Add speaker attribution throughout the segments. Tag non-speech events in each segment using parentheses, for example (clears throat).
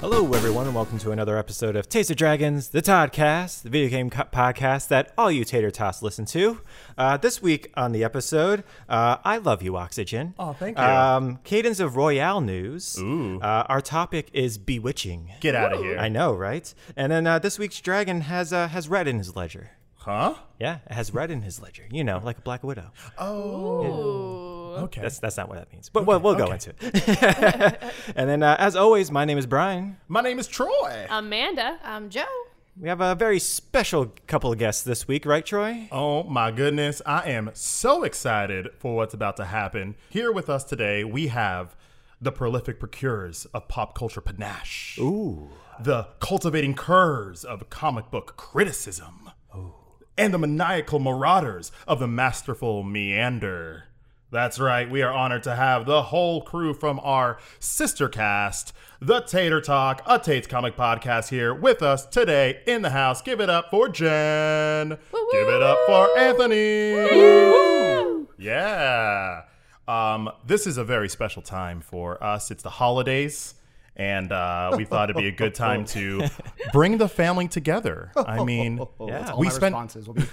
Speaker 1: Hello, everyone, and welcome to another episode of Taste of Dragons, the Toddcast, the video game co- podcast that all you tater tots listen to. Uh, this week on the episode, uh, I love you, Oxygen.
Speaker 2: Aw, Oh, thank you.
Speaker 1: Um, cadence of Royale news. Ooh. Uh, our topic is bewitching.
Speaker 2: Get out of here.
Speaker 1: I know, right? And then uh, this week's dragon has uh, has red in his ledger.
Speaker 2: huh?
Speaker 1: Yeah, it has red in his ledger. You know, like a black widow.
Speaker 2: Oh. Okay.
Speaker 1: That's that's not what that means. But we'll, we'll go into it. (laughs) and then, uh, as always, my name is Brian.
Speaker 2: My name is Troy.
Speaker 3: Amanda.
Speaker 4: I'm Joe.
Speaker 1: We have a very special couple of guests this week, right, Troy?
Speaker 2: Oh my goodness. I am so excited for what's about to happen. Here with us today, we have the prolific procurers of pop culture panache. Ooh. The cultivating curs of comic book criticism. And the maniacal marauders of the masterful meander. That's right, we are honored to have the whole crew from our sister cast, The Tater Talk, a Tate's Comic Podcast, here with us today in the house. Give it up for Jen.
Speaker 3: Woo-woo.
Speaker 2: Give it up for Anthony. Yeah. Um, this is a very special time for us. It's the holidays, and uh, we thought it'd be a good time
Speaker 1: (laughs)
Speaker 2: to bring the family together. I mean,
Speaker 1: Yeah.
Speaker 2: we
Speaker 5: my
Speaker 2: spent
Speaker 5: responses will be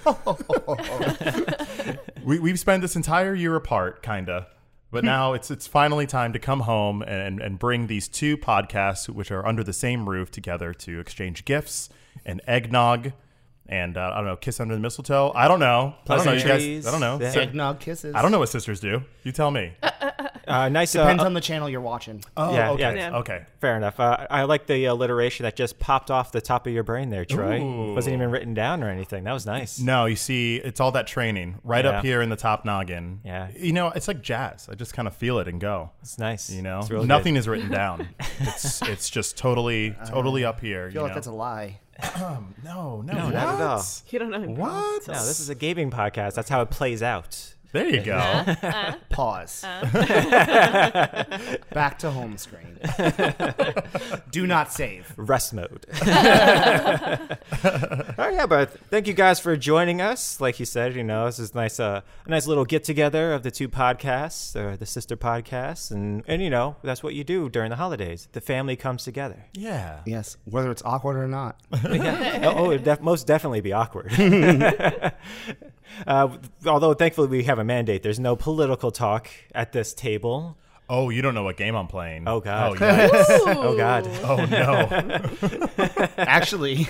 Speaker 5: (laughs)
Speaker 2: we, we've spent this entire year apart, kinda.
Speaker 1: (laughs)
Speaker 2: But now it's it's finally time to come home and, and bring these two podcasts, which are under the same roof, together to exchange gifts and eggnog, and uh, I don't know, kiss under the mistletoe. I don't know. I don't know, you
Speaker 1: Pleasantries.
Speaker 2: guys. I don't know.
Speaker 1: Yeah.
Speaker 2: Si-
Speaker 5: eggnog kisses.
Speaker 2: I don't know what sisters do. You tell me.
Speaker 1: Uh, nice. uh,
Speaker 5: Depends on the channel you're watching.
Speaker 2: Oh,
Speaker 1: Yeah,
Speaker 2: okay.
Speaker 1: yeah.
Speaker 2: Okay.
Speaker 1: Fair enough. Uh, I like the alliteration that just popped off the top of your brain there, Troy.
Speaker 2: Ooh.
Speaker 1: Wasn't even written down or anything. That was nice.
Speaker 2: No, you see, it's all that training right
Speaker 1: Yeah.
Speaker 2: up here in the top noggin.
Speaker 1: Yeah.
Speaker 2: You know, it's like jazz. I just kind of feel it and go.
Speaker 1: It's nice.
Speaker 2: You know,
Speaker 1: it's really
Speaker 2: nothing
Speaker 1: Good.
Speaker 2: is
Speaker 1: (laughs)
Speaker 2: written down. it's it's just totally totally up here.
Speaker 5: I feel like that's a lie.
Speaker 2: no, no,
Speaker 1: No, not at all.
Speaker 3: You don't know.
Speaker 2: What?
Speaker 1: No, Oh, this is a gaming podcast. That's how it plays out.
Speaker 2: There you go.
Speaker 5: Pause. Back to home screen. Do not save.
Speaker 1: Rest mode. (laughs) oh yeah, but thank you guys for joining us. Like you said, you know, this is nice uh, a nice little get together of the two podcasts or the sister podcasts, and and you know that's what you do during the holidays. The family comes together.
Speaker 2: yeah.
Speaker 5: Yes, whether it's awkward or not.
Speaker 1: oh, oh, it'd def- most definitely be awkward. (laughs) uh, although, thankfully, we have a mandate. There's no political talk at this table.
Speaker 2: Oh, you don't know what game I'm playing.
Speaker 1: Oh, God. (laughs)
Speaker 2: Oh, yikes.
Speaker 1: Oh, God.
Speaker 2: oh no.
Speaker 5: Actually,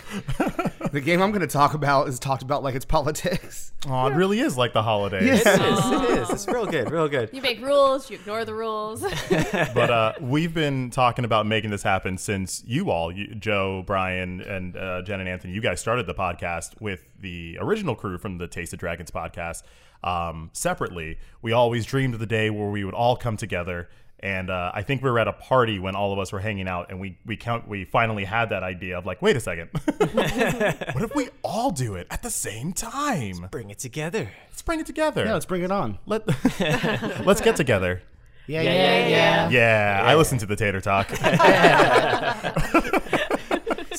Speaker 5: the game I'm going to talk about is talked about like it's politics.
Speaker 2: Oh, it really is like the holidays.
Speaker 1: (laughs) It is. It is. It's real good. Real good.
Speaker 3: You make rules, you ignore the rules.
Speaker 2: But uh, we've been talking about making this happen since you all, you, Joe, Brian, and uh, Jen and Anthony, you guys started the podcast with the original crew from the Taste of Dragons podcast um, separately. We always dreamed of the day where we would all come together. And uh, I think we were at a party when all of us were hanging out, and we we count we finally had that idea of like, wait a second, (laughs) what if we all do it at the same time?
Speaker 1: Bring it together.
Speaker 2: Let's bring it together.
Speaker 5: Yeah, let's bring it on.
Speaker 2: Let (laughs) let's get together.
Speaker 5: Yeah,
Speaker 3: (laughs)
Speaker 5: yeah, yeah.
Speaker 2: Yeah, I listened to the Tater Talk.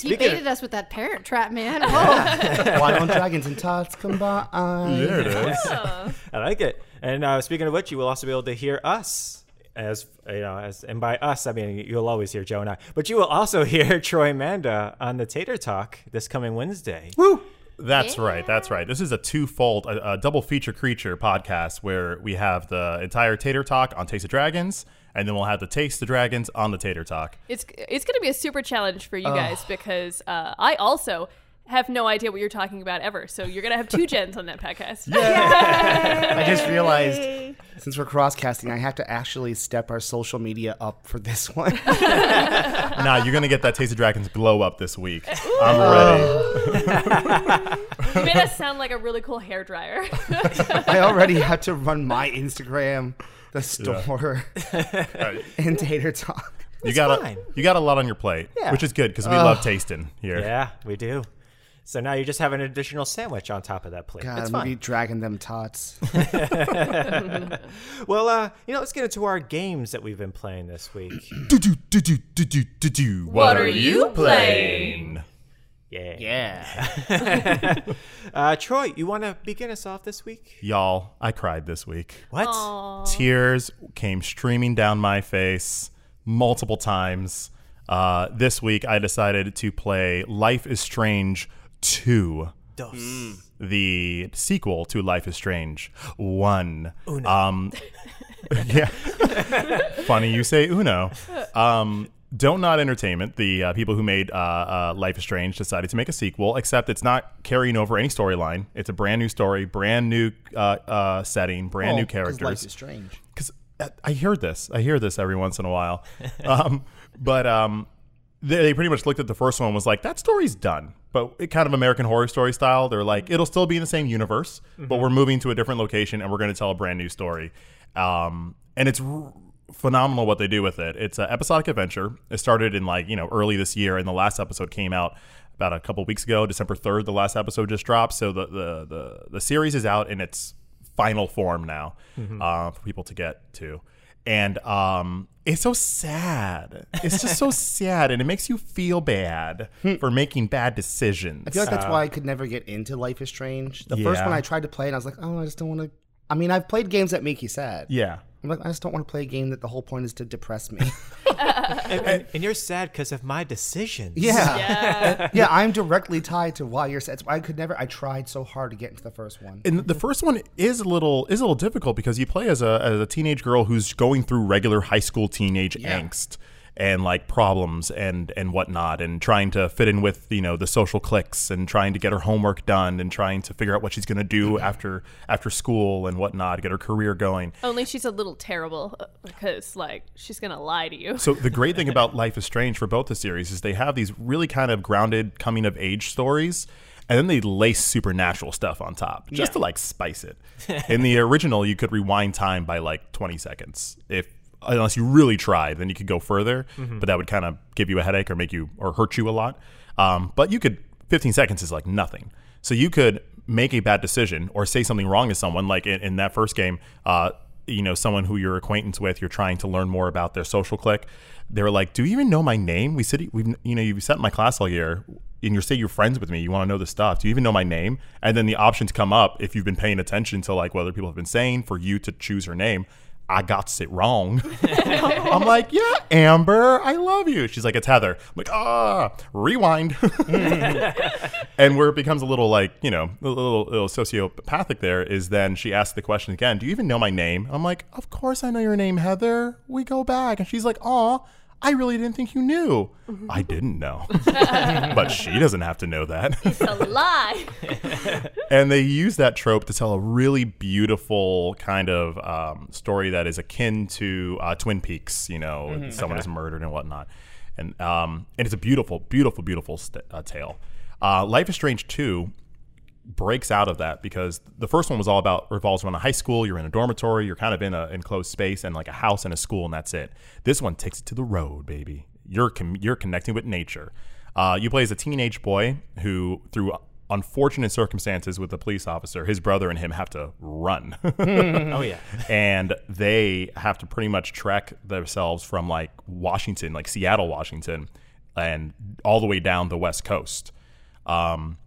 Speaker 4: He baited us with that parent
Speaker 3: (laughs)
Speaker 4: trap, man. Oh,
Speaker 5: Why don't dragons and tots combine?
Speaker 2: (laughs) there it is.
Speaker 1: I like it. And uh, speaking of which, you will also be able to hear us. As you know, as and by us, I mean you'll always hear Joe and I, but you will also (laughs) hear Troy Manda on the Tater Talk this coming Wednesday.
Speaker 2: That's right. That's right. This is a twofold, a, a double feature creature podcast where we have the entire Tater Talk on Taste of Dragons, and then we'll have the Taste of Dragons on the Tater
Speaker 3: (laughs)
Speaker 2: Talk.
Speaker 3: it's it's going to be a super challenge for you guys because uh, I also have no idea what you're talking about ever. So you're going to have two gens on that podcast.
Speaker 5: I just realized since we're cross casting, I have to actually step our social media up for this one.
Speaker 2: Now you're gonna get that Taste of Dragons glow up this week. I'm ready.
Speaker 3: (laughs) You made us sound like a really cool hairdryer.
Speaker 5: I already have to run my Instagram, the store, (laughs) and Tater Talk.
Speaker 2: You got
Speaker 1: fine.
Speaker 2: a, you got a lot on your plate,
Speaker 1: Yeah.
Speaker 2: which is good because we love tasting here.
Speaker 1: Yeah, we do. So now you just have an additional sandwich on top of that plate.
Speaker 5: God,
Speaker 1: it's
Speaker 5: I'm
Speaker 1: fine.
Speaker 5: gonna be dragging them tots.
Speaker 1: Well, uh, you know, let's get into our games that we've been playing this week.
Speaker 2: Do, do, do, do, do, do, do, do.
Speaker 3: What are you playing?
Speaker 1: Yeah.
Speaker 5: Yeah.
Speaker 1: Uh, Troy, you want to begin us off this week?
Speaker 2: Y'all, I cried this week.
Speaker 1: What?
Speaker 2: tears came streaming down my face multiple times. Uh, this week, I decided to play Life is Strange 2
Speaker 1: Dos.
Speaker 2: the sequel to Life is Strange One. Um, (laughs) yeah, funny you say Uno. Um, Don't Not Entertainment, the uh, people who made uh, uh, Life is Strange, decided to make a sequel. Except it's not carrying over any storyline. It's a brand new story, brand new uh, uh, setting, brand new characters
Speaker 5: Oh, Life is strange.
Speaker 2: because uh, I hear this. I hear this every once in a while. um, but um, they, they pretty much looked at the first one and was like, that story's done. But it kind of American Horror Story style. They're like, it'll still be in the same universe, but we're moving to a different location and we're going to tell a brand new story. Um, and it's r- phenomenal what they do with it. It's an episodic adventure. It started in like, you know, early this year, and the last episode came out about a couple weeks ago, December 3rd. The last episode just dropped. So the, the, the, the series is out and it's final form now uh, for people to get to. And um, it's so sad. It's just
Speaker 5: (laughs)
Speaker 2: so sad, and it makes you feel bad for making bad decisions.
Speaker 5: Hmm. I feel like that's why I could never get into Life is Strange. The first
Speaker 2: Uh, Yeah.
Speaker 5: one I tried to play, and I was like, oh, I just don't want to. I mean, I've played games that make you sad.
Speaker 2: yeah.
Speaker 5: I'm like, I just don't want to play a game that the whole point is to depress
Speaker 2: (laughs)
Speaker 5: me.
Speaker 1: And, and- and you're sad because of my decisions.
Speaker 5: yeah. (laughs) yeah.
Speaker 3: Yeah.
Speaker 5: I'm directly tied to why you're sad. That's why I could never. I tried so hard to get into the first one.
Speaker 2: And the first one is a little is a little difficult because you play as a as a teenage girl who's going through regular high school teenage angst and like problems and and whatnot and trying to fit in with you know the social cliques and trying to get her homework done and trying to figure out what she's going to do
Speaker 5: Mm-hmm.
Speaker 2: after after school and whatnot get her career going
Speaker 3: Only she's a little terrible uh, because, like, she's gonna lie to you.
Speaker 2: So the great thing about Life is Strange for both the series is they have these really kind of grounded coming of age stories. And then they lace supernatural stuff on top just to like spice it. In the original, you could rewind time by like 20 seconds if unless you really tried, then you could go further, but that would kind of give you a headache or make you or hurt you a lot. Um, but you could 15 seconds is like nothing. So you could make a bad decision or say something wrong to someone. Like in, in that first game, uh, you know, someone who you're acquaintance with, you're trying to learn more about their social clique. They're like, "Do you even know my name? We said we, you know, you've sat in my class all year, and you say you're friends with me. You want to know this stuff. Do you even know my name?" And then the options come up if you've been paying attention to like what other people have been saying for you to choose her name. I got it wrong. (laughs) I'm like, yeah, Amber, I love you. She's like, it's Heather. I'm like, ah, rewind. (laughs) and where it becomes a little like you know a little, little sociopathic there is then she asks the question again do you even know my name i'm like of course i know your name heather we go back and she's like aw i really didn't think you knew i didn't know but she doesn't have to know that (laughs)
Speaker 3: It's a lie.
Speaker 2: and they use that trope to tell a really beautiful kind of um, story that is akin to uh, Twin Peaks. You know, someone is murdered and whatnot, and um, and it's a beautiful, beautiful, beautiful st- uh, tale. Uh, Life is Strange two breaks out of that because the first one was all about revolves around a high school. You're in a dormitory. You're kind of in an enclosed space and like a house and a school, and that's it. This one takes it to the road, baby. You're com- you're connecting with nature. Uh, you play as a teenage boy who, through unfortunate circumstances with a police officer, his brother and him have to run. (laughs)
Speaker 1: Oh yeah.
Speaker 2: and they have to pretty much trek themselves from like Washington, like Seattle, Washington, and all the way down the West Coast. Um,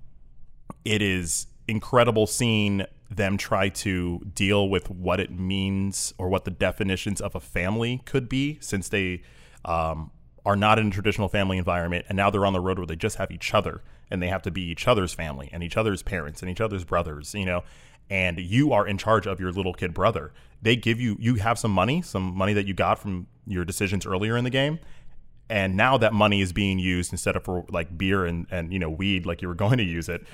Speaker 2: it is incredible seeing them try to deal with what it means or what the definitions of a family could be since they um, are not in a traditional family environment and now they're on the road where they just have each other and they have to be each other's family and each other's parents and each other's brothers you know and you are in charge of your little kid brother they give you you have some money some money that you got from your decisions earlier in the game and now that money is being used instead of for like beer and, and you know weed like you were (laughs) going to use it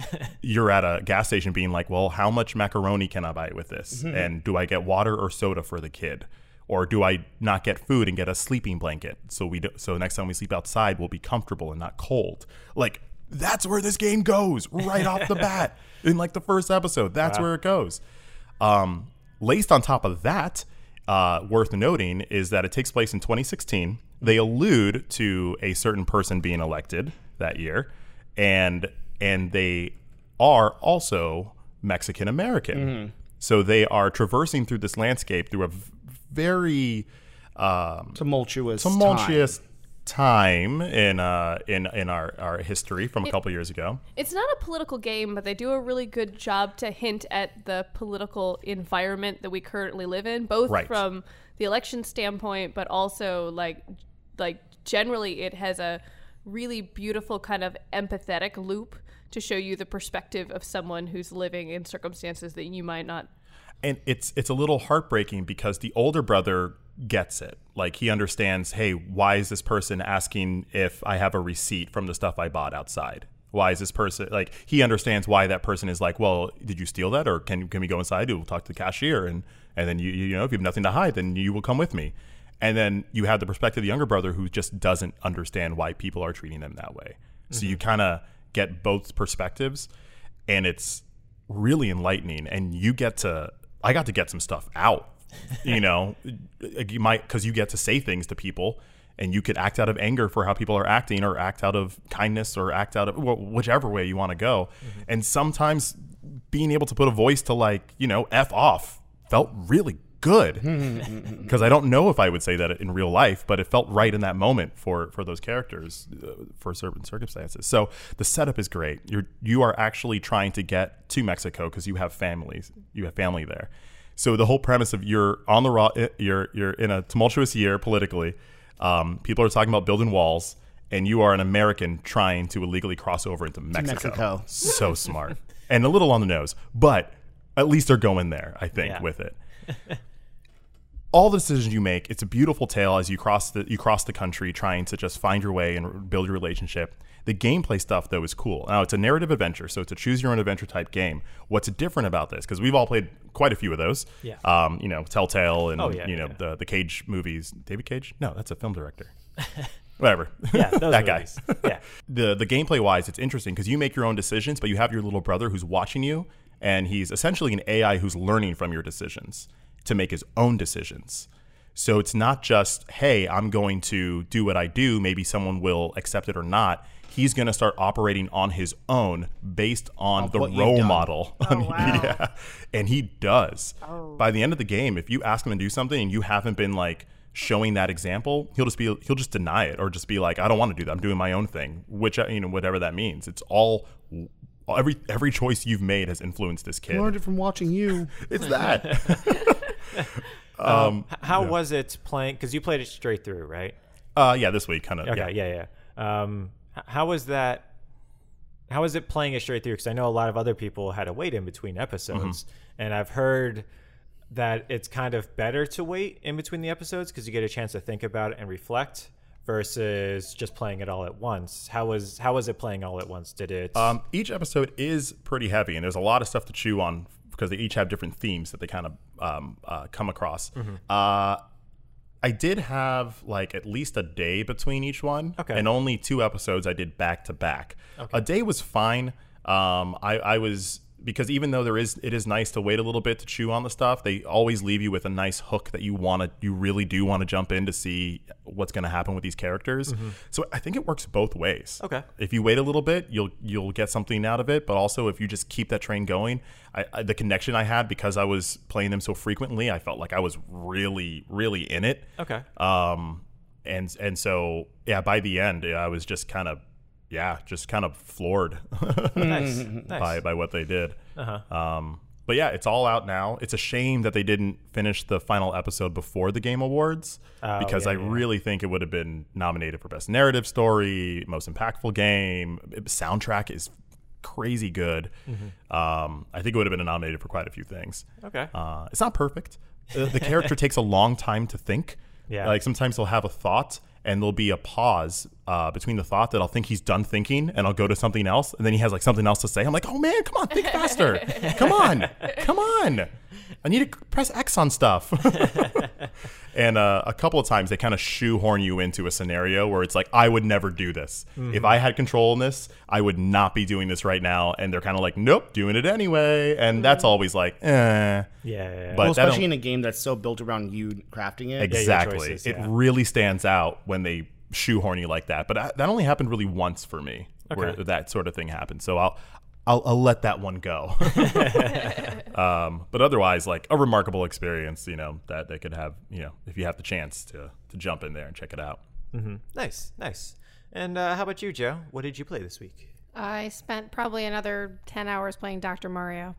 Speaker 2: you're at a gas station being like well how much macaroni can i buy with this and do i get water or soda for the kid or do i not get food and get a sleeping blanket so we do, so next time we sleep outside we'll be comfortable and not cold like that's where this game goes right off the bat in like the first episode that's where it goes um, laced on top of that, uh, worth noting is that it takes place in 2016. They allude to a certain person being elected that year, and and they are also Mexican American. So they are traversing through this landscape through a v- very um,
Speaker 5: Tumultuous.
Speaker 2: tumultuous time, in uh, in in our, our history from a couple years ago.
Speaker 3: It's not a political game, but they do a really good job to hint at the political environment that we currently live in, both
Speaker 2: Right.
Speaker 3: from the election standpoint, but also like like generally it has a really beautiful kind of empathetic loop to show you the perspective of someone who's living in circumstances that you might not
Speaker 2: and it's it's a little heartbreaking because the older brother gets it like he understands hey why is this person asking if i have a receipt from the stuff i bought outside why is this person like he understands why that person is like well did you steal that or can can we go inside we'll talk to the cashier and and then you you know if you have nothing to hide then you will come with me and then you have the perspective of the younger brother who just doesn't understand why people are treating them that way so you kind of get both perspectives and it's really enlightening and you get to i got to get some stuff out you know (laughs) Like, you might because you get to say things to people and you could act out of anger for how people are acting or act out of kindness or act out of wh- whichever way you want to go and sometimes being able to put a voice to like you know f off felt really good because i don't know if i would say that in real life but it felt right in that moment for for those characters uh, for certain circumstances so the setup is great you're you are actually trying to get to mexico because you have families you have family there so the whole premise of you're on the raw, eh, you're you're in a tumultuous year politically. Um, people are talking about building walls, and you are an American trying to illegally cross over into Mexico.
Speaker 5: Mexico.
Speaker 2: So smart and a little on the nose, but at least they're going there. I think
Speaker 1: Yeah.
Speaker 2: with it. All the decisions you make, it's a beautiful tale as you cross the you cross the country trying to just find your way and build your relationship. The gameplay stuff though is cool. Now it's a narrative adventure, so it's a choose your own adventure type game. What's different about this? Because we've all played quite a few of those.
Speaker 1: Yeah.
Speaker 2: Um, you know, Telltale and
Speaker 1: Oh, yeah,
Speaker 2: you know
Speaker 1: yeah.
Speaker 2: the the Cage movies. David Cage? No, that's a film director. (laughs) Whatever.
Speaker 1: Yeah, those
Speaker 2: (laughs) that
Speaker 1: movies.
Speaker 2: guy.
Speaker 1: Yeah.
Speaker 2: the the gameplay wise, it's interesting because you make your own decisions, but you have your little brother who's watching you, and he's essentially an AI who's learning from your decisions to make his own decisions. So it's not just, hey, I'm going to do what I do. Maybe someone will accept it or not. He's going to start operating on his own based on the
Speaker 5: what you've
Speaker 2: role
Speaker 5: done.
Speaker 2: model. (laughs) yeah. And he does. By the end of the game, if you ask him to do something and you haven't been like showing that example, he'll just be he'll just deny it or just be like, I don't want to do that. I'm doing my own thing, which uh, you know whatever that means. It's all every every choice you've made has influenced this kid.
Speaker 5: Learned it from watching you.
Speaker 2: It's that. (laughs) Um,
Speaker 1: H- How was it playing? Because you played it straight through, right?
Speaker 2: uh, yeah, this week kind of.
Speaker 1: Okay, yeah, yeah. Um, h- how was that? How was it playing it straight through? Because I know a lot of other people had to wait in between episodes,
Speaker 2: Mm-hmm.
Speaker 1: and I've heard that it's kind of better to wait in between the episodes because you get a chance to think about it and reflect versus just playing it all at once. How was how was it playing all at once? Did it?
Speaker 2: Um, each episode is pretty heavy, and there's a lot of stuff to chew on because they each have different themes that they kind of um, uh, come across. Uh, I did have like at least a day between each one,
Speaker 1: Okay.
Speaker 2: and only two episodes I did back to back. A day was fine. Um, I, I was because even though there is, it is nice to wait a little bit to chew on the stuff. They always leave you with a nice hook that you want to, you really do want to jump in to see what's going to happen with these characters. So I think it works both ways.
Speaker 1: Okay.
Speaker 2: If you wait a little bit, you'll you'll get something out of it. But also, if you just keep that train going, I, I, the connection I had because I was playing them so frequently, I felt like I was really, really in it.
Speaker 1: okay.
Speaker 2: Um, and and so yeah, by the end, yeah, I was just kind of yeah, just kind of floored (laughs)
Speaker 1: nice. Nice. Uh-huh.
Speaker 2: by by what they did. Um, but yeah, it's all out now. It's a shame that they didn't finish the final episode before the Game Awards
Speaker 1: Oh,
Speaker 2: because
Speaker 1: yeah,
Speaker 2: I
Speaker 1: yeah.
Speaker 2: really think it would have been nominated for Best Narrative Story, Most Impactful Game. Soundtrack is crazy good.
Speaker 1: Mm-hmm.
Speaker 2: Um, I think it would have been nominated for quite a few things.
Speaker 1: Okay.
Speaker 2: Uh, it's not perfect. Uh, The, the character takes a long time to think.
Speaker 1: Yeah.
Speaker 2: Like sometimes they'll have a thought and there'll be a pause uh, between the thought that I'll think he's done thinking and I'll go to something else. And then he has like something else to say. I'm like, oh man, come on, think faster. come on, come on. I need to press X on stuff. and uh, a couple of times they kind of shoehorn you into a scenario where it's like, I would never do this. If I had control in this, I would not be doing this right now. And they're kind of like, nope, doing it anyway. And that's always like, eh.
Speaker 1: yeah. yeah, yeah.
Speaker 2: But
Speaker 5: Well,
Speaker 2: that
Speaker 5: especially
Speaker 2: don't-
Speaker 5: in a game that's so built around you crafting it.
Speaker 1: your
Speaker 2: exactly.
Speaker 1: choices,
Speaker 2: It
Speaker 1: yeah.
Speaker 2: really stands out when they shoehorn you like that. But I, that only happened really once for me, where
Speaker 1: Okay.
Speaker 2: that sort of thing happened. So I'll. I'll, I'll let that one go. (laughs) um, but otherwise, like a remarkable experience, you know, that they could have, you know, if you have the chance to, to jump in there and check it out.
Speaker 1: nice. Nice. And uh, how about you, Joe? What did you play this week?
Speaker 4: I spent probably another 10 hours playing Dr. (laughs) Mario.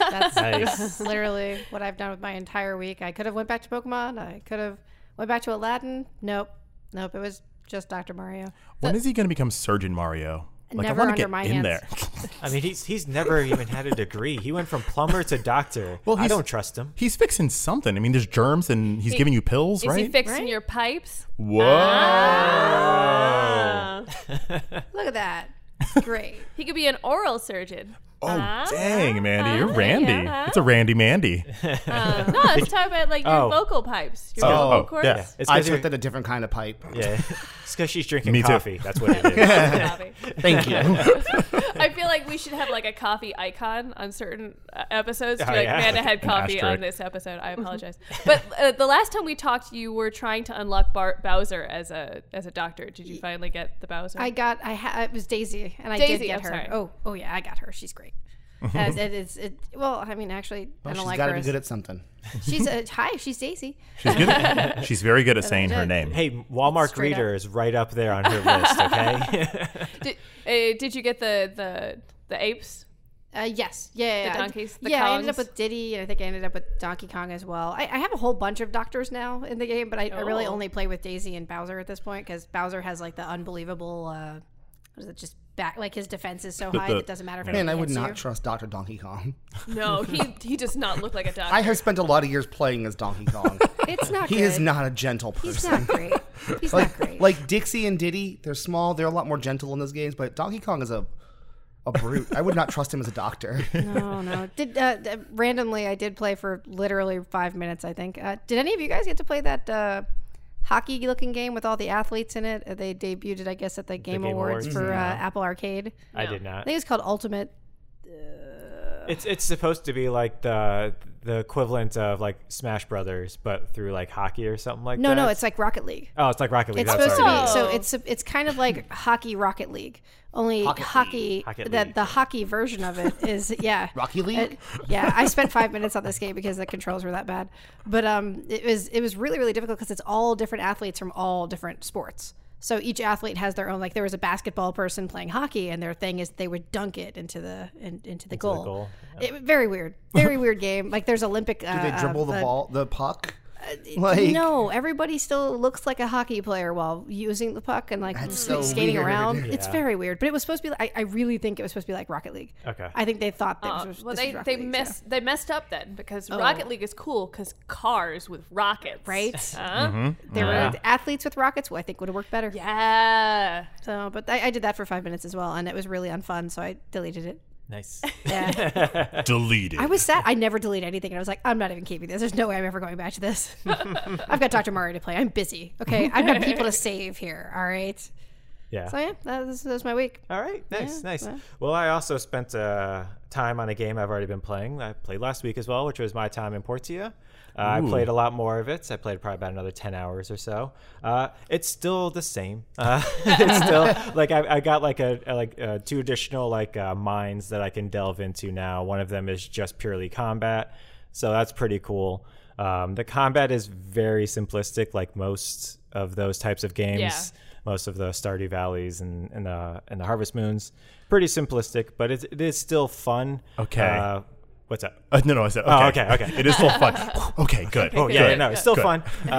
Speaker 4: That's
Speaker 1: Nice.
Speaker 4: literally what I've done with my entire week. I could have went back to Pokemon. I could have went back to Aladdin. Nope. Nope, it was just Dr. Mario.
Speaker 2: When is he going to become Surgeon Mario? Like
Speaker 4: Never
Speaker 2: I want to
Speaker 4: under
Speaker 2: get
Speaker 4: my
Speaker 2: in
Speaker 4: hands.
Speaker 2: there. (laughs)
Speaker 1: I mean, he's he's never even had a degree. He went from plumber to doctor.
Speaker 2: Well,
Speaker 1: Well, I
Speaker 2: he's-
Speaker 1: don't trust him.
Speaker 2: he's fixing something. I mean, there's germs and he's giving you pills,
Speaker 3: Is
Speaker 2: right?
Speaker 3: he Ah. fixing your pipes? Ah.
Speaker 2: Whoa.
Speaker 4: Look at (laughs) that. Great.
Speaker 3: He could be an oral surgeon.
Speaker 2: Oh, dang, Mandy.
Speaker 3: Ah.
Speaker 2: You're Randy.
Speaker 3: Uh-huh.
Speaker 2: It's a Randy
Speaker 3: (laughs)
Speaker 2: Mandy.
Speaker 3: No, let's talk about like your
Speaker 1: Oh.
Speaker 3: vocal pipes. Your
Speaker 2: Oh,
Speaker 3: vocal
Speaker 2: oh,
Speaker 3: cords.
Speaker 2: yeah.
Speaker 1: It's
Speaker 5: I
Speaker 1: because
Speaker 5: took that a different kind of pipe.
Speaker 2: (laughs)
Speaker 1: yeah, it's because she's drinking
Speaker 2: Me too.
Speaker 1: coffee. That's what it
Speaker 4: (laughs)
Speaker 1: is.
Speaker 3: Copy.
Speaker 2: (laughs)
Speaker 5: (laughs) Thank you.
Speaker 3: I feel like we should have like a coffee icon on certain uh, episodes. To be
Speaker 1: Oh,
Speaker 3: like,
Speaker 1: yeah.
Speaker 3: Amanda had coffee
Speaker 2: asterisk.
Speaker 3: on this episode. I apologize. but uh, the last time we talked, you were trying to unlock Bar- Bowser as a as a doctor. Did you finally get the Bowser?
Speaker 4: I got I ha- it was Daisy and I
Speaker 3: Daisy,
Speaker 4: did get
Speaker 3: I'm
Speaker 4: her.
Speaker 3: sorry.
Speaker 4: Oh, oh yeah, I got her.
Speaker 5: (laughs)
Speaker 4: She's great. As it is, it, well, I mean, actually, I don't
Speaker 5: She's
Speaker 4: like
Speaker 5: got to
Speaker 4: her.
Speaker 5: be
Speaker 4: as-
Speaker 5: good at something. (laughs)
Speaker 4: she's a hi. She's Daisy.
Speaker 2: She's good.
Speaker 3: (laughs)
Speaker 2: She's very good at saying her
Speaker 4: did.
Speaker 2: name.
Speaker 1: Hey, Walmart
Speaker 4: Straight up.
Speaker 1: greeter is right up there on her list.
Speaker 4: (laughs)
Speaker 1: Okay.
Speaker 3: did, uh, did you get the the the apes?
Speaker 4: Uh, yes, yeah, yeah, yeah.
Speaker 3: donkeys, the
Speaker 4: yeah, I ended up
Speaker 3: Kongs.
Speaker 4: with Diddy, and I think I ended up with Donkey Kong as well. I, I have a whole bunch of doctors now in the game, but I, I really
Speaker 3: Oh.
Speaker 4: only play with Daisy and Bowser at this point because Bowser has like the unbelievable. Uh, what is it? Just back like his defense is so high
Speaker 2: the-
Speaker 4: that it doesn't matter if
Speaker 5: Man,
Speaker 4: anyone
Speaker 5: I would
Speaker 4: hits
Speaker 5: not
Speaker 4: you.
Speaker 5: trust Dr. Donkey Kong.
Speaker 3: (laughs) No, he he does not look like a doctor.
Speaker 5: I have spent a lot of years playing as Donkey
Speaker 4: (laughs)
Speaker 5: Kong.
Speaker 4: It's
Speaker 5: (laughs)
Speaker 4: not.
Speaker 5: he
Speaker 4: good.
Speaker 5: is not a gentle person.
Speaker 4: He's
Speaker 5: (laughs)
Speaker 4: not great. He's not great.
Speaker 5: Like Dixie and Diddy, they're small. They're a lot more gentle in those games. But Donkey Kong is a a brute. I would not trust him as a doctor.
Speaker 4: (laughs) No, no. Did uh, d- randomly I did play for literally five minutes. I think. Uh, did any of you guys get to play that uh, hockey-looking game with all the athletes in it? Uh, They debuted it, I guess, at the Game,
Speaker 1: Game
Speaker 4: Awards,
Speaker 1: Awards,
Speaker 4: for uh, Apple Arcade.
Speaker 1: I did not.
Speaker 4: I think it's called Ultimate.
Speaker 1: It's it's supposed to be like the the equivalent of like Smash Brothers, but through like hockey or something like
Speaker 4: No,
Speaker 1: that.
Speaker 4: no, it's like Rocket League.
Speaker 1: oh, it's like Rocket League.
Speaker 4: It's
Speaker 1: I'm
Speaker 4: supposed to
Speaker 1: sorry.
Speaker 4: be so
Speaker 3: Oh.
Speaker 4: it's it's kind of like hockey Rocket League, only hockey,
Speaker 1: Hockey
Speaker 4: that
Speaker 1: League.
Speaker 4: the hockey version of it is yeah
Speaker 5: Rocky League?
Speaker 4: It- Uh, yeah,
Speaker 3: (laughs)
Speaker 4: I spent five minutes on this game because the controls were that bad, but um, it was it was really really difficult because it's all different athletes from all different sports. So each athlete has their own. Like there was a basketball person playing hockey, and their thing is they would dunk it into the in, into the goal.
Speaker 1: goal,
Speaker 4: It, very weird,
Speaker 5: (laughs)
Speaker 4: very weird game. Like there's Olympic. Uh,
Speaker 5: they
Speaker 4: uh,
Speaker 5: dribble the
Speaker 4: uh,
Speaker 5: ball, the puck. Like
Speaker 4: no, everybody still looks like a hockey player while using the puck and like
Speaker 5: so
Speaker 4: skating
Speaker 5: weird.
Speaker 4: around. It's very weird, but it was supposed to be. Like, I, I really think it was supposed to be like Rocket League.
Speaker 1: Okay.
Speaker 4: I think they thought that.
Speaker 3: Uh,
Speaker 4: was,
Speaker 3: well,
Speaker 4: this
Speaker 3: they
Speaker 4: was Rocket
Speaker 3: they
Speaker 4: League,
Speaker 3: messed they messed up then because Rocket League is cool because cars with rockets, Uh-huh.
Speaker 4: Right?
Speaker 3: Huh?
Speaker 4: so. They were athletes with rockets. Well, I think would have worked better.
Speaker 3: Yeah.
Speaker 4: So, but I, I did that for five minutes as well, and it was really unfun. So I deleted it. (laughs)
Speaker 1: nice.
Speaker 4: Yeah,
Speaker 2: Deleted.
Speaker 4: I was sad. I never delete anything, and I was like, I'm not even keeping this. There's no way I'm ever going back
Speaker 2: (laughs)
Speaker 4: to this. I've got Dr. Mario to play. I'm busy. Okay, I've got people to save here. All right.
Speaker 1: Yeah.
Speaker 4: So yeah, that was, that was my week.
Speaker 1: All right, nice, nice. Well. I also spent uh, time on a game I've already been playing. I played last week as well, which was my time in Portia. Uh, I played a lot more of it. I played probably about another ten hours or so. Uh, it's still the same. Uh, (laughs) it's still like I, I got like a, a- like uh, two additional like uh, mines that I can delve into now. One of them is just purely combat, so that's pretty cool. Um, the combat is very simplistic, like most of those types of games
Speaker 3: Yeah.
Speaker 1: most of the Stardew Valleys and, and the and the Harvest Moons. Pretty simplistic, but it's, it is still fun.
Speaker 2: Okay.
Speaker 1: Uh, what's up?
Speaker 2: Uh, no, no, I said. Okay.
Speaker 1: Oh, okay, okay.
Speaker 2: It is still
Speaker 3: (laughs)
Speaker 2: fun. okay, good. Oh,
Speaker 1: Yeah,
Speaker 2: good.
Speaker 1: yeah, no, it's still
Speaker 2: Good. (laughs)
Speaker 1: fun. Uh,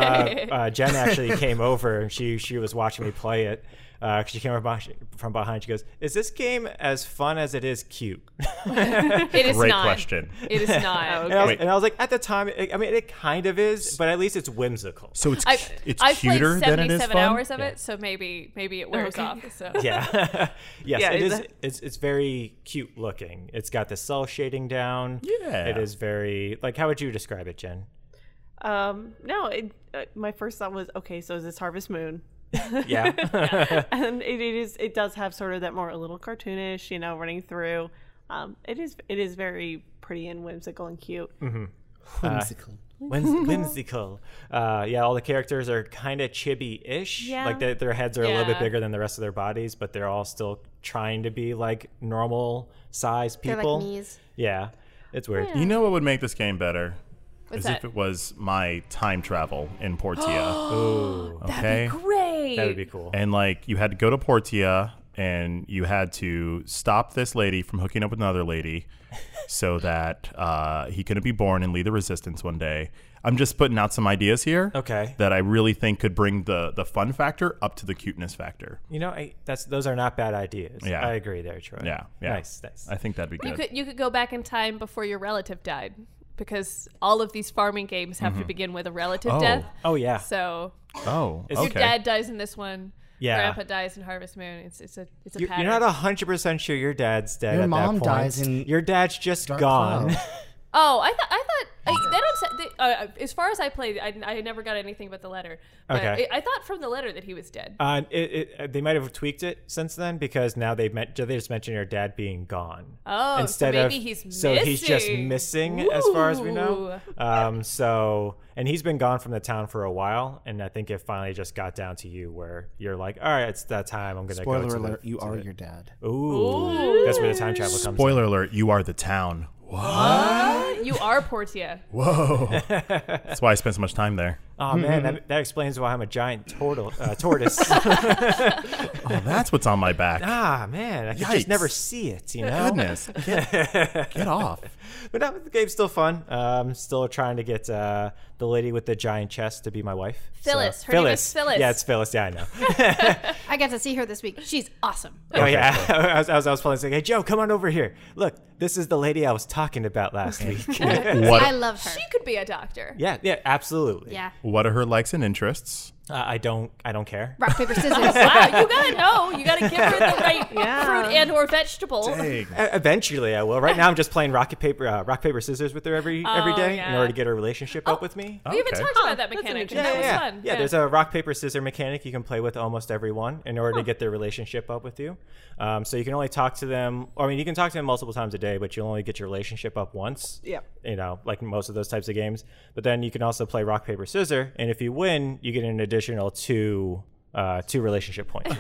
Speaker 1: uh, Jen actually came over and she she was watching me play it. Uh, she came over behind- from behind. She goes, "Is this game as fun as it is cute?" (laughs)
Speaker 3: It is
Speaker 2: Great
Speaker 3: not.
Speaker 2: question.
Speaker 3: It is not.
Speaker 1: And I, was,
Speaker 2: Wait.
Speaker 1: and I was like, at the time, it, I mean, it kind of is, but at least it's whimsical.
Speaker 2: So it's
Speaker 3: I've,
Speaker 2: cu- it's
Speaker 3: I've
Speaker 2: cuter
Speaker 3: played
Speaker 2: than it is fun.
Speaker 3: hours of it, so maybe maybe it wears off. So
Speaker 1: yeah. (laughs) yes,
Speaker 3: Yeah,
Speaker 1: it
Speaker 3: is
Speaker 1: is.
Speaker 3: that-
Speaker 1: It's it's very cute looking. It's got the cell shading down.
Speaker 2: Yeah.
Speaker 1: It is very like. How would you describe it, Jen?
Speaker 6: Um, no, it, uh, my first thought was okay. So is this Harvest Moon? (laughs)
Speaker 1: Yeah.
Speaker 6: And it, it is. It does have sort of that more a little cartoonish, you know, running through. Um, it is. It is very pretty and whimsical and cute.
Speaker 5: Mm. whimsical.
Speaker 1: (laughs) Whims- whimsical. Uh, yeah, all the characters are kind of chibi-ish.
Speaker 6: Yeah.
Speaker 1: Like their their heads are a little bit
Speaker 3: Yeah.
Speaker 1: bigger than the rest of their bodies, but they're all still trying to be like normal sized
Speaker 4: They're
Speaker 1: people.
Speaker 4: like knees.
Speaker 1: yeah. It's weird.
Speaker 2: You know what would make this game better?
Speaker 3: What's
Speaker 2: is
Speaker 3: that?
Speaker 2: if it was my time travel in
Speaker 3: (gasps)
Speaker 2: Portia. okay.
Speaker 3: Great.
Speaker 1: That would be cool.
Speaker 2: And like you had to go to Portia and you had to stop this lady from hooking up with another lady so that uh, he couldn't be born and lead the resistance one day. I'm just putting out some ideas here.
Speaker 1: Okay.
Speaker 2: That I really think could bring the the fun factor up to the cuteness factor.
Speaker 1: You know, I, that's those are not bad ideas.
Speaker 2: Yeah.
Speaker 1: I agree there, Troy.
Speaker 2: Yeah. yeah.
Speaker 1: Nice, nice.
Speaker 2: I think that'd be
Speaker 3: You
Speaker 2: good.
Speaker 3: could you could go back in time before your relative died because all of these farming games have to begin with a relative
Speaker 2: Mm-hmm. Oh.
Speaker 3: death.
Speaker 1: oh yeah.
Speaker 3: So
Speaker 2: oh, okay.
Speaker 3: your dad dies in this one.
Speaker 1: Yeah.
Speaker 3: Grandpa dies in Harvest Moon. It's it's a it's a
Speaker 1: You're,
Speaker 3: pattern.
Speaker 1: you're not hundred percent sure your dad's dead.
Speaker 5: Your
Speaker 1: at
Speaker 5: mom
Speaker 1: that point.
Speaker 5: dies in
Speaker 1: Your dad's just gone.
Speaker 5: Cloud.
Speaker 3: oh, I thought I thought I, they don't. Say, they, uh, as far as I played, I, I never got anything but the letter. But
Speaker 1: Okay.
Speaker 3: I, I thought from the letter that he was dead.
Speaker 1: (laughs) Uh, it, it, uh, they might have tweaked it since then because now they've met, they just mentioned your dad being gone.
Speaker 3: Oh, so maybe he's
Speaker 1: so he's just
Speaker 3: missing.
Speaker 1: missing as far as we know. Um, so and he's been gone from the town for a while, and I think it finally just got down to you where you're like, all right, it's that time. I'm gonna go
Speaker 5: Spoiler
Speaker 1: to
Speaker 5: alert,
Speaker 1: The,
Speaker 5: you are your dad.
Speaker 1: ooh, that's where the time travel comes.
Speaker 2: Spoiler alert: You are the town. Whoa. Uh,
Speaker 3: you are Portia.
Speaker 2: Whoa. That's why I spent so much time there.
Speaker 1: Oh man,
Speaker 5: Mm-hmm.
Speaker 1: that, that explains why I'm a giant turtle, uh, tortoise. (laughs)
Speaker 2: Oh, that's what's on my back.
Speaker 1: ah man, I could just
Speaker 2: Yikes.
Speaker 1: never see it. You know.
Speaker 2: (laughs) Goodness, get, get off.
Speaker 1: But no, the game's still fun. Um, still trying to get uh, the lady with the giant chest to be my wife.
Speaker 3: Phyllis. Her name is Phyllis.
Speaker 1: Yeah, it's Phyllis. Yeah, I
Speaker 3: (laughs)
Speaker 1: know.
Speaker 4: I got to see her this week. She's awesome.
Speaker 1: oh yeah, (laughs) I, was, I was I was playing. Like, hey Joe, come on over here. Look, this is the lady I was talking about last week. (laughs)
Speaker 3: (laughs)
Speaker 4: I
Speaker 2: What
Speaker 4: love her.
Speaker 3: She could be a doctor.
Speaker 1: yeah, yeah, absolutely.
Speaker 4: yeah.
Speaker 2: what are her likes and interests?
Speaker 1: Uh, I don't I don't care.
Speaker 4: Rock paper
Speaker 2: (laughs)
Speaker 4: scissors.
Speaker 3: Wow,
Speaker 6: (laughs)
Speaker 3: you gotta know. You gotta give her the right
Speaker 6: Yeah.
Speaker 3: fruit and or vegetable.
Speaker 1: E- Eventually, I will. Right now, I'm just playing rocket paper, uh, rock paper scissors with her every every
Speaker 3: Oh,
Speaker 1: day in
Speaker 3: yeah. Oh,
Speaker 1: order to get her relationship up with me.
Speaker 3: We haven't
Speaker 2: Okay.
Speaker 3: talked
Speaker 6: Huh,
Speaker 3: about that
Speaker 6: that's an
Speaker 3: mechanic.
Speaker 6: interesting-
Speaker 3: that
Speaker 1: yeah,
Speaker 3: was
Speaker 1: yeah.
Speaker 3: fun.
Speaker 1: Yeah, there's a rock paper scissor mechanic you can play with almost everyone in order to get their relationship up with you. Um, so you can only talk to them. I mean, you can talk to them multiple times a day, but you'll only get your relationship up once.
Speaker 6: Yep.
Speaker 1: You know, like most of those types of games. But then you can also play rock paper scissor, and if you win, you get an additional two uh, two relationship points.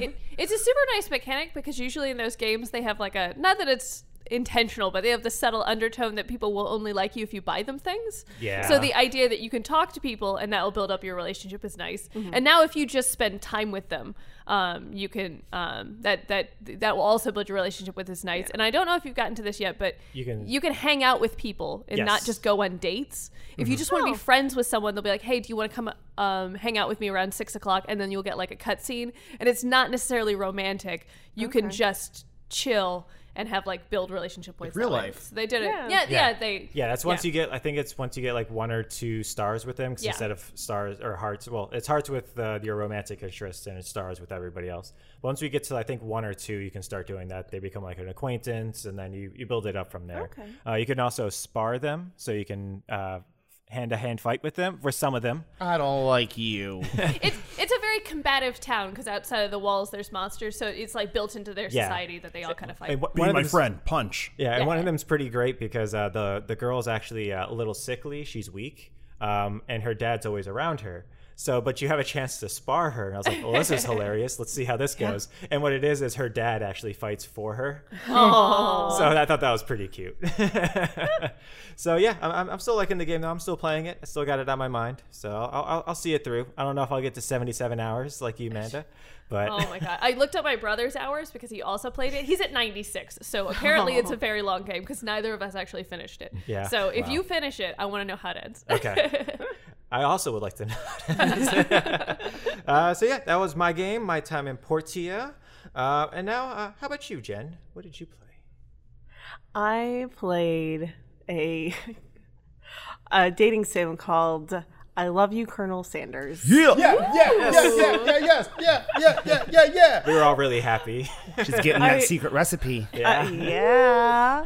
Speaker 3: It- it's a super nice mechanic because usually in those games they have like a not that it's intentional, but they have the subtle undertone that people will only like you if you buy them things.
Speaker 1: Yeah.
Speaker 3: So the idea that you can talk to people and that will build up your relationship is nice.
Speaker 6: Mm-hmm.
Speaker 3: And now if you just spend time with them, um, you can um, that that that will also build your relationship with is nice. And I don't know if you've gotten to this yet, but
Speaker 1: You can-
Speaker 3: you can hang out with people and not
Speaker 1: Yes. Mm-hmm.
Speaker 3: just go on dates. If you just want to be friends with someone, they'll be like, "Hey, do you want to come um, hang out with me around six o'clock?" And then you'll get like a cutscene, and it's not necessarily romantic. You can just chill and have like build relationship points.
Speaker 5: real
Speaker 3: that way.
Speaker 5: life.
Speaker 3: So they did it. Yeah,
Speaker 6: Yeah.
Speaker 3: yeah.
Speaker 1: Yeah.
Speaker 3: they.
Speaker 1: Yeah, that's once you get. I think it's once you get like one or two stars with them because
Speaker 3: Yeah.
Speaker 1: instead of stars or hearts, well, it's hearts with uh, your romantic interest and it's stars with everybody else. Once we get to I think one or two, you can start doing that. They become like an acquaintance, and then you you build it up from there.
Speaker 6: Okay.
Speaker 1: Uh, you can also spar them, so you can. Uh, Hand to hand fight with them for some of them.
Speaker 5: I don't like you.
Speaker 3: It's it's a very combative town because outside of the walls there's monsters, so it's like built into their
Speaker 1: Yeah.
Speaker 3: society that they all kind of fight.
Speaker 1: And wh-
Speaker 2: Be
Speaker 1: one of
Speaker 2: my
Speaker 1: them's-
Speaker 2: friend. Punch.
Speaker 1: Yeah, and one of them's pretty great because uh, the the girl's actually uh, a little sickly. She's weak, um, and her dad's always around her. So, but you have a chance to spar her, and I was like, "Well, this is hilarious. Let's see how this goes." And what it is is her dad actually fights for her. (laughs) So I thought that was pretty cute. (laughs) so yeah, I'm- I'm, I'm still liking the game though. I'm still playing it. I still got it on my mind. So I'll, I'll, I'll see it through. I don't know if I'll get to 77 hours like you, Amanda, but
Speaker 3: Oh my god! I looked up my brother's hours because he also played it. He's at 96,
Speaker 6: (laughs)
Speaker 3: so apparently it's a very long game because neither of us actually finished it.
Speaker 1: Yeah.
Speaker 3: So if you finish it, I want to know how it ends.
Speaker 1: Okay. I also would like to know. (laughs) uh, so yeah, that was my game, my time in Portia. Uh, and now, uh, how about you, Jen? What did you play?
Speaker 6: I played a (laughs) a dating sim called "I Love You, Colonel Sanders."
Speaker 2: Yeah.
Speaker 5: yeah, yeah, yeah, yeah, yeah, yeah, yeah, yeah, yeah, yeah.
Speaker 1: We were all really happy.
Speaker 5: She's getting that secret recipe.
Speaker 6: Uh,
Speaker 5: (laughs)
Speaker 6: yeah.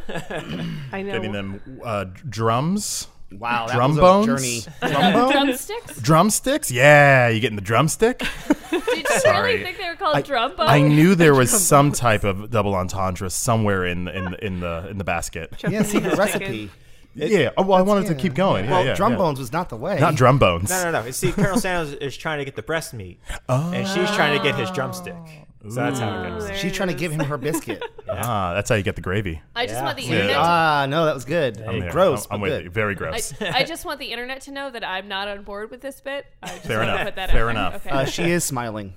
Speaker 6: I know.
Speaker 2: Getting them uh, drums,
Speaker 5: Wow, that
Speaker 2: drum
Speaker 5: was
Speaker 2: bones, (laughs)
Speaker 5: a journey.
Speaker 2: drum bones,
Speaker 3: (laughs) Drumsticks?
Speaker 2: drumsticks. Yeah, you getting the
Speaker 6: (laughs)
Speaker 2: drumstick?
Speaker 3: Did you really
Speaker 2: Sorry.
Speaker 3: think they were called drum bones?
Speaker 2: I knew there was some type of double entendre somewhere in the, in the, in the in the basket.
Speaker 5: Yeah, secret recipe.
Speaker 2: yeah. Oh, well, I wanted to
Speaker 5: yeah.
Speaker 2: keep going. Yeah,
Speaker 5: Well,
Speaker 2: yeah,
Speaker 5: drum
Speaker 2: yeah.
Speaker 5: bones was not the way.
Speaker 2: Not drum
Speaker 1: (laughs)
Speaker 2: bones.
Speaker 1: No, no, no. See, Colonel Sanders is trying to get the breast meat, and she's trying to get his drumstick.
Speaker 2: Oh.
Speaker 1: So that's how it goes.
Speaker 5: Mm. She's trying to give him her (laughs) biscuit.
Speaker 2: Ah, that's how you get the gravy.
Speaker 3: I just
Speaker 1: Yeah.
Speaker 3: want the
Speaker 1: Yeah.
Speaker 3: internet.
Speaker 6: Uh,
Speaker 3: To-
Speaker 5: ah, no, that was good.
Speaker 2: I'm here.
Speaker 5: Gross,
Speaker 2: I'm, I'm
Speaker 5: but
Speaker 2: with
Speaker 5: good.
Speaker 2: you. Very gross.
Speaker 3: I just want the internet to know that I'm not on board with this bit. I just
Speaker 2: Fair
Speaker 3: want
Speaker 2: enough. Uh,
Speaker 3: To put that
Speaker 2: Fair
Speaker 3: out there.
Speaker 2: enough.
Speaker 3: Okay.
Speaker 5: Uh, she is smiling.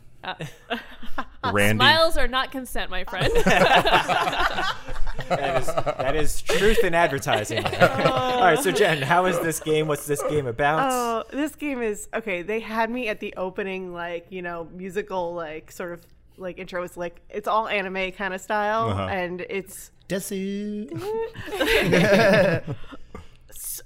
Speaker 2: Randy.
Speaker 3: Smiles are not consent, my
Speaker 2: (laughs)
Speaker 3: friend.
Speaker 1: That is, that is truth in advertising. All right, so Jen, how is this game? What's this game about?
Speaker 6: Oh, this game is okay. They had me at the opening, like you know, musical, like sort of like intro. It's like it's all anime kind of style,
Speaker 2: Uh-huh.
Speaker 6: and it's
Speaker 5: Desu.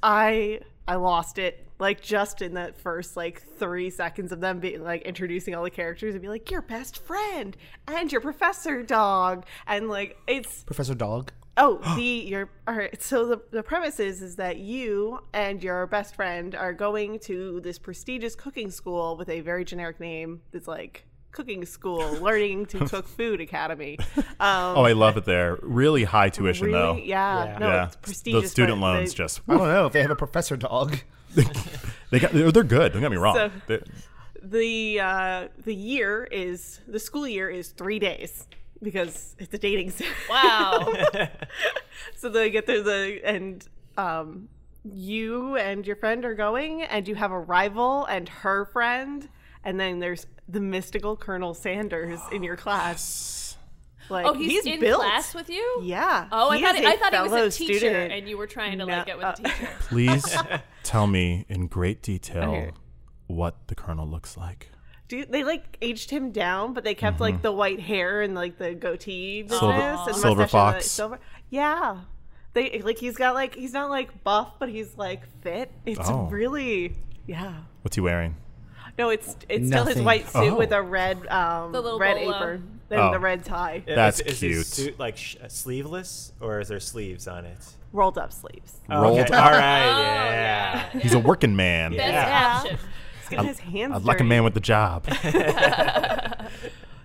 Speaker 6: I I lost it. Like just in that first like three seconds of them being like introducing all the characters and be like your best friend and your professor dog and like it's
Speaker 5: Professor Dog.
Speaker 6: Oh, (gasps) the your all right. So the the premise is is that you and your best friend are going to this prestigious cooking school with a very generic name that's like
Speaker 2: (laughs)
Speaker 6: cooking school, learning to cook food academy. Um,
Speaker 2: Oh, I love it there. Really high tuition
Speaker 6: really,
Speaker 2: though.
Speaker 6: yeah, no,
Speaker 2: Yeah.
Speaker 6: it's prestigious.
Speaker 2: Those student
Speaker 6: but
Speaker 2: loans
Speaker 6: they-
Speaker 2: just
Speaker 5: I don't know if they have a Professor Dog.
Speaker 2: they got they're, they're good. Don't get me wrong.
Speaker 6: So-
Speaker 2: They-
Speaker 6: the uh, the year is the school year is three days because it's a dating (laughs) sim.
Speaker 3: wow.
Speaker 6: so they get through the and um you and your friend are going and you have a rival and her friend and then there's the mystical colonel sanders in your class
Speaker 3: (gasps) (laughs)
Speaker 6: like
Speaker 3: Oh, he's, in
Speaker 6: built
Speaker 3: class with you?
Speaker 6: yeah
Speaker 3: Oh, I
Speaker 6: he
Speaker 3: thought
Speaker 6: is
Speaker 3: it,
Speaker 6: a
Speaker 3: I thought he
Speaker 6: fellow
Speaker 3: was a teacher,
Speaker 6: student.
Speaker 3: and you were trying to
Speaker 6: No,
Speaker 3: like get with a
Speaker 6: uh,
Speaker 3: teacher.
Speaker 6: (laughs)
Speaker 2: please tell me in great detail what the colonel looks like.
Speaker 6: Dude, they like aged him down but they kept like the white hair and like the goatee business
Speaker 2: Mm-hmm. Silver-
Speaker 6: and the
Speaker 2: Silver
Speaker 6: mustache and the
Speaker 2: fox.
Speaker 6: silver yeah they like he's got like he's not like buff but he's like fit it's
Speaker 2: Oh.
Speaker 6: really yeah
Speaker 2: What's he wearing?
Speaker 6: No, it's it's still his
Speaker 5: Nothing.
Speaker 6: white suit
Speaker 2: Oh.
Speaker 6: with a red um
Speaker 3: The little
Speaker 6: red
Speaker 3: bolo.
Speaker 6: apron and
Speaker 2: Oh.
Speaker 6: the red tie,
Speaker 2: That's
Speaker 1: is, is
Speaker 2: cute.
Speaker 1: His suit like sh- sleeveless, or is there sleeves on it?
Speaker 6: rolled up sleeves.
Speaker 2: Rolled
Speaker 1: okay.
Speaker 2: up.
Speaker 1: All right,
Speaker 3: Oh,
Speaker 1: yeah.
Speaker 3: yeah.
Speaker 2: He's a working man.
Speaker 6: (laughs)
Speaker 3: Best
Speaker 1: Yeah.
Speaker 3: option.
Speaker 6: He's got his hands.
Speaker 2: I'd like a
Speaker 6: dirty.
Speaker 2: man with a job.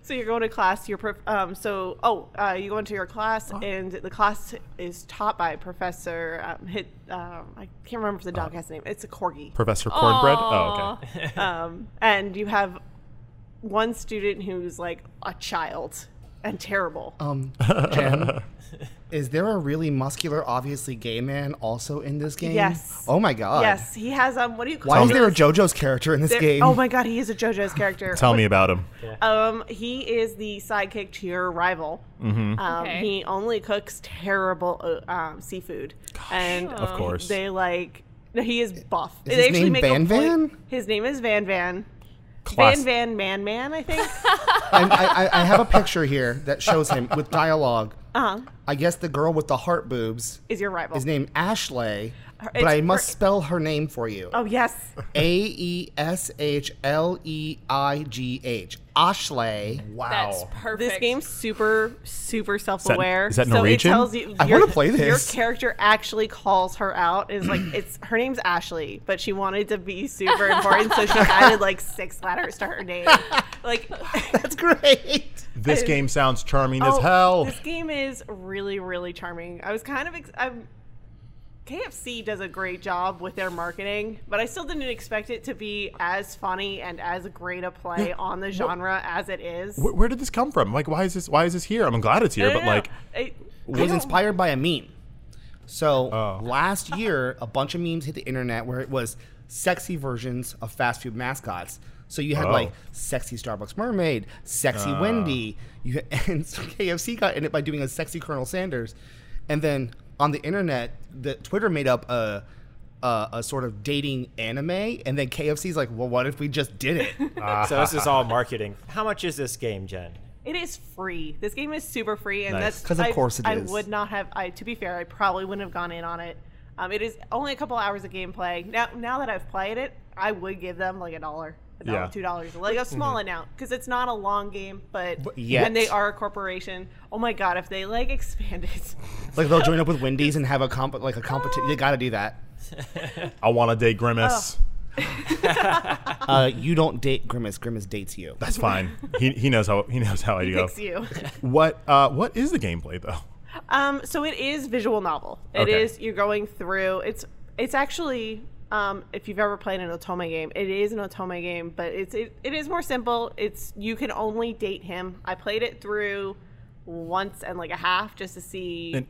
Speaker 6: So you're going to class. You're prof- um so oh uh, you go into your class and the class is taught by Professor um, hit um I can't remember if the
Speaker 2: Uh,
Speaker 6: dog has a name. It's a corgi.
Speaker 2: Professor Cornbread. Oh, okay.
Speaker 6: Um and you have one student who's like a child and terrible.
Speaker 5: Um,
Speaker 2: (laughs)
Speaker 5: Jen, is there a really muscular, obviously gay man also in this game?
Speaker 6: Yes.
Speaker 5: Oh my god.
Speaker 6: yes, he has um what do you call
Speaker 5: Why is
Speaker 2: me.
Speaker 5: there a JoJo's character in this
Speaker 6: There-
Speaker 5: game?
Speaker 6: Oh my god, he is a JoJo's character.
Speaker 2: Tell me about him.
Speaker 6: Um, he is the sidekick to your rival.
Speaker 2: Mm-hmm.
Speaker 6: Um,
Speaker 3: Okay.
Speaker 6: He only cooks terrible uh, um, seafood, and
Speaker 2: Of course.
Speaker 6: they like. No, he is buff.
Speaker 5: Is
Speaker 6: they
Speaker 5: his name
Speaker 6: a
Speaker 5: Van
Speaker 6: point-
Speaker 5: Van?
Speaker 6: His name is Van Van.
Speaker 2: Class-
Speaker 6: Van Van Man Man, I think.
Speaker 5: I'm- I, I, I have a picture here that shows him with dialogue.
Speaker 6: uh-huh.
Speaker 5: I guess the girl with the heart boobs
Speaker 6: Is your rival?
Speaker 5: is named Ashley, but
Speaker 6: it's
Speaker 5: I must
Speaker 6: her-
Speaker 5: spell her name for you.
Speaker 6: Oh yes,
Speaker 5: A E S H L E I G H. Ashley.
Speaker 3: That's perfect.
Speaker 6: this game's super super self aware.
Speaker 2: is that
Speaker 6: so it
Speaker 2: Norwegian?
Speaker 6: tells you
Speaker 5: I
Speaker 6: your-
Speaker 5: wanna play
Speaker 6: Your
Speaker 5: this.
Speaker 6: character actually calls her out. Is
Speaker 2: (clears throat)
Speaker 6: like it's her name's Ashley, but she wanted to be super important, so she added like six letters to her
Speaker 2: (laughs)
Speaker 6: name. Like
Speaker 5: That's great.
Speaker 6: (laughs)
Speaker 2: This game sounds charming as
Speaker 6: Oh,
Speaker 2: hell.
Speaker 6: This game is really, really charming. I was kind of. Ex- I'm, KFC does a great job with their marketing, but I still didn't expect it to be as funny and as great a play on the genre as it is.
Speaker 2: Where, where did this come from? Like, why is this? Why is this here? I'm glad it's here,
Speaker 6: No,
Speaker 2: but
Speaker 6: no, no.
Speaker 2: like,
Speaker 6: I-
Speaker 5: It was inspired by a meme. So
Speaker 2: Oh.
Speaker 5: last year, a bunch of memes hit the internet where it was sexy versions of fast food mascots. So you had
Speaker 2: Oh.
Speaker 5: like sexy Starbucks mermaid, sexy Wendy, you, (laughs) and so KFC got in it by doing a sexy Colonel Sanders, and then on the internet, the Twitter made up a a, a sort of dating anime, and then KFC's like, well, what if we just
Speaker 2: (laughs)
Speaker 5: did it?
Speaker 1: So this is all marketing. How much is this game, Jen?
Speaker 6: It is free. This game is super free, and
Speaker 2: Nice.
Speaker 6: that's
Speaker 5: 'Cause of
Speaker 6: I-
Speaker 5: course it
Speaker 6: I
Speaker 5: is.
Speaker 6: would not have. I to be fair, I probably wouldn't have gone in on it. Um, it is only a couple hours of gameplay. Now, now that I've played it, I would give them like a dollar, a dollar,
Speaker 2: Yeah.
Speaker 6: two dollars, like a small amount, because it's not a long game. But,
Speaker 5: yet.
Speaker 6: when they are a corporation, oh my god, if they like expand it, (laughs)
Speaker 5: like they'll join up with Wendy's and have a comp like a competition. You got to do that.
Speaker 2: I want to date Grimace.
Speaker 6: Oh.
Speaker 5: Uh, you don't date Grimace. Grimace dates you.
Speaker 2: That's fine. he, he knows how he knows how I
Speaker 6: he
Speaker 2: go.
Speaker 6: picks you.
Speaker 2: What uh, what is the gameplay though?
Speaker 6: Um, so it is visual novel. It
Speaker 2: Okay.
Speaker 6: is- you're going through. It's it's actually um, if you've ever played an Otome game, it is an Otome game, but it's it, it is more simple. It's you can only date him. I played it through once and like a half just to see
Speaker 2: And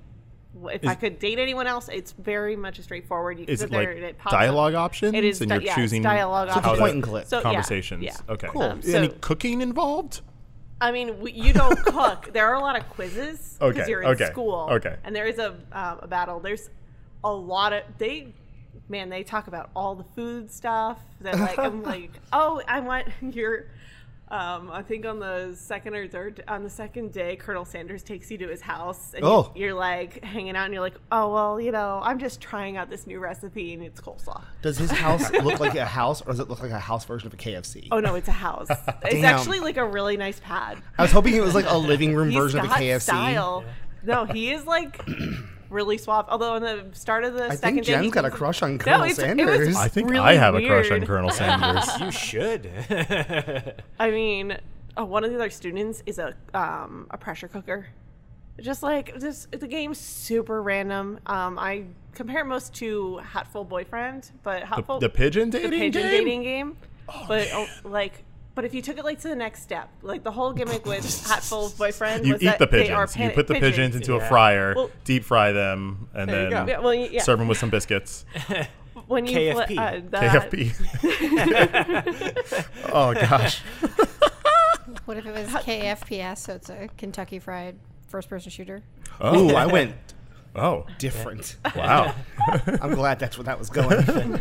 Speaker 6: wh- if I
Speaker 2: is-
Speaker 6: could date anyone else. It's very much a straightforward. You
Speaker 2: Is
Speaker 6: sit
Speaker 2: it
Speaker 6: there
Speaker 2: like
Speaker 6: and it pops up.
Speaker 2: dialogue options?
Speaker 6: It is
Speaker 2: and
Speaker 6: di-
Speaker 2: you're
Speaker 6: yeah, it's
Speaker 2: choosing
Speaker 6: dialogue
Speaker 2: how
Speaker 6: options.
Speaker 2: that-
Speaker 5: Point and click.
Speaker 6: So, yeah,
Speaker 2: conversations.
Speaker 6: yeah.
Speaker 2: Okay.
Speaker 6: Cool. Um,
Speaker 2: Any
Speaker 6: so-
Speaker 2: cooking involved?
Speaker 6: I mean, we,
Speaker 2: (laughs)
Speaker 6: you don't cook. there are a lot of quizzes because
Speaker 2: Okay,
Speaker 6: you're in
Speaker 2: okay,
Speaker 6: school.
Speaker 2: okay.
Speaker 6: And there is a, um, a battle. There's a lot of they, man, they talk about all the food stuff that
Speaker 2: (laughs)
Speaker 6: like I'm like, oh, I want (laughs) your. Um, I think on the second or third on the second day, Colonel Sanders takes you to his house, and
Speaker 5: Oh.
Speaker 6: you, you're like hanging out, and you're like, oh well, you know, I'm just trying out this new recipe, and it's coleslaw.
Speaker 5: Does his
Speaker 6: (laughs)
Speaker 5: house look like a house, or does it look like a house version of a KFC?
Speaker 6: Oh no, it's a house.
Speaker 2: (laughs)
Speaker 6: it's
Speaker 5: Damn.
Speaker 6: actually like a really nice pad.
Speaker 5: I was hoping it was like a living room
Speaker 6: He's
Speaker 5: version of a
Speaker 6: got
Speaker 5: KFC.
Speaker 6: Style. No, he is like (clears throat) really suave. Although in the start of the
Speaker 5: I
Speaker 6: second
Speaker 5: think
Speaker 6: day, he
Speaker 5: Jen's got a
Speaker 6: comes-
Speaker 5: crush on
Speaker 6: No,
Speaker 5: Colonel
Speaker 6: it's- it was-
Speaker 5: Sanders.
Speaker 2: I think
Speaker 6: really
Speaker 2: I have a crush on
Speaker 6: weird.
Speaker 2: Colonel
Speaker 6: (laughs)
Speaker 2: Sanders.
Speaker 1: You (laughs) should.
Speaker 6: I mean, uh, one of the other students is a um, a pressure cooker. Just like this, the game's super random. Um, I compare most to Hatful Boyfriend, but
Speaker 2: the,
Speaker 6: Hatful
Speaker 2: the pigeon dating
Speaker 6: the pigeon
Speaker 2: game?
Speaker 6: dating game. but oh, like, but if you took it like to the next step, like the whole gimmick
Speaker 2: (laughs)
Speaker 6: with Hatful's boyfriend,
Speaker 2: You
Speaker 6: was
Speaker 2: eat
Speaker 6: that
Speaker 2: the
Speaker 6: they are
Speaker 2: pigeons. You
Speaker 6: pan-
Speaker 2: put the pigeons, into a
Speaker 1: Yeah.
Speaker 2: fryer,
Speaker 6: Well-
Speaker 2: deep fry them, and
Speaker 1: There you
Speaker 2: then
Speaker 1: go.
Speaker 6: Yeah, well, yeah. Uh,
Speaker 2: serve them with some
Speaker 6: (laughs)
Speaker 2: biscuits.
Speaker 6: when you fl-
Speaker 1: KFP.
Speaker 6: uh, the- (laughs)
Speaker 2: KFP. oh gosh.
Speaker 4: What if it was KFPS? So it's a Kentucky Fried first person shooter.
Speaker 2: Oh.
Speaker 5: Ooh, I went
Speaker 2: Oh.
Speaker 5: (laughs) different.
Speaker 6: (laughs)
Speaker 2: Wow.
Speaker 5: I'm glad that's where that was going.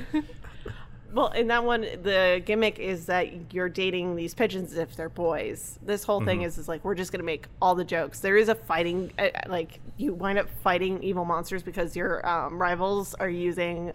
Speaker 6: Well, in that one, the gimmick is that you're dating these pigeons if they're boys. This whole
Speaker 2: Mm-hmm.
Speaker 6: thing is, is like we're just gonna make all the jokes. There is a fighting, uh, uh, like you wind up fighting evil monsters because your um, rivals are using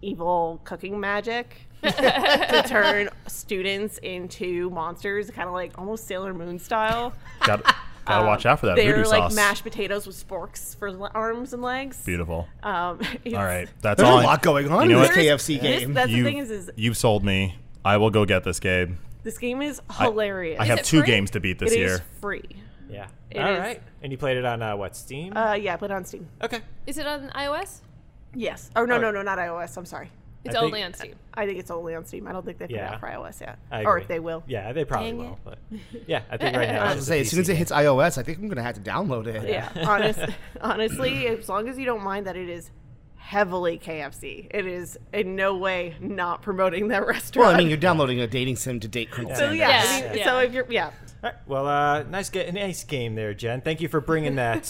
Speaker 6: evil cooking magic to turn students into monsters, kind of like almost Sailor Moon style.
Speaker 2: Got, gotta watch out for that
Speaker 6: They're
Speaker 2: voodoo
Speaker 6: like
Speaker 2: sauce.
Speaker 6: mashed potatoes with sporks for le- arms and legs.
Speaker 2: Beautiful.
Speaker 6: Um, (laughs) it's-
Speaker 2: All right. That's
Speaker 5: There's a
Speaker 2: all. I-
Speaker 5: lot going on
Speaker 2: You know
Speaker 5: in
Speaker 2: what?
Speaker 5: this KFC
Speaker 6: This-
Speaker 5: game.
Speaker 6: that's
Speaker 2: you,
Speaker 6: the thing is, is
Speaker 2: you've sold me. I will go get this game.
Speaker 6: this game is hilarious.
Speaker 2: I have
Speaker 3: it
Speaker 2: two
Speaker 3: free?
Speaker 2: games to beat this
Speaker 6: It is
Speaker 2: year.
Speaker 6: free.
Speaker 1: yeah.
Speaker 6: It
Speaker 1: All
Speaker 6: is-
Speaker 1: right. And you played it on uh, what Steam?
Speaker 6: Uh, yeah, put it on Steam.
Speaker 1: okay.
Speaker 3: Is it on iOS?
Speaker 6: Yes. Oh no, no, no, not iOS. I'm sorry.
Speaker 3: It's
Speaker 1: I think-
Speaker 3: only on Steam.
Speaker 6: I think it's only on Steam. I don't think they put it
Speaker 1: Yeah.
Speaker 6: out for iOS yet,
Speaker 1: I
Speaker 6: or
Speaker 1: agree.
Speaker 6: if they will.
Speaker 1: Yeah, they probably
Speaker 4: Dang
Speaker 1: will.
Speaker 4: it.
Speaker 1: But yeah, I think right now.
Speaker 5: I
Speaker 1: it's
Speaker 5: was
Speaker 1: just a
Speaker 5: gonna say, as soon as
Speaker 1: PC
Speaker 5: it hits iOS, I think I'm gonna have to download it.
Speaker 6: Yeah.
Speaker 1: (laughs)
Speaker 6: Honest, honestly, as long as you don't mind that it is heavily KFC, it is in no way not promoting that (laughs) restaurant.
Speaker 5: Well, I mean, you're downloading a dating sim to date Colonel
Speaker 6: so
Speaker 5: Sanders.
Speaker 6: yeah, I
Speaker 3: Yeah.
Speaker 6: mean,
Speaker 3: Yeah.
Speaker 6: so if you're yeah,
Speaker 1: All right. Well, uh, nice, get, nice game there, Jen. Thank you for bringing that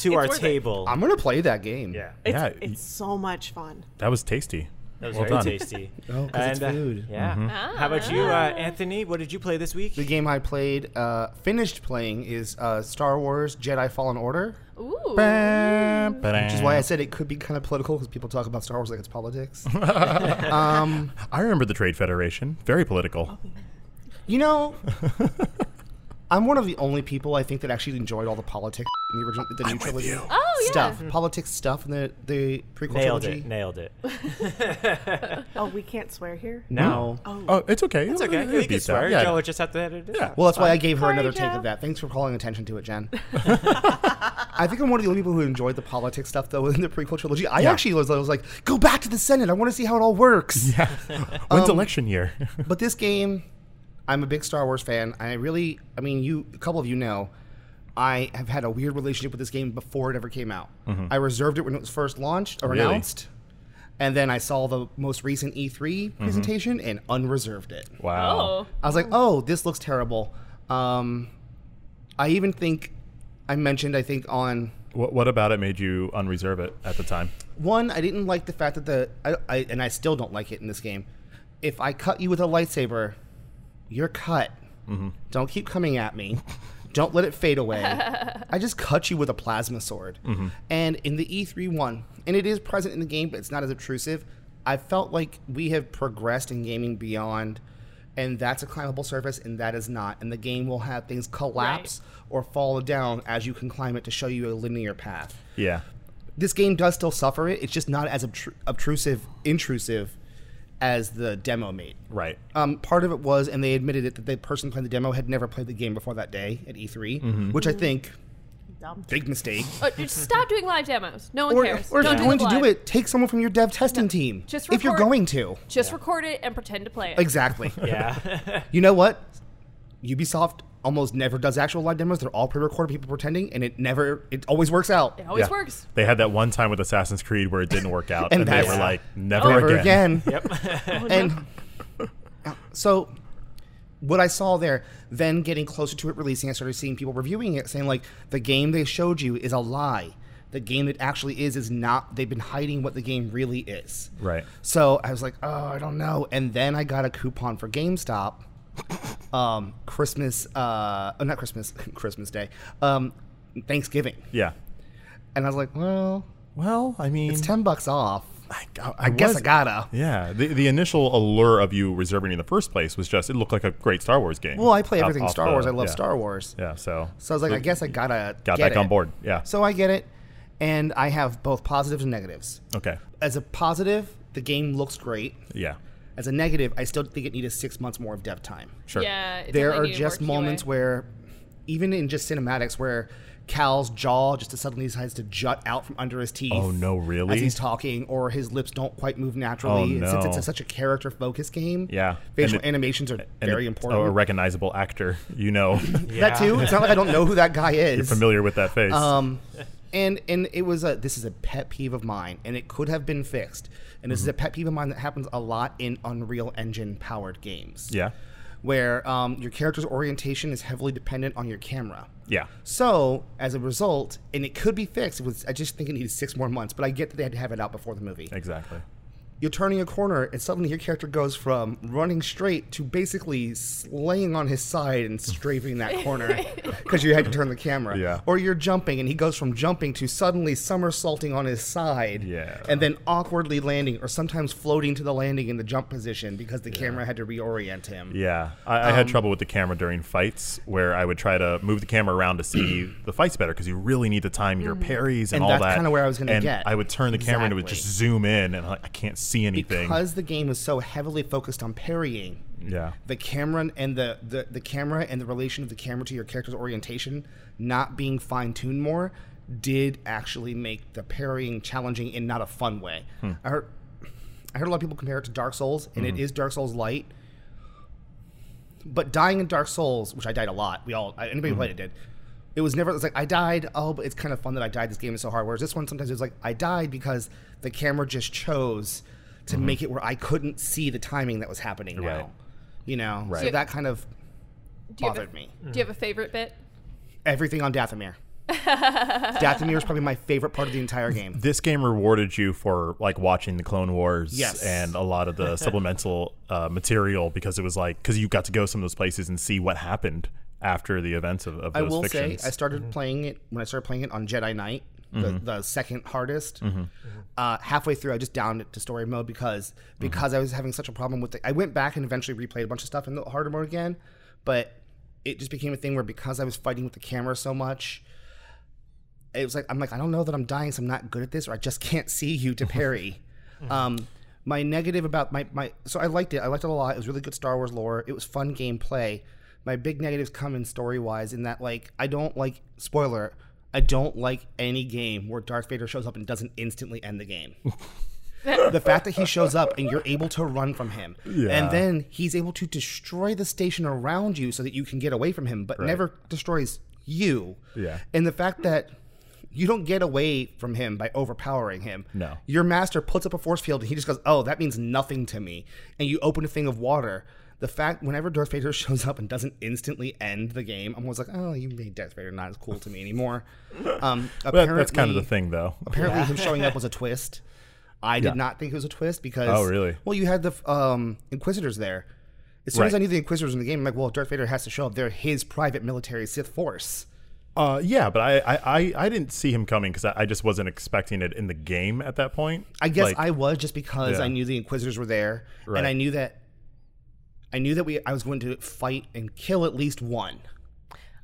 Speaker 1: to our
Speaker 6: worth it.
Speaker 1: table.
Speaker 5: I'm gonna play that game.
Speaker 1: yeah,
Speaker 6: it's,
Speaker 2: Yeah, y-
Speaker 6: it's so much fun.
Speaker 2: That was tasty.
Speaker 1: that was
Speaker 2: well
Speaker 1: very
Speaker 2: done.
Speaker 1: tasty.
Speaker 5: Oh, 'cause it's
Speaker 1: uh,
Speaker 5: food.
Speaker 1: yeah. How about you, uh, Anthony? What did you play this week?
Speaker 5: The game I played, uh, finished playing, is uh, Star Wars Jedi Fallen Order,
Speaker 3: Ooh.
Speaker 5: which is why I said it could be kind of political because people talk about Star Wars like it's politics. um,
Speaker 2: I remember the Trade Federation. Very political.
Speaker 5: you know, I'm one of the only people I think that actually enjoyed all the politics in the original, the new trilogy
Speaker 3: Oh, yeah.
Speaker 5: stuff, politics stuff in the the prequel
Speaker 1: Nailed
Speaker 5: trilogy.
Speaker 1: it. Nailed it.
Speaker 6: Oh, we can't
Speaker 1: (laughs)
Speaker 6: swear here.
Speaker 5: Now,
Speaker 2: Oh, it's okay.
Speaker 1: It's okay.
Speaker 2: It'll
Speaker 1: You
Speaker 2: beat
Speaker 1: can
Speaker 2: that.
Speaker 1: swear.
Speaker 2: Yeah.
Speaker 1: Joe would just have to edit it.
Speaker 2: Yeah.
Speaker 1: out.
Speaker 5: Well, that's why I gave her
Speaker 6: Sorry,
Speaker 5: another take
Speaker 6: Joe.
Speaker 5: of that. Thanks for calling attention to it, Jen.
Speaker 3: (laughs)
Speaker 5: I think I'm one of the only people who enjoyed the politics stuff, though, in the prequel trilogy. I
Speaker 2: Yeah.
Speaker 5: actually was, I was like, go back to the Senate. I want to see how it all works.
Speaker 2: (laughs)
Speaker 1: (laughs)
Speaker 2: When's
Speaker 5: Um,
Speaker 2: election year? (laughs)
Speaker 5: But this game, I'm a big Star Wars fan. I really, I mean, you, a couple of you know, I have had a weird relationship with this game before it ever came out. I reserved it when it was first launched or
Speaker 2: Mm-hmm. Really?
Speaker 5: announced, and then I saw the most recent E3 presentation and unreserved it.
Speaker 2: Mm-hmm. wow.
Speaker 3: Oh.
Speaker 5: I was like, oh, this looks terrible. Um, I even think I mentioned, I think on
Speaker 2: What, what about it made you unreserve it at the time?
Speaker 5: one, I didn't like the fact that the, I, I, and I still don't like it in this game. If I cut you with a lightsaber, you're cut. Don't keep coming at me. Don't let it fade away. I just cut you with a plasma sword. And in the E3 one, and it is present in the game, but it's not as obtrusive. I felt like we have progressed in gaming beyond, and that's a climbable surface, and that is not. And the game will have things collapse or fall down as you can climb it to show you a linear path
Speaker 2: Yeah.
Speaker 5: this game does still suffer it. It's just not as obtru- obtrusive, intrusive as the demo made.
Speaker 2: Right.
Speaker 5: Um, part of it was, and they admitted it, that the person playing the demo had never played the game before that day at E3, which I think
Speaker 6: Dumb.
Speaker 5: big mistake.
Speaker 3: Oh, just stop doing live demos. No one
Speaker 5: Or,
Speaker 3: cares.
Speaker 5: or if
Speaker 3: Don't
Speaker 5: you're going
Speaker 3: them
Speaker 5: to do
Speaker 3: live.
Speaker 5: it, take someone from your dev testing team.
Speaker 3: Just
Speaker 5: if you're
Speaker 3: record-
Speaker 5: going to,
Speaker 3: Just record it and pretend to play it.
Speaker 5: exactly.
Speaker 1: (laughs) yeah. (laughs)
Speaker 5: You know what? Ubisoft almost never does actual live demos. They're all pre-recorded people pretending, and it never, it always works out.
Speaker 3: It always
Speaker 2: Yeah.
Speaker 3: works.
Speaker 2: They had that one time with Assassin's Creed where it didn't
Speaker 5: (laughs)
Speaker 2: work out, and,
Speaker 5: And
Speaker 2: they
Speaker 5: that's-
Speaker 2: were like, "Never, (laughs)
Speaker 5: Never again.
Speaker 1: yep.
Speaker 5: and so what I saw there, then getting closer to it releasing, I started seeing people reviewing it, saying like the game they showed you is a lie. The game that actually is is not. They've been hiding what the game really is.
Speaker 2: Right.
Speaker 5: So I was like, oh, I don't know. And then I got a coupon for GameStop. (laughs) Um, Christmas, uh, oh, not Christmas, (laughs) Christmas Day, um, Thanksgiving,
Speaker 2: Yeah.
Speaker 5: and I was like, well,
Speaker 2: Well, I mean,
Speaker 5: it's ten bucks off.
Speaker 2: Mm. I,
Speaker 5: I, guess I
Speaker 2: was-
Speaker 5: gotta.
Speaker 2: Yeah, the, the initial allure of you reserving in the first place was just it looked like a great Star Wars game.
Speaker 5: Well, I play
Speaker 2: Off-
Speaker 5: everything
Speaker 2: off
Speaker 5: Star
Speaker 2: the-
Speaker 5: Wars. I love
Speaker 2: yeah.
Speaker 5: Star Wars.
Speaker 2: Yeah, so
Speaker 5: So I was like, I guess I gotta
Speaker 2: got
Speaker 5: get
Speaker 2: back on
Speaker 5: it.
Speaker 2: board. Yeah.
Speaker 5: So I get it, and I have both positives and negatives.
Speaker 2: okay.
Speaker 5: As a positive, the game looks great.
Speaker 2: Yeah.
Speaker 5: As a negative, I still think it needed six months more of dev time.
Speaker 2: Sure.
Speaker 3: Yeah, it
Speaker 5: there
Speaker 3: definitely
Speaker 5: are
Speaker 3: needed
Speaker 5: just
Speaker 3: more
Speaker 5: moments
Speaker 3: QA.
Speaker 5: where, even in just cinematics, where Cal's jaw just suddenly decides to jut out from under his teeth.
Speaker 2: Oh, no, really?
Speaker 5: As he's talking, or his lips don't quite move naturally.
Speaker 2: Oh,
Speaker 5: And Since it's
Speaker 2: no.
Speaker 5: a, such a character-focused game,
Speaker 2: Yeah.
Speaker 5: facial
Speaker 2: And it-
Speaker 5: animations are
Speaker 2: And
Speaker 5: very
Speaker 2: it-
Speaker 5: important.
Speaker 2: Oh, a recognizable actor, you
Speaker 5: (laughs)
Speaker 2: know,
Speaker 5: That too. It's not like I don't know who that guy
Speaker 2: (laughs)
Speaker 5: is.
Speaker 2: you're familiar with that face.
Speaker 5: Um, and and it was a this is a pet peeve of mine, and it could have been fixed. And
Speaker 2: Mm-hmm.
Speaker 5: this is a pet peeve of mine that happens a lot in Unreal Engine powered games.
Speaker 2: yeah.
Speaker 5: where um, your character's orientation is heavily dependent on your camera.
Speaker 2: Yeah.
Speaker 5: So as a result, and it could be fixed. It was, I just think it needed six more months, but I get that they had to have it out before the movie.
Speaker 2: Exactly.
Speaker 5: You're turning a corner, and suddenly your character goes from running straight to basically slaying on his side and strafing that corner because you had to turn the camera.
Speaker 2: Yeah.
Speaker 5: Or you're jumping, and he goes from jumping to suddenly somersaulting on his side.
Speaker 2: Yeah.
Speaker 5: And then awkwardly landing, or sometimes floating to the landing in the jump position because the camera had to reorient him.
Speaker 2: Yeah. I, I
Speaker 5: Um,
Speaker 2: had trouble with the camera during fights where I would try to move the camera around to
Speaker 5: (clears throat)
Speaker 2: see the fights better because you really need to time your parries and,
Speaker 5: And
Speaker 2: all
Speaker 5: that's
Speaker 2: that.
Speaker 5: kinda where I was gonna
Speaker 2: And
Speaker 5: get.
Speaker 2: I would turn the camera and it would
Speaker 5: Exactly.
Speaker 2: just zoom in and I, I can't see anything.
Speaker 5: Because the game was so heavily focused on parrying,
Speaker 2: yeah.
Speaker 5: the camera and the, the, the camera and the relation of the camera to your character's orientation not being fine tuned more did actually make the parrying challenging in not a fun way. I heard I heard a lot of people compare it to Dark Souls, and it is Dark Souls light. But dying in Dark Souls, which I died a lot, we all anybody who played it did. It was never. It's like I died. Oh, but it's kind of fun that I died. This game is so hard. Whereas this one, sometimes it's like I died because the camera just chose to make it where I couldn't see the timing that was happening now.
Speaker 2: Mm-hmm. Right.
Speaker 5: You know, so
Speaker 2: Right.
Speaker 5: that kind of
Speaker 3: Do you have a-
Speaker 5: bothered me.
Speaker 3: Do you have a favorite bit?
Speaker 5: Everything
Speaker 3: (laughs)
Speaker 5: on Dathomir. Dathomir is probably my favorite part of the entire game.
Speaker 2: this game rewarded you for like watching the Clone Wars
Speaker 5: Yes.
Speaker 2: and a lot of
Speaker 5: (laughs)
Speaker 2: the supplemental uh, material because it was like because you got to go some of those places and see what happened after the events of, of
Speaker 5: I
Speaker 2: those
Speaker 5: will
Speaker 2: fictions. Mm-hmm.
Speaker 5: say, I started playing it when I started playing it on Jedi Knight, the, the second hardest. Uh, halfway through, I just downed it to story mode because
Speaker 2: Mm-hmm.
Speaker 5: because I was having such a problem with it. I went back and eventually replayed a bunch of stuff in the harder mode again, but it just became a thing where because I was fighting with the camera so much, it was like I'm like I don't know that I'm dying, so I'm not good at this, or I just can't see you
Speaker 2: (laughs)
Speaker 5: to parry.
Speaker 2: Mm-hmm.
Speaker 5: um, my negative about my my so I liked it. I liked it a lot. It was really good Star Wars lore. It was fun gameplay. My big negatives come in story wise in that like I don't like spoiler. I don't like any game where Darth Vader shows up and doesn't instantly end the
Speaker 2: (laughs)
Speaker 5: game. the fact that he shows up and you're able to run from him,
Speaker 2: Yeah.
Speaker 5: and then he's able to destroy the station around you so that you can get away from him, but never destroys you.
Speaker 2: Yeah.
Speaker 5: And the fact that you don't get away from him by overpowering him.
Speaker 2: No.
Speaker 5: Your master puts up a force field and he just goes, Oh, that means nothing to me. And you open a thing of water. The fact whenever Darth Vader (laughs) shows up and doesn't instantly end the game, I'm always like, Oh, you made Darth Vader not as cool to me anymore.
Speaker 2: (laughs)
Speaker 5: Um
Speaker 2: But that- that's kind of the
Speaker 5: apparently-
Speaker 2: thing, though.
Speaker 5: Apparently, him showing up was
Speaker 2: (laughs)
Speaker 5: a twist. I did
Speaker 2: Yeah.
Speaker 5: not think it was a twist because.
Speaker 2: Oh, really?
Speaker 5: Well, you had the um, Inquisitors there. As soon as
Speaker 2: Right.
Speaker 5: I knew the Inquisitors in the game, I'm like, well, Darth Vader has to show up. They're his private military Sith force.
Speaker 2: Uh, yeah, but I, I, I, I didn't see him coming because I, I just wasn't expecting it in the game at that point.
Speaker 5: I guess
Speaker 2: Like,
Speaker 5: I was just because
Speaker 2: Yeah.
Speaker 5: I knew the Inquisitors were there,
Speaker 2: Right.
Speaker 5: and I knew that I knew that we I was going to fight and kill at least one.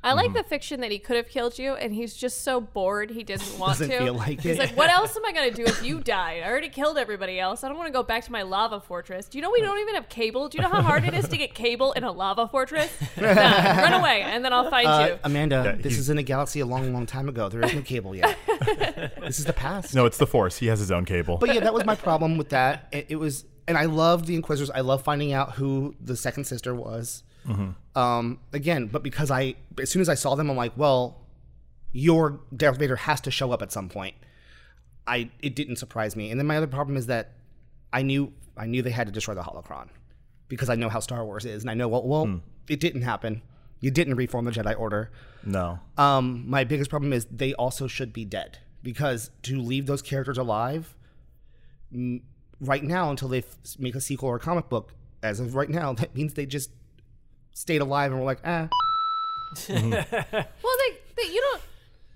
Speaker 3: I
Speaker 5: Mm-hmm.
Speaker 3: like the fiction that he could have killed you, and he's just so bored he
Speaker 5: (laughs)
Speaker 3: doesn't want
Speaker 5: Doesn't
Speaker 3: to.
Speaker 5: feel like
Speaker 3: he's
Speaker 5: it.
Speaker 3: like,
Speaker 5: (laughs)
Speaker 3: "What else am I gonna do if you died? I already killed everybody else. I don't want to go back to my lava fortress. Do you know we don't even have cable? Do you know how hard it is to get cable in a lava fortress?
Speaker 5: (laughs)
Speaker 3: Nah, run away, and then I'll find
Speaker 5: Uh,
Speaker 3: you."
Speaker 5: Amanda, this
Speaker 2: he's-
Speaker 5: is in a galaxy a long, long time ago. There is no cable (laughs) yet. this is the past.
Speaker 2: no, it's the Force. He has his own cable.
Speaker 5: but yeah, that was my problem with that. It, it was, and I loved the Inquisitors. I love finding out who the second sister was. Um, again, but because I, as soon as I saw them, I'm like, well, your Darth Vader has to show up at some point. I it didn't surprise me. And then my other problem is that I knew I knew they had to destroy the holocron because I know how Star Wars is, and I know well, well it didn't happen. You didn't reform the Jedi Order.
Speaker 2: No.
Speaker 5: Um, my biggest problem is they also should be dead because to leave those characters alive n- right now until they f- make a sequel or a comic book, as of right now, (laughs) that means they just stayed alive and were like, eh.
Speaker 3: Well, they, they you don't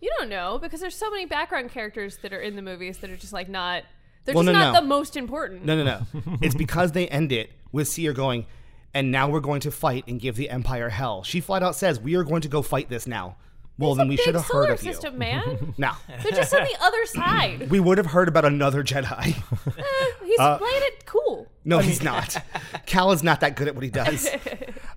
Speaker 3: you don't know because there's so many background characters that are in the movies that are just like not they're
Speaker 5: Well,
Speaker 3: just
Speaker 5: no,
Speaker 3: not
Speaker 5: no.
Speaker 3: the most important.
Speaker 5: No, no, no. it's because they end it with Seer going, and now we're going to fight and give the Empire hell. She flat out says, we are going to go fight this now. Well, then we
Speaker 3: Big
Speaker 5: should have
Speaker 3: solar
Speaker 5: heard of
Speaker 3: system,
Speaker 5: you. (laughs)
Speaker 3: man. (laughs)
Speaker 5: Now,
Speaker 3: They're just on the other side. (laughs)
Speaker 5: we would have heard about another Jedi.
Speaker 3: He's playing it cool.
Speaker 5: No,
Speaker 3: (laughs)
Speaker 5: he's not. Cal is not that good at what he does.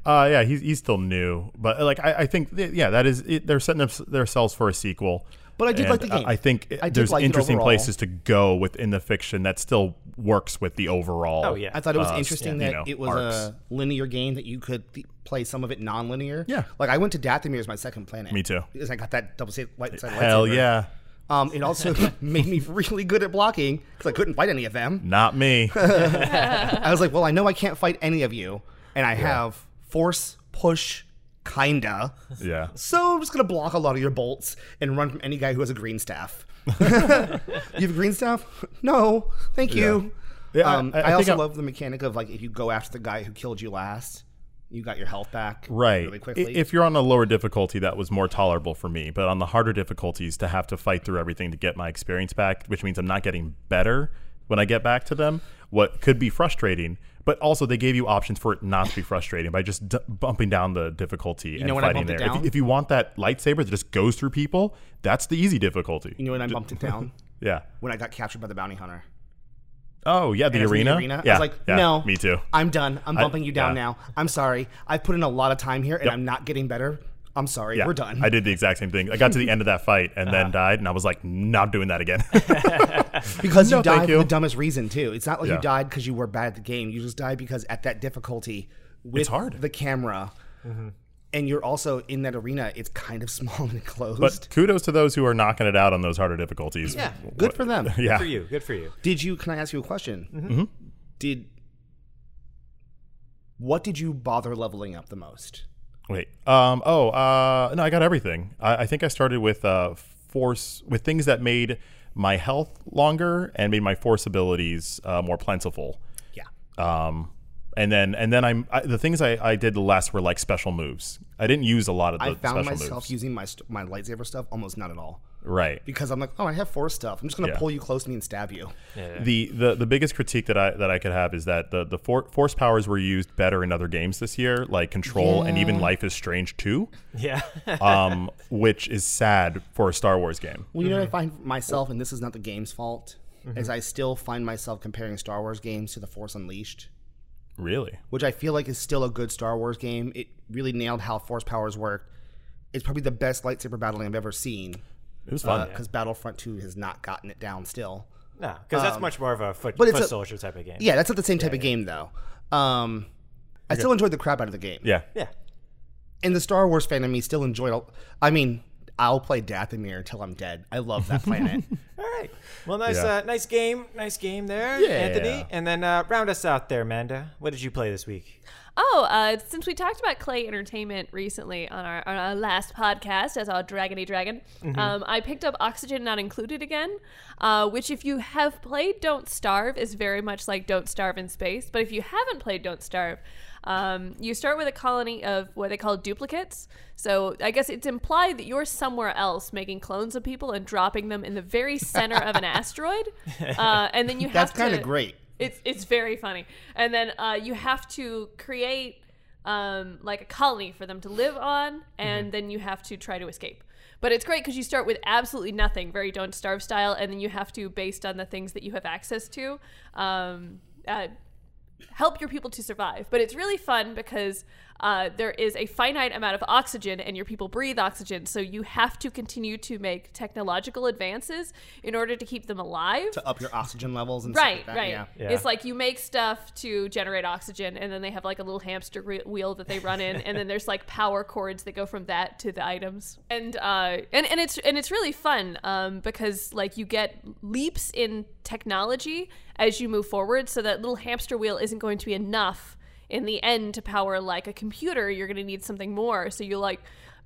Speaker 2: Uh, yeah, he's, he's still new, but like I, I think, th- yeah, that is it, they're setting up s- themselves for a sequel.
Speaker 5: But I did
Speaker 2: And
Speaker 5: like the game.
Speaker 2: I, I think
Speaker 5: I did
Speaker 2: there's
Speaker 5: like it
Speaker 2: interesting
Speaker 5: overall.
Speaker 2: places to go within the fiction that still works with the overall.
Speaker 1: Oh, yeah.
Speaker 5: I thought it was
Speaker 2: uh,
Speaker 5: interesting
Speaker 2: yeah,
Speaker 5: that
Speaker 2: you know,
Speaker 5: it was
Speaker 2: arcs.
Speaker 5: a linear game that you could th- play some of it non-linear.
Speaker 2: Yeah.
Speaker 5: like I went to Dathomir as my second planet.
Speaker 2: Me too.
Speaker 5: Because I got that double side light side
Speaker 2: Hell
Speaker 5: lightsaber.
Speaker 2: yeah,
Speaker 5: Um, it
Speaker 2: (laughs)
Speaker 5: also (laughs) made me really good at blocking because I couldn't fight any of them.
Speaker 2: not
Speaker 5: (laughs)
Speaker 2: me.
Speaker 5: I was like, well, I know I can't fight any of you, and I have force push, kinda.
Speaker 2: yeah,
Speaker 5: So I'm just gonna block a lot of your bolts and run from any guy who has a
Speaker 2: (laughs)
Speaker 5: green staff. (laughs) you have a green staff? No, thank you.
Speaker 2: Yeah, I-
Speaker 5: um, I,
Speaker 2: I- I think
Speaker 5: also
Speaker 2: I-
Speaker 5: love the mechanic of like if you go after the guy who killed you last, you got your health back
Speaker 2: right.
Speaker 5: really
Speaker 2: I-
Speaker 5: quickly.
Speaker 2: if you're on a lower difficulty, that was more tolerable for me. But on the harder difficulties, to have to fight through everything to get my experience back, which means I'm not getting better when I get back to them. What could be frustrating, but also they gave you options for it not to be frustrating by just d- bumping down the difficulty and
Speaker 5: know when I
Speaker 2: fighting
Speaker 5: bumped it
Speaker 2: there. If-
Speaker 5: down?
Speaker 2: If, you want that lightsaber that just goes through people, that's the easy difficulty.
Speaker 5: you know, and I bumped it down
Speaker 2: yeah.
Speaker 5: when I got captured by the bounty hunter.
Speaker 2: Oh yeah, the
Speaker 5: And I was in
Speaker 2: arena. Yeah.
Speaker 5: I was like,
Speaker 2: yeah,
Speaker 5: no,
Speaker 2: Me too.
Speaker 5: I'm done. I'm bumping you down
Speaker 2: yeah.
Speaker 5: now. I'm sorry. I put in a lot of time here, and I'm not getting better. I'm sorry.
Speaker 2: Yeah,
Speaker 5: We're done. Uh-huh.
Speaker 2: I did the exact same thing. I got to the end of that fight and
Speaker 5: (laughs)
Speaker 2: then died, and I was like, not doing that again.
Speaker 5: Because you
Speaker 2: No, thank
Speaker 5: died for
Speaker 2: you.
Speaker 5: the dumbest reason too. It's not like
Speaker 2: Yeah.
Speaker 5: you died because you were bad at the game. You just died because at that difficulty, with
Speaker 2: It's hard. Mm-hmm.
Speaker 5: the camera, and you're also in that arena. It's kind of (laughs) small and enclosed.
Speaker 2: but kudos to those who are knocking it out on those harder difficulties.
Speaker 5: yeah, good for them.
Speaker 2: (laughs) Yeah.
Speaker 1: (laughs) for you. Good for you.
Speaker 5: Did you? Can I ask you a question? Mm-hmm. Did what did you bother leveling up the most?
Speaker 2: Wait. Um. Oh. Uh. No. I got everything. I, I think I started with uh force with things that made my health longer and made my force abilities uh, more plentiful.
Speaker 5: Yeah,
Speaker 2: Um. And then and then I'm I, the things I, I did the last were like special moves. I didn't use a lot of the
Speaker 5: I
Speaker 2: special
Speaker 5: found myself
Speaker 2: moves.
Speaker 5: using my st- my lightsaber stuff almost not at all
Speaker 2: right.
Speaker 5: because I'm like, oh, I have four stuff. I'm just gonna
Speaker 2: Yeah.
Speaker 5: pull you close to me and stab you.
Speaker 2: the, the the biggest critique that I that I could have is that the the for, force powers were used better in other games this year, like Control and even Life is Strange 2,
Speaker 1: Yeah. (laughs)
Speaker 2: um, which is sad for a Star Wars game.
Speaker 5: Well, you know what I find myself, and this is not the game's fault, is I still find myself comparing Star Wars games to The Force Unleashed,
Speaker 2: Really?
Speaker 5: which I feel like is still a good Star Wars game. It really nailed how Force powers work. It's probably the best lightsaber battle I've ever seen
Speaker 2: It was fun.
Speaker 5: because Battlefront 2 has not gotten it down still.
Speaker 1: no, because that's much more of a foot,
Speaker 5: Um, but it's
Speaker 1: foot
Speaker 5: a-
Speaker 1: soldier type of game.
Speaker 5: Yeah, that's not the same type of game, though. Um, I still enjoyed the crap out of the game.
Speaker 2: yeah.
Speaker 1: Yeah.
Speaker 5: And the Star Wars fan in me still enjoyed. all- I mean, I'll play Dathomir till I'm dead. I love that (laughs) planet.
Speaker 1: All right. Well, nice,
Speaker 2: Yeah.
Speaker 1: uh, nice game, nice game there, Anthony. And then uh, round us out there, Amanda. What did you play this week?
Speaker 3: Oh, uh, since we talked about Clay Entertainment recently on our, on our last podcast as our Dragony Dragon,
Speaker 5: Mm-hmm.
Speaker 3: um, I picked up Oxygen Not Included again, uh, which, if you have played Don't Starve, is very much like Don't Starve in Space. But if you haven't played Don't Starve, um, you start with a colony of what they call duplicates. So I guess it's implied that you're somewhere else making clones of people and dropping them in the very center of
Speaker 5: (laughs)
Speaker 3: an asteroid. Uh, and then you have
Speaker 5: That's
Speaker 3: to.
Speaker 5: kind of great.
Speaker 3: It's it's very funny. And then uh, you have to create um, like a colony for them to live on, and then you have to try to escape. But it's great because you start with absolutely nothing, very don't starve style, and then you have to, based on the things that you have access to, um, uh, help your people to survive. But it's really fun because uh, there is a finite amount of oxygen and your people breathe oxygen. So you have to continue to make technological advances in order to keep them alive.
Speaker 5: to up your oxygen levels and
Speaker 3: Right,
Speaker 5: stuff like that.
Speaker 3: right.
Speaker 5: Yeah.
Speaker 3: It's like you make stuff to generate oxygen, and then they have like a little hamster re- wheel that they run in, and then there's like power cords that go from that to the items, and uh, and and it's and it's really fun um, because like you get leaps in technology as you move forward, so that little hamster wheel isn't going to be enough in the end to power like a computer, you're going to need something more. So you like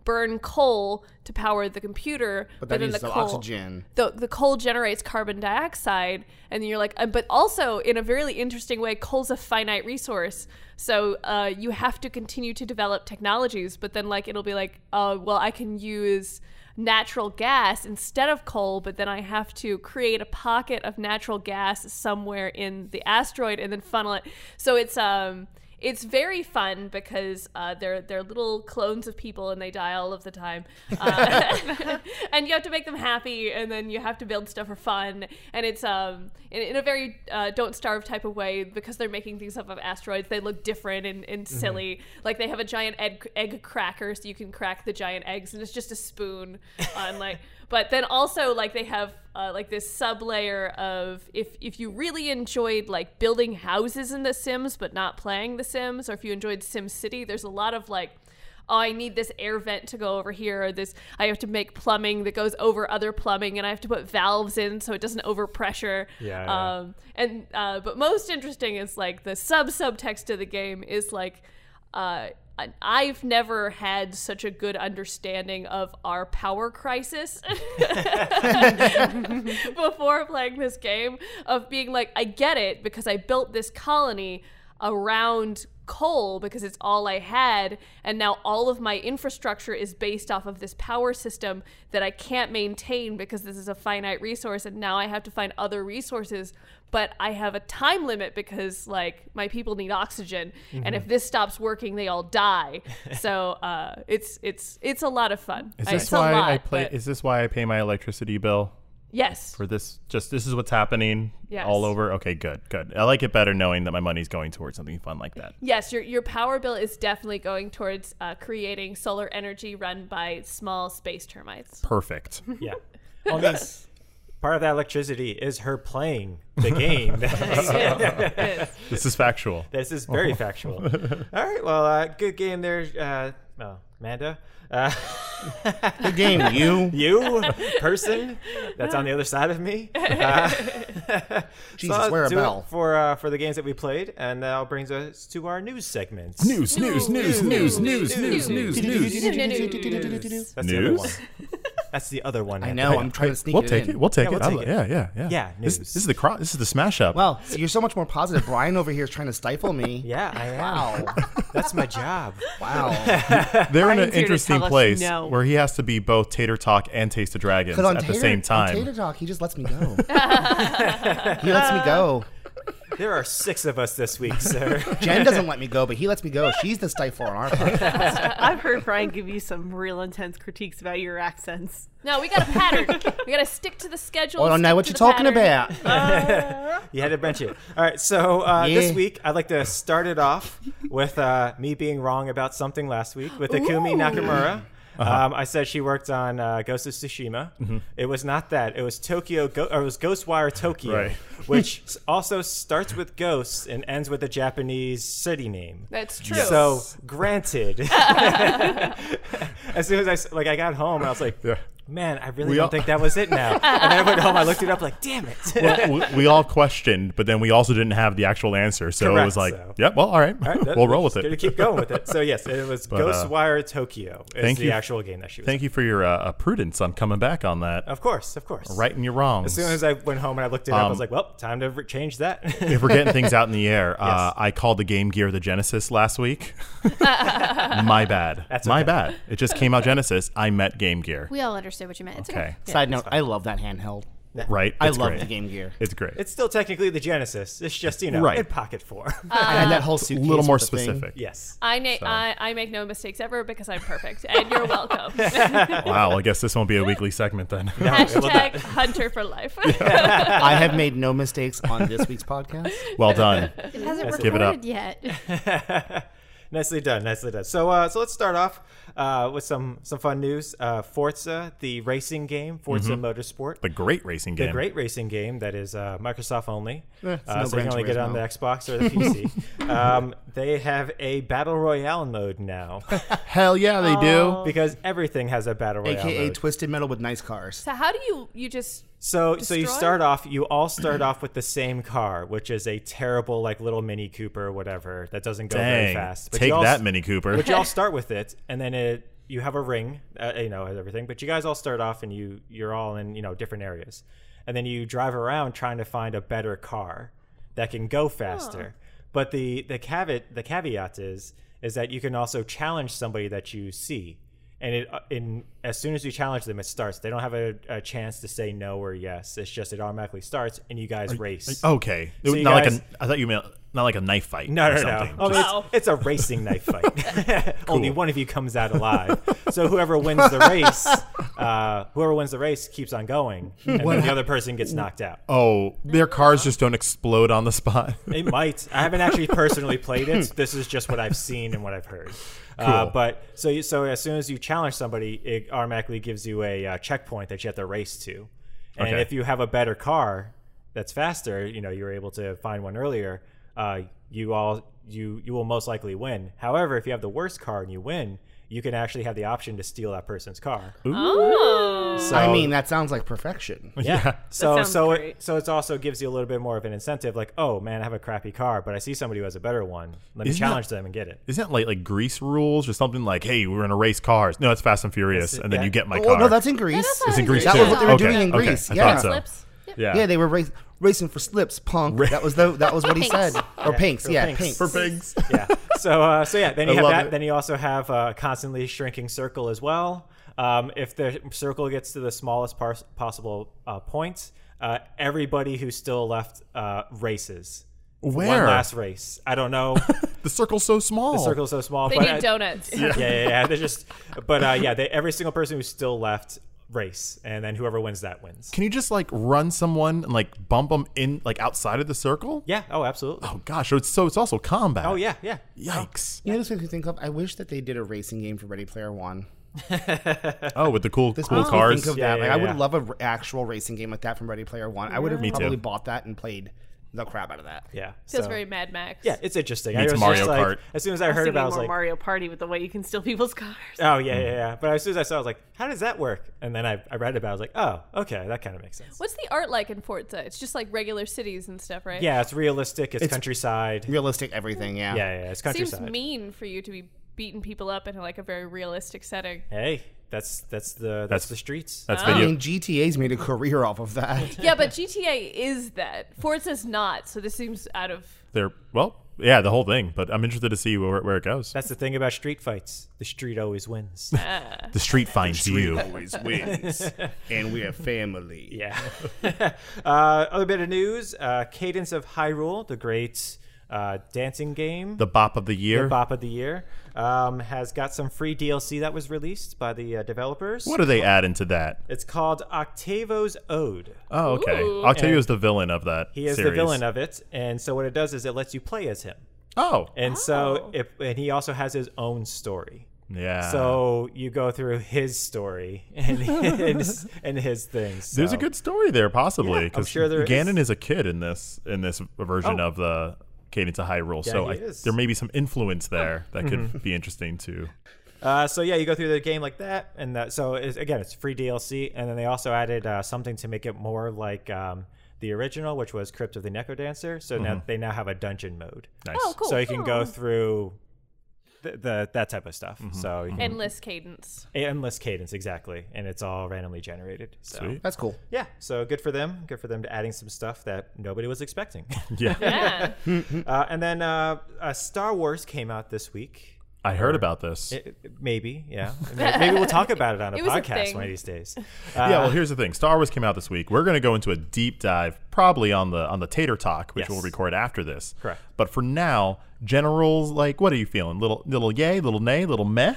Speaker 3: burn coal to power the computer,
Speaker 5: But that
Speaker 3: then
Speaker 5: needs
Speaker 3: the
Speaker 5: some
Speaker 3: coal, (laughs)
Speaker 5: oxygen.
Speaker 3: The, the coal generates carbon dioxide, and you're like, uh, but also in a really interesting way, coal's a finite resource. So uh, you have to continue to develop technologies, but then like it'll be like, uh, well, I can use natural gas instead of coal, but then I have to create a pocket of natural gas somewhere in the asteroid and then funnel it. So it's um it's very fun because uh, they're they're little clones of people and they die all of the time, uh, (laughs) and you have to make them happy, and then you have to build stuff for fun, and it's um in, in a very uh, don't starve type of way because they're making things up of asteroids. They look different and, and silly. Like they have a giant egg, egg cracker, so you can crack the giant eggs, and it's just a spoon on like. But then also like they have uh, like this sub layer of if if you really enjoyed like building houses in The Sims but not playing The Sims, or if you enjoyed Sim City, there's a lot of like. Oh, I need this air vent to go over here, or this. I have to make plumbing that goes over other plumbing, and I have to put valves in so it doesn't overpressure.
Speaker 1: Yeah, yeah.
Speaker 3: Um, and uh, but most interesting is like the sub subtext of the game is like uh, I- I've never had such a good understanding of our power crisis (laughs) before playing this game of being like, I get it because I built this colony around coal because it's all I had, and now all of my infrastructure is based off of this power system that I can't maintain because this is a finite resource, and now I have to find other resources. But I have a time limit because, like, my people need oxygen, and
Speaker 2: Mm-hmm.
Speaker 3: if this stops working, they all die. so uh, it's it's it's a lot of fun.
Speaker 2: Is
Speaker 3: I-
Speaker 2: this
Speaker 3: it's a
Speaker 2: why
Speaker 3: lot,
Speaker 2: I play?
Speaker 3: but-
Speaker 2: Is this why I pay my electricity bill
Speaker 3: yes,
Speaker 2: for this? Just this is what's happening
Speaker 3: Yes.
Speaker 2: all over. Okay, good, good. I like it better knowing that my money's going towards something fun like that.
Speaker 3: Yes, your your power bill is definitely going towards uh, creating solar energy run by small space termites.
Speaker 2: Perfect.
Speaker 1: Yeah. Well,
Speaker 5: (laughs)
Speaker 1: that's- part of that electricity is her playing the game.
Speaker 2: this is factual.
Speaker 1: (laughs) this is very
Speaker 5: (laughs)
Speaker 1: factual. All right. Well, uh, good game there, uh, oh, Amanda. Uh, (laughs)
Speaker 5: Good game,
Speaker 3: (laughs)
Speaker 5: you.
Speaker 1: you person that's on the other side of me. Uh,
Speaker 5: Jesus,
Speaker 1: I'll
Speaker 5: wear a
Speaker 1: do it
Speaker 5: bell.
Speaker 1: for uh, for the games that we played, and that brings us to our news segments.
Speaker 2: (laughs) News, news, news, news, news, news, news, news.
Speaker 3: News.
Speaker 1: That's the other
Speaker 2: News?
Speaker 1: one. That's the other one.
Speaker 5: I know. I'm trying to sneak
Speaker 2: We'll
Speaker 5: it
Speaker 2: take
Speaker 5: in.
Speaker 2: it. We'll take
Speaker 1: Yeah,
Speaker 2: it.
Speaker 1: we'll
Speaker 2: I'll-
Speaker 1: take it.
Speaker 2: Yeah, yeah, yeah.
Speaker 1: Yeah,
Speaker 2: This,
Speaker 1: news.
Speaker 2: this is the cro- this is the smash up.
Speaker 5: Well, see, you're so much more positive. Brian over here is trying to stifle me.
Speaker 1: Yeah, I am.
Speaker 5: (laughs) Wow.
Speaker 1: That's my job.
Speaker 2: (laughs)
Speaker 5: Wow.
Speaker 2: They're in an
Speaker 6: Brian's here to
Speaker 2: interesting
Speaker 6: tell us
Speaker 2: place
Speaker 6: no.
Speaker 2: where he has to be both Tater Talk and Taste the Dragons
Speaker 5: Because on
Speaker 2: at
Speaker 5: Tater,
Speaker 2: the same
Speaker 5: on Tater
Speaker 2: time.
Speaker 5: Talk, he just lets
Speaker 2: (laughs)
Speaker 5: me go. he lets me go.
Speaker 1: There are six of us this week, sir.
Speaker 5: Jen doesn't let me go, but he lets me go. She's the stifler on
Speaker 2: (laughs)
Speaker 5: our podcast.
Speaker 6: (laughs) I've heard Brian give you some real intense critiques about your accents.
Speaker 3: No, we got a pattern. we got to stick to the schedule.
Speaker 5: Well, Oh, I don't know
Speaker 3: stick
Speaker 5: what
Speaker 3: to
Speaker 5: you're
Speaker 3: the
Speaker 5: talking
Speaker 3: pattern.
Speaker 5: about.
Speaker 3: (laughs)
Speaker 1: You had to bench it. All right, so uh, this
Speaker 5: Yeah.
Speaker 1: week I'd like to start it off with uh, me being wrong about something last week with Akumi Nakamura.
Speaker 2: Uh-huh.
Speaker 1: Um, I said she worked on uh, Ghost of Tsushima.
Speaker 2: Mm-hmm.
Speaker 1: It was not that. It was Tokyo. Go- or it was Ghostwire Tokyo,
Speaker 2: Right.
Speaker 1: which s- also starts with ghosts and ends with a Japanese city name.
Speaker 3: That's true.
Speaker 1: So granted, (laughs) as soon as I s- like, I got home and I was like,
Speaker 2: Yeah.
Speaker 1: "Man, I really
Speaker 2: We
Speaker 1: don't
Speaker 2: all-
Speaker 1: think that was it
Speaker 2: (laughs)
Speaker 1: now." and then I went home. I looked it up. Like, damn it.
Speaker 2: well, we, we all questioned, but then we also didn't have the actual answer. So it
Speaker 1: Correct,
Speaker 2: was like,
Speaker 1: so-
Speaker 2: yep, well, all right.
Speaker 1: All right, that-
Speaker 2: (laughs) we'll roll with
Speaker 1: just Gonna
Speaker 2: it.
Speaker 1: keep going with it. So yes, it was
Speaker 2: (laughs) But, uh,
Speaker 1: Ghostwire Tokyo. Is
Speaker 2: thank
Speaker 1: the
Speaker 2: you-
Speaker 1: actual game that she was.
Speaker 2: Thank you for your uh, uh, prudence on coming back on that.
Speaker 1: Of course, of course.
Speaker 2: Right and your wrongs.
Speaker 1: As soon as I went home and I looked it up, I was
Speaker 2: Um,
Speaker 1: like, "Well, time to re- change that."
Speaker 2: (laughs) if we're getting things out in
Speaker 1: (laughs)
Speaker 2: the air, uh, I called the Game Gear the Genesis last
Speaker 5: (laughs)
Speaker 2: week. My bad.
Speaker 1: That's
Speaker 2: My
Speaker 1: okay.
Speaker 2: bad. It just came out Genesis. I met Game Gear.
Speaker 4: We all understood what you meant. It's okay.
Speaker 2: Okay.
Speaker 5: Side note, I love that handheld.
Speaker 2: Right?
Speaker 5: I
Speaker 2: It's
Speaker 5: love
Speaker 2: great.
Speaker 5: the Game Gear.
Speaker 2: It's great.
Speaker 1: (laughs) it's still technically the Genesis. It's just you know
Speaker 2: Right.
Speaker 1: in pocket four.
Speaker 5: I had that whole
Speaker 2: a
Speaker 5: suitcase.
Speaker 2: little more
Speaker 5: with the thing.
Speaker 2: specific.
Speaker 1: (laughs) yes. (laughs)
Speaker 3: I, na- I I make no mistakes ever because I'm perfect, and you're
Speaker 5: (laughs)
Speaker 3: welcome.
Speaker 1: (laughs)
Speaker 2: Wow. I guess this won't be a weekly segment then.
Speaker 3: Hashtag Hunter for life.
Speaker 5: I have made no mistakes on this
Speaker 2: (laughs)
Speaker 5: week's podcast.
Speaker 2: (laughs) well done.
Speaker 4: It hasn't
Speaker 2: Give it up.
Speaker 4: recorded yet.
Speaker 1: Nicely done, nicely done. So, uh, so let's start off uh, with some some fun news. Uh, Forza, the racing game, Forza Motorsport,
Speaker 2: Mm-hmm. The great racing
Speaker 1: the
Speaker 2: game.
Speaker 1: great racing game that is uh, Microsoft only.
Speaker 5: it's
Speaker 1: uh,
Speaker 5: no
Speaker 1: so you
Speaker 5: Gran
Speaker 1: can only get it on the
Speaker 5: Turismo.
Speaker 1: Xbox or the PC. um, they have a battle royale mode now
Speaker 2: Hell yeah, they do.
Speaker 1: because everything has a battle royale.
Speaker 5: AKA
Speaker 1: mode.
Speaker 5: Twisted Metal with nice cars.
Speaker 3: so how do you you just
Speaker 1: So so you
Speaker 3: Destroy?
Speaker 1: start off you all start off with the same car, which is a terrible like little Mini Cooper or whatever that doesn't go very
Speaker 2: Dang.
Speaker 1: fast.
Speaker 2: Take
Speaker 1: you all
Speaker 2: that,
Speaker 1: s-
Speaker 2: Mini Cooper.
Speaker 1: But you all start with it, and then it you have a ring, uh, you know, and everything. But you guys all start off, and you you're all in you know different areas, and then you drive around trying to find a better car that can go faster. But the the caveat the caveat is is that you can also challenge somebody that you see, and it uh, in as soon as you challenge them, it starts. They don't have a, a chance to say no or yes. It's just it automatically starts, and you guys race.
Speaker 2: Okay. It was
Speaker 1: you
Speaker 2: not
Speaker 1: guys-
Speaker 2: like a, I thought you meant not like a knife fight.
Speaker 1: No,
Speaker 2: or
Speaker 1: no, no.
Speaker 2: something.
Speaker 1: Oh,
Speaker 2: Just-
Speaker 1: it's, it's a racing knife (laughs) fight. Only one of you comes out alive. so whoever wins the race, uh, whoever wins the race keeps on going, and then the other person gets knocked out.
Speaker 2: oh, their cars just don't explode on the (laughs) spot.
Speaker 1: It might. I haven't actually personally played it. This is just what I've seen and what I've heard. Uh,
Speaker 2: Cool.
Speaker 1: but so you, so as soon as you challenge somebody, it automatically gives you a uh, checkpoint that you have to race to. And
Speaker 2: Okay.
Speaker 1: if you have a better car that's faster, you know you were able to find one earlier. Uh, you all you you will most likely win. However, if you have the worst car and you win, you can actually have the option to steal that person's car.
Speaker 3: Oh.
Speaker 1: So,
Speaker 5: I mean, that sounds like perfection.
Speaker 1: yeah. So
Speaker 6: sounds
Speaker 1: so it,
Speaker 6: great.
Speaker 1: so it's also gives you a little bit more of an incentive, like, oh man, I have a crappy car, but I see somebody who has a better one. Let me
Speaker 2: Isn't that-
Speaker 1: challenge them and get it.
Speaker 2: Isn't that like like grease rules or something like, hey, we're gonna race cars? No, it's Fast and Furious,
Speaker 1: That's it,
Speaker 2: and then
Speaker 1: yeah.
Speaker 2: you get my
Speaker 5: Oh
Speaker 2: car.
Speaker 5: no, that's in Greece.
Speaker 3: not
Speaker 2: it's in Greece.
Speaker 3: That
Speaker 2: too.
Speaker 3: was what they were
Speaker 2: okay.
Speaker 5: doing in
Speaker 2: okay,
Speaker 5: Greece,
Speaker 2: I
Speaker 5: yeah.
Speaker 2: thought so.
Speaker 3: Slips. Yep.
Speaker 2: Yeah.
Speaker 5: Yeah, they were race, racing for slips, punk. That was the, that was what he said. Or pinks,
Speaker 1: for
Speaker 5: yeah,
Speaker 1: pinks.
Speaker 5: pinks.
Speaker 2: for pigs.
Speaker 1: yeah. (laughs) So uh, so yeah, then you
Speaker 2: I
Speaker 1: have
Speaker 2: love
Speaker 1: that.
Speaker 2: it.
Speaker 1: Then you also have a constantly shrinking circle as well. Um, if the circle gets to the smallest par- possible uh, point, uh, everybody who's still left uh, races. for One
Speaker 2: Where?
Speaker 1: last race. I don't
Speaker 2: (laughs)
Speaker 1: know.
Speaker 2: The circle's so small.
Speaker 1: The circle's so small.
Speaker 3: They
Speaker 1: but
Speaker 3: need
Speaker 1: I-
Speaker 3: donuts.
Speaker 1: (laughs) yeah, yeah, yeah. They're just, but uh, yeah, they, every single person who's still left race, and then whoever wins that wins.
Speaker 2: Can you just like run someone and like bump them in like outside of the circle?
Speaker 1: Yeah. Oh, absolutely.
Speaker 2: Oh gosh, so it's so it's also combat.
Speaker 1: Oh, yeah, yeah.
Speaker 2: Yikes.
Speaker 5: You know, this makes me think of. I wish that they did a racing game for Ready Player One.
Speaker 2: Oh, with the cool
Speaker 5: This
Speaker 2: cool
Speaker 5: makes me
Speaker 2: cars.
Speaker 5: think of
Speaker 1: Yeah,
Speaker 5: that.
Speaker 1: yeah,
Speaker 5: like, I
Speaker 1: yeah.
Speaker 5: would love an actual racing game like that from Ready Player One. I would have
Speaker 2: Me too.
Speaker 5: probably bought that and played the crap out of that.
Speaker 1: Yeah.
Speaker 3: Feels
Speaker 1: so-
Speaker 3: very Mad Max.
Speaker 1: Yeah, it's interesting. I
Speaker 2: Meets
Speaker 1: was
Speaker 2: Mario
Speaker 1: just like,
Speaker 2: Kart.
Speaker 1: as soon as I heard
Speaker 6: Thinking
Speaker 1: about, it, I was
Speaker 6: more
Speaker 1: like,
Speaker 6: Mario Party with the way you can steal
Speaker 1: (laughs)
Speaker 6: people's cars.
Speaker 1: oh
Speaker 2: Mm-hmm.
Speaker 1: yeah, yeah, yeah. But as soon as I saw, it, I was like, how does that work? And then I, I read about, it, I was like, oh, okay, that kind of makes sense.
Speaker 3: What's the art like in Forza? It's just like regular cities and stuff, right?
Speaker 1: Yeah, it's realistic. It's, countryside.
Speaker 5: Realistic everything, yeah.
Speaker 1: yeah, yeah, yeah, it's
Speaker 3: Seems
Speaker 1: countryside.
Speaker 3: mean for you to be beating people up in like a very realistic setting.
Speaker 1: Hey, that's that's the that's,
Speaker 2: That's-
Speaker 1: the streets.
Speaker 2: That's
Speaker 5: Ah. I
Speaker 2: video.
Speaker 5: mean, GTA's made a career off of that.
Speaker 3: Yeah, but GTA is that. Forza's not, so this seems out of
Speaker 2: They're well, yeah, the whole thing. But I'm interested to see where, where it goes.
Speaker 1: that's the thing about street fights. The street always
Speaker 3: (laughs)
Speaker 1: wins.
Speaker 2: the (laughs) street finds you.
Speaker 5: always wins, (laughs) and we're family.
Speaker 1: Yeah. (laughs) uh, other bit of news: uh, Cadence of Hyrule, the great uh, dancing game,
Speaker 2: The bop of the year.
Speaker 1: bop of the year, um, has got some free DLC that was released by the uh, developers.
Speaker 2: What do they add into that?
Speaker 1: It's called Octavo's Ode.
Speaker 2: Oh, okay. Octavio's the villain of that.
Speaker 1: He is the
Speaker 2: series.
Speaker 1: villain of it, and so what it does is it lets you play as him,
Speaker 2: Oh,
Speaker 1: and so if, and he also has his own story.
Speaker 2: yeah.
Speaker 1: So you go through his story
Speaker 2: (laughs)
Speaker 1: and his, and his things.
Speaker 2: There's a
Speaker 1: so.
Speaker 2: good story there, possibly.
Speaker 1: I'm
Speaker 2: 'cause
Speaker 1: sure there
Speaker 2: Ganon
Speaker 1: is.
Speaker 2: is. a kid in this in this version
Speaker 1: Oh.
Speaker 2: of the Cadence of Hyrule. so
Speaker 1: he
Speaker 2: I,
Speaker 1: is. Mm-hmm.
Speaker 2: there may be some influence there that could be interesting too.
Speaker 1: Uh, so yeah, you go through the game like that, and that, so it's, again, it's free DLC, and then they also added uh, something to make it more like um, the original, which was Crypt of the Necrodancer. So now they now have a dungeon mode,
Speaker 2: Mm-hmm. Nice.
Speaker 3: Oh, cool.
Speaker 1: so you can go
Speaker 3: Oh.
Speaker 1: through the, the that type of stuff.
Speaker 2: Mm-hmm.
Speaker 1: So you can,
Speaker 3: endless cadence.
Speaker 1: endless cadence, exactly, and it's all randomly generated. So
Speaker 2: Sweet.
Speaker 5: That's cool.
Speaker 1: yeah, so good for them. Good for them to adding some stuff that nobody was expecting.
Speaker 2: (laughs) Yeah,
Speaker 3: (laughs) Yeah.
Speaker 1: uh, and then uh, uh, Star Wars came out this week.
Speaker 2: I heard about this.
Speaker 1: It- maybe, yeah. Maybe, maybe we'll talk about it on a
Speaker 3: It was a
Speaker 1: podcast
Speaker 3: thing.
Speaker 1: one of these days.
Speaker 2: yeah,
Speaker 1: Uh,
Speaker 2: well, here's the thing. Star Wars came out this week. We're going to go into a deep dive, probably on the on the Tater Talk, which
Speaker 1: Yes.
Speaker 2: we'll record after this.
Speaker 1: Correct.
Speaker 2: But for now, generals, like, what are you feeling? Little little yay, little nay, little meh.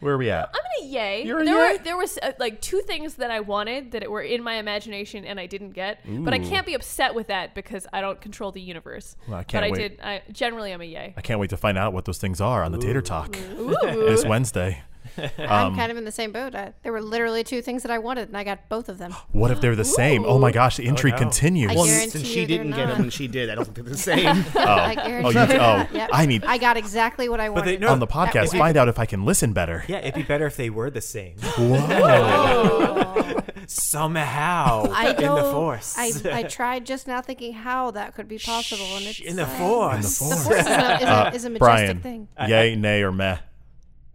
Speaker 2: Where are we at?
Speaker 3: I'm gonna uh, yay.
Speaker 2: You're a
Speaker 3: there
Speaker 2: yay?
Speaker 3: were there was uh, like two things that I wanted that were in my imagination and I didn't get, but I can't be upset with that because I don't control the universe.
Speaker 2: Well, I can't
Speaker 3: but
Speaker 2: wait.
Speaker 3: I did. I generally am a yay.
Speaker 2: I can't wait to find out what those things are on the Tater Talk this Wednesday. Um,
Speaker 4: I'm kind of in the same boat. I, there were literally two things that I wanted, and I got both of them.
Speaker 2: What if they're the same? Oh my gosh, the intrigue
Speaker 1: no.
Speaker 2: continues.
Speaker 4: I
Speaker 5: Well,
Speaker 4: guarantee
Speaker 5: since
Speaker 4: you
Speaker 5: she
Speaker 4: they're
Speaker 5: didn't get
Speaker 4: not.
Speaker 5: them and she did, I don't think they're the
Speaker 4: (laughs)
Speaker 5: same.
Speaker 4: I guarantee
Speaker 2: you-
Speaker 4: they're
Speaker 2: oh,
Speaker 4: not. (laughs) Yep.
Speaker 2: I need-
Speaker 4: I got exactly what I wanted.
Speaker 1: they- no,
Speaker 2: on the podcast,
Speaker 4: that-
Speaker 2: find out if I can listen better. Oh,
Speaker 1: Yeah, it'd be better if they were the same. (laughs)
Speaker 2: Whoa.
Speaker 1: somehow
Speaker 4: Oh. I
Speaker 1: in
Speaker 4: know.
Speaker 1: the force.
Speaker 4: I,
Speaker 1: (laughs)
Speaker 4: I tried just now thinking how that could be possible, and it's
Speaker 1: in the
Speaker 4: uh,
Speaker 1: force.
Speaker 4: The force is a, is a, is a majestic
Speaker 2: Uh, Brian,
Speaker 4: thing.
Speaker 2: yay, nay, or meh?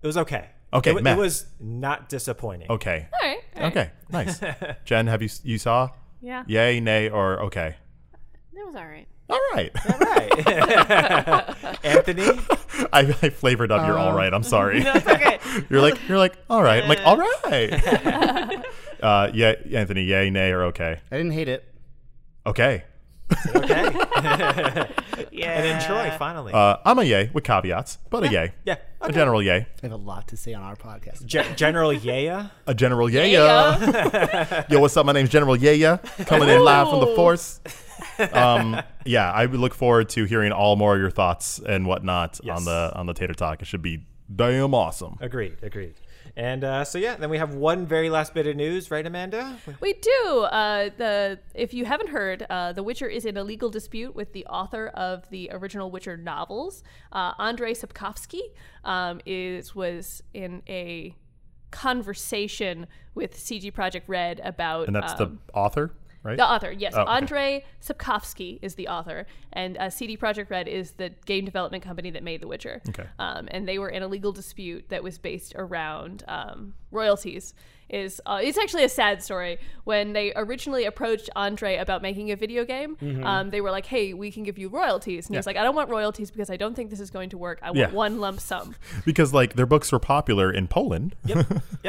Speaker 1: It was okay.
Speaker 2: Okay,
Speaker 1: It, wa-
Speaker 2: Matt.
Speaker 1: it was not disappointing.
Speaker 2: Okay.
Speaker 3: All right. all right.
Speaker 2: Okay. Nice. Jen, have you s- you saw?
Speaker 6: Yeah.
Speaker 2: Yay, nay, or okay?
Speaker 6: It was all right.
Speaker 2: All right.
Speaker 1: (laughs) Anthony,
Speaker 2: (laughs) I, I flavored up your all right. I'm sorry.
Speaker 6: (laughs) It's okay.
Speaker 2: You're like you're like all right. I'm like all right. uh, yeah, Anthony. Yay, nay, or okay?
Speaker 5: I didn't hate it.
Speaker 2: Okay.
Speaker 1: okay.
Speaker 6: yeah.
Speaker 1: And then Troy, finally.
Speaker 2: Uh, I'm a yay with caveats, but a yay.
Speaker 1: yeah.
Speaker 2: A general yay.
Speaker 5: I have a lot to say on our podcast.
Speaker 1: Ge- General Yaya.
Speaker 2: A general yay. (laughs) Yo, what's up? My name's General Yaya, coming in live from the
Speaker 6: Ooh.
Speaker 2: force. Um, yeah, I would look forward to hearing all more of your thoughts and whatnot on
Speaker 1: Yes.
Speaker 2: the on the Tater Talk. It should be damn awesome.
Speaker 1: Agreed. Agreed. And uh, so yeah, then we have one very last bit of news, right, Amanda?
Speaker 3: (laughs) We do. Uh, the if you haven't heard, uh, The Witcher is in a legal dispute with the author of the original Witcher novels, uh, Andrei Sapkowski. Um, is was in a conversation with CG Project Red about
Speaker 2: And that's
Speaker 3: um,
Speaker 2: the author, right? Oh,
Speaker 3: the author, yes.
Speaker 2: okay.
Speaker 3: Andrei Sapkowski is the author, and uh, CD Projekt Red is the game development company that made The Witcher.
Speaker 2: Okay.
Speaker 3: Um, and they were in a legal dispute that was based around um, royalties. Is uh, it's actually a sad story. When they originally approached Andre about making a video game,
Speaker 2: Mm-hmm.
Speaker 3: um, they were like, "Hey, we can give you royalties," and he's like, "I don't want royalties because I don't think this is going to work. I want
Speaker 2: Yeah.
Speaker 3: one lump sum."
Speaker 2: Because like their books were popular in Poland.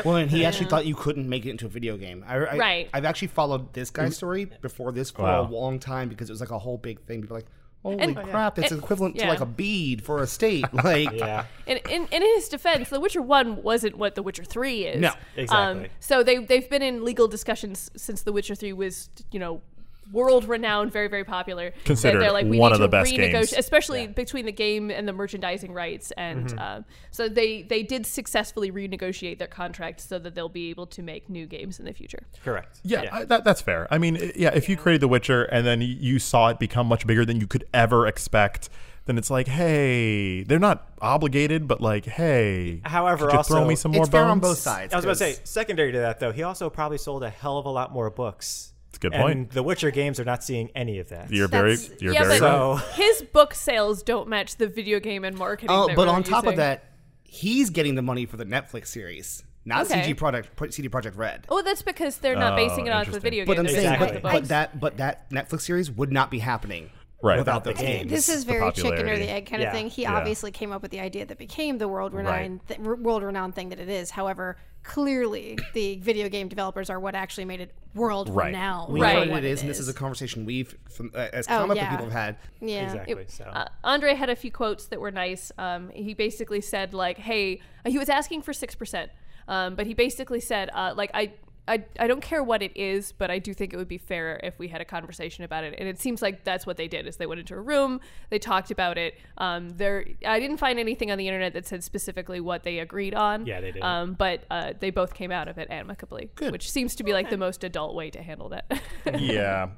Speaker 5: Well, and he actually thought you couldn't make it into a video game. I, I,
Speaker 3: Right.
Speaker 5: I've actually followed this
Speaker 1: Mm-hmm.
Speaker 5: guy's story before this for
Speaker 2: Wow.
Speaker 5: a long time because it was like a whole big thing. People were like, holy
Speaker 3: And-
Speaker 5: crap, it's
Speaker 3: and-
Speaker 5: equivalent to
Speaker 3: yeah.
Speaker 5: like a bead for a
Speaker 3: (laughs)
Speaker 5: state. Like,
Speaker 1: Yeah.
Speaker 3: And in, in his defense, The Witcher One wasn't what The Witcher Three is. Um,
Speaker 5: No,
Speaker 1: exactly.
Speaker 3: so they they've been in legal discussions since The Witcher Three was you know world renowned, very very popular. that
Speaker 2: Considered
Speaker 3: they're like we
Speaker 2: one
Speaker 3: need
Speaker 2: of
Speaker 3: to
Speaker 2: the best
Speaker 3: renegotiate,
Speaker 2: games.
Speaker 3: especially between the game and the merchandising rights, and
Speaker 2: Mm-hmm.
Speaker 3: um, so they they did successfully renegotiate their contract so that they'll be able to make new games in the future.
Speaker 1: Correct.
Speaker 2: (laughs) Yeah, I, that, that's fair. I mean, i- yeah, if you created The Witcher and then y- you saw it become much bigger than you could ever expect, then it's like, hey, they're not obligated, but like, hey,
Speaker 1: However,
Speaker 2: could you throw
Speaker 1: also-
Speaker 2: me some more
Speaker 5: it's fair
Speaker 2: bones?
Speaker 5: on both sides.
Speaker 1: I was about to
Speaker 5: 'cause-
Speaker 1: say, secondary to that though, he also probably sold a hell of a lot more books. It's
Speaker 2: a good
Speaker 1: and
Speaker 2: point.
Speaker 1: The Witcher games are not seeing any of that.
Speaker 2: You're very,
Speaker 4: That's-
Speaker 2: you're
Speaker 3: yeah,
Speaker 2: very
Speaker 3: but
Speaker 2: right.
Speaker 1: (laughs) So-
Speaker 3: his book sales don't match the video game and marketing.
Speaker 5: Oh,
Speaker 3: that
Speaker 5: but
Speaker 3: we
Speaker 5: on
Speaker 3: were
Speaker 5: top
Speaker 3: using.
Speaker 5: of that, he's getting the money for the Netflix series, not
Speaker 3: Okay.
Speaker 5: CG product, CD Project Red.
Speaker 3: Oh, that's because they're not
Speaker 2: Oh,
Speaker 3: basing it off the
Speaker 2: interesting.
Speaker 3: video game.
Speaker 5: But I'm
Speaker 3: they're
Speaker 5: saying,
Speaker 3: basing
Speaker 5: but,
Speaker 3: it off the
Speaker 5: but
Speaker 3: books.
Speaker 5: that but that Netflix series would not be happening
Speaker 2: Right.
Speaker 5: without those
Speaker 2: Without the
Speaker 5: games.
Speaker 4: This is
Speaker 2: the
Speaker 4: very chicken or
Speaker 2: popularity.
Speaker 4: the egg kind of
Speaker 1: Yeah.
Speaker 4: thing. He
Speaker 2: Yeah.
Speaker 4: obviously came up with the idea that became the world renowned th- world renowned thing that it is. However, clearly the video game developers are what actually made it world
Speaker 2: Right.
Speaker 4: renowned.
Speaker 5: we
Speaker 4: for
Speaker 5: know
Speaker 3: Right.
Speaker 5: what
Speaker 4: what
Speaker 5: it is, and this is a conversation we've, from, uh, as
Speaker 4: Oh,
Speaker 5: comic book
Speaker 4: yeah.
Speaker 5: people, have had.
Speaker 4: yeah.
Speaker 1: exactly. so
Speaker 3: Uh, Andre had a few quotes that were nice. Um, he basically said like, "Hey," uh, he was asking for six percent, um, but he basically said uh, like, "I." I, I don't care what it is, but I do think it would be fair if we had a conversation about it. And it seems like that's what they did: is they went into a room, they talked about it. Um, there, I didn't find anything on the internet that said specifically what they agreed on.
Speaker 1: Yeah, they didn't.
Speaker 3: Um, but uh, they both came out of it amicably, which seems to be like the most adult way to handle that. (laughs)
Speaker 2: yeah,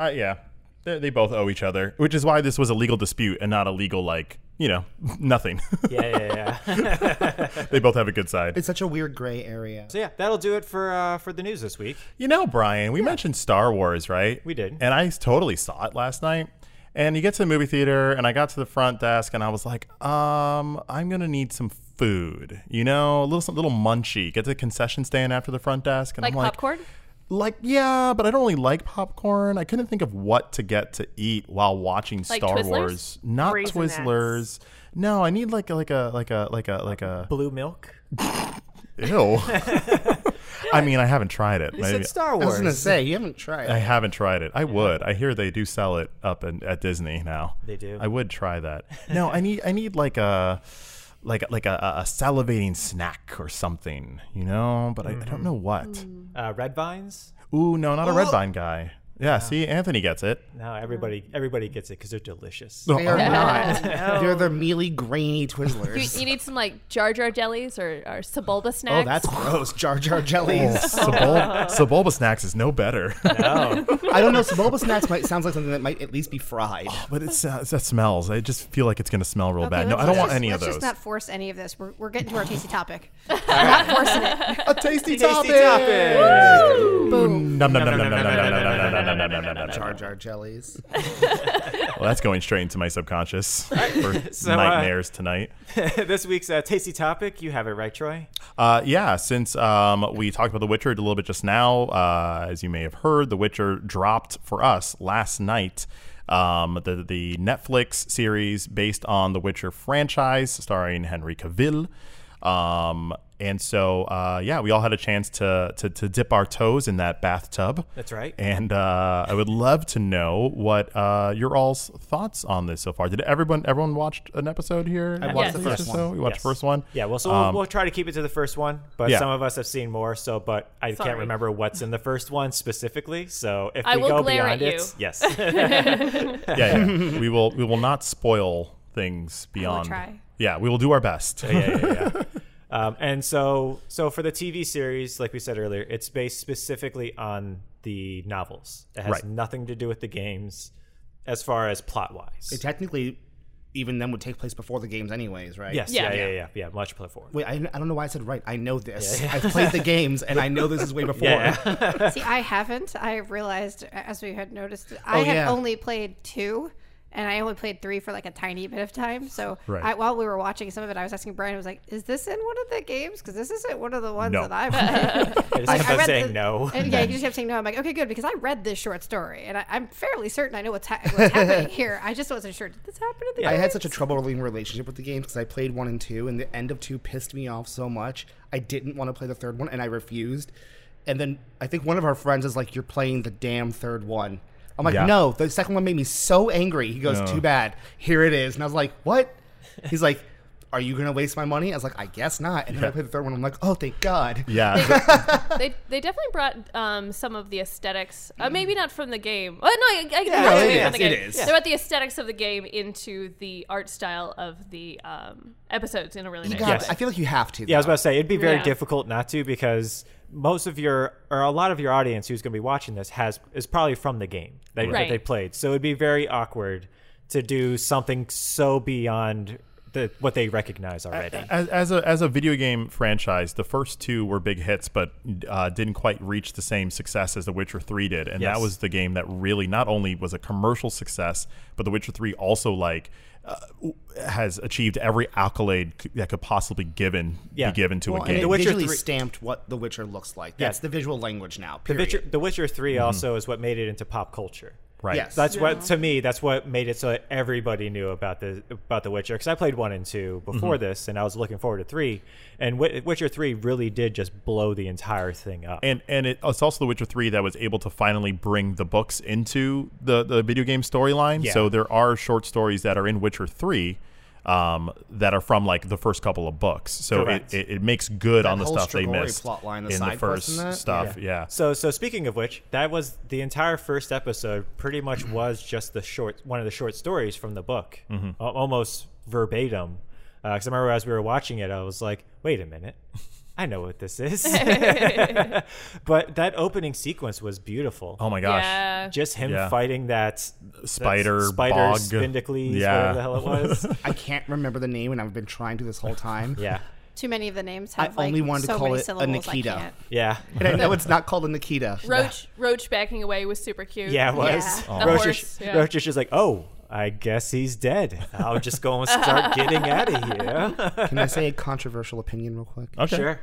Speaker 2: uh, yeah. They, they both owe each other, which is why this was a legal dispute and not a legal like, you know, (laughs) nothing.
Speaker 1: yeah, yeah, yeah.
Speaker 2: they both have a good side.
Speaker 5: It's such a weird gray area.
Speaker 1: so yeah, that'll do it for uh, for the news this week.
Speaker 2: You know, Brian, we mentioned Star Wars, right?
Speaker 1: We did.
Speaker 2: And I s- totally saw it last night. And you get to the movie theater, and I got to the front desk, and I was like, um, I'm gonna need some food. You know, a little some little munchie. Get to the concession stand after the front desk, and
Speaker 3: like
Speaker 2: I'm like,
Speaker 3: popcorn.
Speaker 2: Like, yeah, but I don't really like popcorn. I couldn't think of what to get to eat while watching
Speaker 3: Like
Speaker 2: Star
Speaker 3: Twizzlers?
Speaker 2: Wars. Not
Speaker 6: Raisinets.
Speaker 2: Twizzlers. No, I need like a like a like a like a like a
Speaker 1: Blue milk.
Speaker 2: (laughs) ew.
Speaker 1: (laughs)
Speaker 2: I mean, I haven't tried it.
Speaker 1: It's
Speaker 2: Maybe-
Speaker 1: Star
Speaker 5: I was
Speaker 1: Wars.
Speaker 5: gonna say you haven't tried.
Speaker 2: I
Speaker 5: it.
Speaker 2: haven't tried it. I would. I hear they do sell it up in, at Disney now.
Speaker 1: They do.
Speaker 2: I would
Speaker 1: (laughs)
Speaker 2: try that. No, I need I need like a like a- like a, a salivating snack or something, you know. But I, I
Speaker 1: Mm-hmm.
Speaker 2: don't know what.
Speaker 1: Uh, red vines.
Speaker 2: Ooh, no, not a
Speaker 1: Oh.
Speaker 2: red vine guy. Yeah, see, Anthony gets it.
Speaker 1: No, everybody everybody gets it because they're delicious.
Speaker 5: They are not. They're the mealy, grainy Twizzlers.
Speaker 3: You, (laughs) you need some like Jar Jar jellies or, or Sebulba snacks.
Speaker 5: oh, that's gross. Jar
Speaker 1: Oh.
Speaker 5: Jar jellies.
Speaker 2: Sebul- Sebulba snacks is no better,
Speaker 5: I don't know. Sebulba snacks might sounds like something that might at least be fried.
Speaker 1: Oh,
Speaker 2: but it's uh, that smells. I just feel like it's gonna smell real
Speaker 4: Okay,
Speaker 2: bad. No,
Speaker 4: let's
Speaker 2: I don't
Speaker 4: just-
Speaker 2: want any of
Speaker 4: let's
Speaker 2: those.
Speaker 1: (laughs)
Speaker 4: just not force any of this. We're, we're getting to our tasty topic. We're not forcing it.
Speaker 2: a
Speaker 1: Tasty
Speaker 2: tasty
Speaker 5: tasty, topic.
Speaker 1: topic.
Speaker 4: Boom.
Speaker 2: Nom, nom, nom, nom, nom, nom, nom, nom, nom, nom, nom, nom, nom, nom, nom, nom.
Speaker 5: Jar Jar jellies.
Speaker 2: Well, that's going straight into my subconscious for
Speaker 1: So, uh,
Speaker 2: nightmares tonight.
Speaker 1: (laughs) this week's uh, tasty topic, you have it right, Troy.
Speaker 2: Uh, yeah, since um, we talked about The Witcher a little bit just now, uh, as you may have heard, The Witcher dropped for us last night. Um, the the Netflix series based on the Witcher franchise, starring Henry Cavill. Um, and so, uh, yeah, we all had a chance to, to to dip our toes in that bathtub.
Speaker 1: That's right.
Speaker 2: And uh, I would love to know what uh, your all's thoughts on this so far. Did everyone everyone watched an episode here?
Speaker 5: I
Speaker 3: watched the
Speaker 2: Netflix or
Speaker 5: first
Speaker 2: so?
Speaker 5: one.
Speaker 2: You watched
Speaker 1: Yes.
Speaker 2: the first one.
Speaker 1: Yeah, well, so
Speaker 2: Um,
Speaker 1: we'll, we'll try to keep it to the first one, but
Speaker 2: Yeah.
Speaker 1: some of us have seen more. So, but I
Speaker 6: Sorry.
Speaker 1: can't remember what's in the first one specifically. So, if
Speaker 3: I
Speaker 1: we
Speaker 3: will
Speaker 1: go
Speaker 3: glare
Speaker 1: beyond
Speaker 3: at
Speaker 1: it,
Speaker 3: you.
Speaker 1: yes,
Speaker 2: yeah, yeah. we will we will not spoil things beyond.
Speaker 4: try.
Speaker 2: Yeah, we will do our best.
Speaker 1: yeah, yeah, yeah. um, and so, so for the TV series, like we said earlier, it's based specifically on the novels. It has
Speaker 2: Right.
Speaker 1: nothing to do with the games, as far as plot wise.
Speaker 5: It technically, even then, would take place before the games, anyways, right?
Speaker 1: yes, yeah,
Speaker 3: Yeah.
Speaker 1: yeah, yeah, yeah, yeah. Much platform.
Speaker 5: Wait, I, I don't know why I said right. I know this.
Speaker 1: (laughs)
Speaker 5: I've played the games, and I know this is way before.
Speaker 1: Yeah.
Speaker 4: See, I haven't. I realized, as we had noticed, I
Speaker 5: Oh,
Speaker 4: had
Speaker 5: yeah.
Speaker 4: only played two, and I only played three for like a tiny bit of time. So
Speaker 2: Right.
Speaker 4: I, while we were watching some of it, I was asking Brian, I was like, "Is this in one of the games? Because this isn't one of the ones
Speaker 2: No.
Speaker 4: that I've." Played.
Speaker 1: (laughs) I just
Speaker 4: Like,
Speaker 1: kept
Speaker 4: I
Speaker 1: on
Speaker 4: read
Speaker 1: saying
Speaker 4: the-
Speaker 1: no.
Speaker 4: And (laughs) yeah, you just kept saying no. I'm like, okay, good, because I read this short story, and I, I'm fairly certain I know what's, ha- what's happening here. I just wasn't sure. Did this happen at the?
Speaker 5: I
Speaker 4: beginning?
Speaker 5: had such a troubling relationship with the games because I played one and two, and the end of two pissed me off so much. I didn't want to play the third one, and I refused. And then I think one of our friends is like, "You're playing the damn third one." I'm like,
Speaker 2: Yeah.
Speaker 5: "No." The second one made me so angry. He goes,
Speaker 2: No.
Speaker 5: "Too bad. Here it is." And I was like, "What?" He's like, "Are you gonna waste my money?" I was like, "I guess not." And then I played the third one. I'm like, "Oh, thank God."
Speaker 2: (laughs) Yeah, the-
Speaker 3: they they definitely brought um, some of the aesthetics, uh, maybe not from the game. Oh no, I, I yeah,
Speaker 5: no, it
Speaker 3: from the
Speaker 5: is,
Speaker 3: game.
Speaker 5: it is.
Speaker 3: They brought the aesthetics of the game into the art style of the um, episodes in a really
Speaker 5: You
Speaker 3: nice
Speaker 5: got-
Speaker 3: way.
Speaker 5: I feel like you have to.
Speaker 1: Yeah, I was
Speaker 5: though.
Speaker 1: about to say it'd be very
Speaker 3: Yeah.
Speaker 1: difficult not to because most of your or a lot of your audience who's going to be watching this has is probably from the game that, that
Speaker 3: Right.
Speaker 1: they played. So it'd be very awkward to do something so beyond the, what they recognize already.
Speaker 2: as, as a as a video game franchise, the first two were big hits, but uh, didn't quite reach the same success as The Witcher Three did, and
Speaker 1: Yes.
Speaker 2: that was the game that really not only was a commercial success, but The Witcher Three also like. Uh, w- has achieved every accolade c- that could possibly given
Speaker 1: Yeah.
Speaker 2: be given to
Speaker 5: Well,
Speaker 2: a
Speaker 5: and
Speaker 2: game.
Speaker 5: it
Speaker 1: The Witcher
Speaker 5: visually
Speaker 1: three-
Speaker 5: stamped what The Witcher looks like. That's the visual language now.
Speaker 1: the,
Speaker 5: Period.
Speaker 1: Witcher, the Witcher Three also is what made it into pop culture.
Speaker 2: right.
Speaker 5: Yes.
Speaker 1: That's what to me. That's what made it so that everybody knew about the about The Witcher because I played one and two before this, and I was looking forward to three. And Wi- Witcher Three really did just blow the entire thing up.
Speaker 2: and and it, it's also The Witcher Three that was able to finally bring the books into the the video game storyline.
Speaker 1: Yeah.
Speaker 2: So there are short stories that are in Witcher Three. Um, that are from like the first couple of books, so
Speaker 1: Correct.
Speaker 2: it, it, it makes good on the
Speaker 5: whole
Speaker 2: stuff they
Speaker 5: Strigoi
Speaker 2: missed
Speaker 5: plot line, the
Speaker 2: in the
Speaker 5: side quest
Speaker 2: first
Speaker 5: and that?
Speaker 2: stuff. Yeah,
Speaker 1: So, so speaking of which, that was the entire first episode. Pretty much
Speaker 2: Mm-hmm.
Speaker 1: was just the short, one of the short stories from the book,
Speaker 2: Mm-hmm.
Speaker 1: Al- almost verbatim. Because I remember as we were watching it, I was like, "Wait a minute, I know what this
Speaker 2: (laughs)
Speaker 1: is." but that opening sequence was beautiful.
Speaker 2: Oh my gosh,
Speaker 3: Yeah.
Speaker 1: Just him
Speaker 2: Yeah.
Speaker 1: fighting that
Speaker 2: spider,
Speaker 1: that spider
Speaker 2: bog,
Speaker 1: spindicles,
Speaker 2: yeah,
Speaker 1: whatever the hell it
Speaker 2: (laughs)
Speaker 1: was.
Speaker 5: I can't remember the name, and I've been trying to this whole time.
Speaker 1: yeah,
Speaker 4: Too many of the names
Speaker 5: I
Speaker 4: have like,
Speaker 5: only wanted to
Speaker 4: so
Speaker 5: call
Speaker 4: many
Speaker 5: it a
Speaker 4: syllables, I
Speaker 5: Nikita.
Speaker 4: can't.
Speaker 1: yeah,
Speaker 5: And I know it's not called a Nikita.
Speaker 3: Roach Roach backing away was super cute.
Speaker 1: yeah. It was.
Speaker 4: Yeah.
Speaker 3: The
Speaker 1: Roach,
Speaker 3: horse,
Speaker 1: is,
Speaker 3: yeah.
Speaker 1: Roach is just like, "Oh, I guess he's dead. I'll just go and start getting out of
Speaker 3: (laughs)
Speaker 1: here."
Speaker 5: Can I say a controversial opinion real quick?
Speaker 2: okay,
Speaker 1: Sure.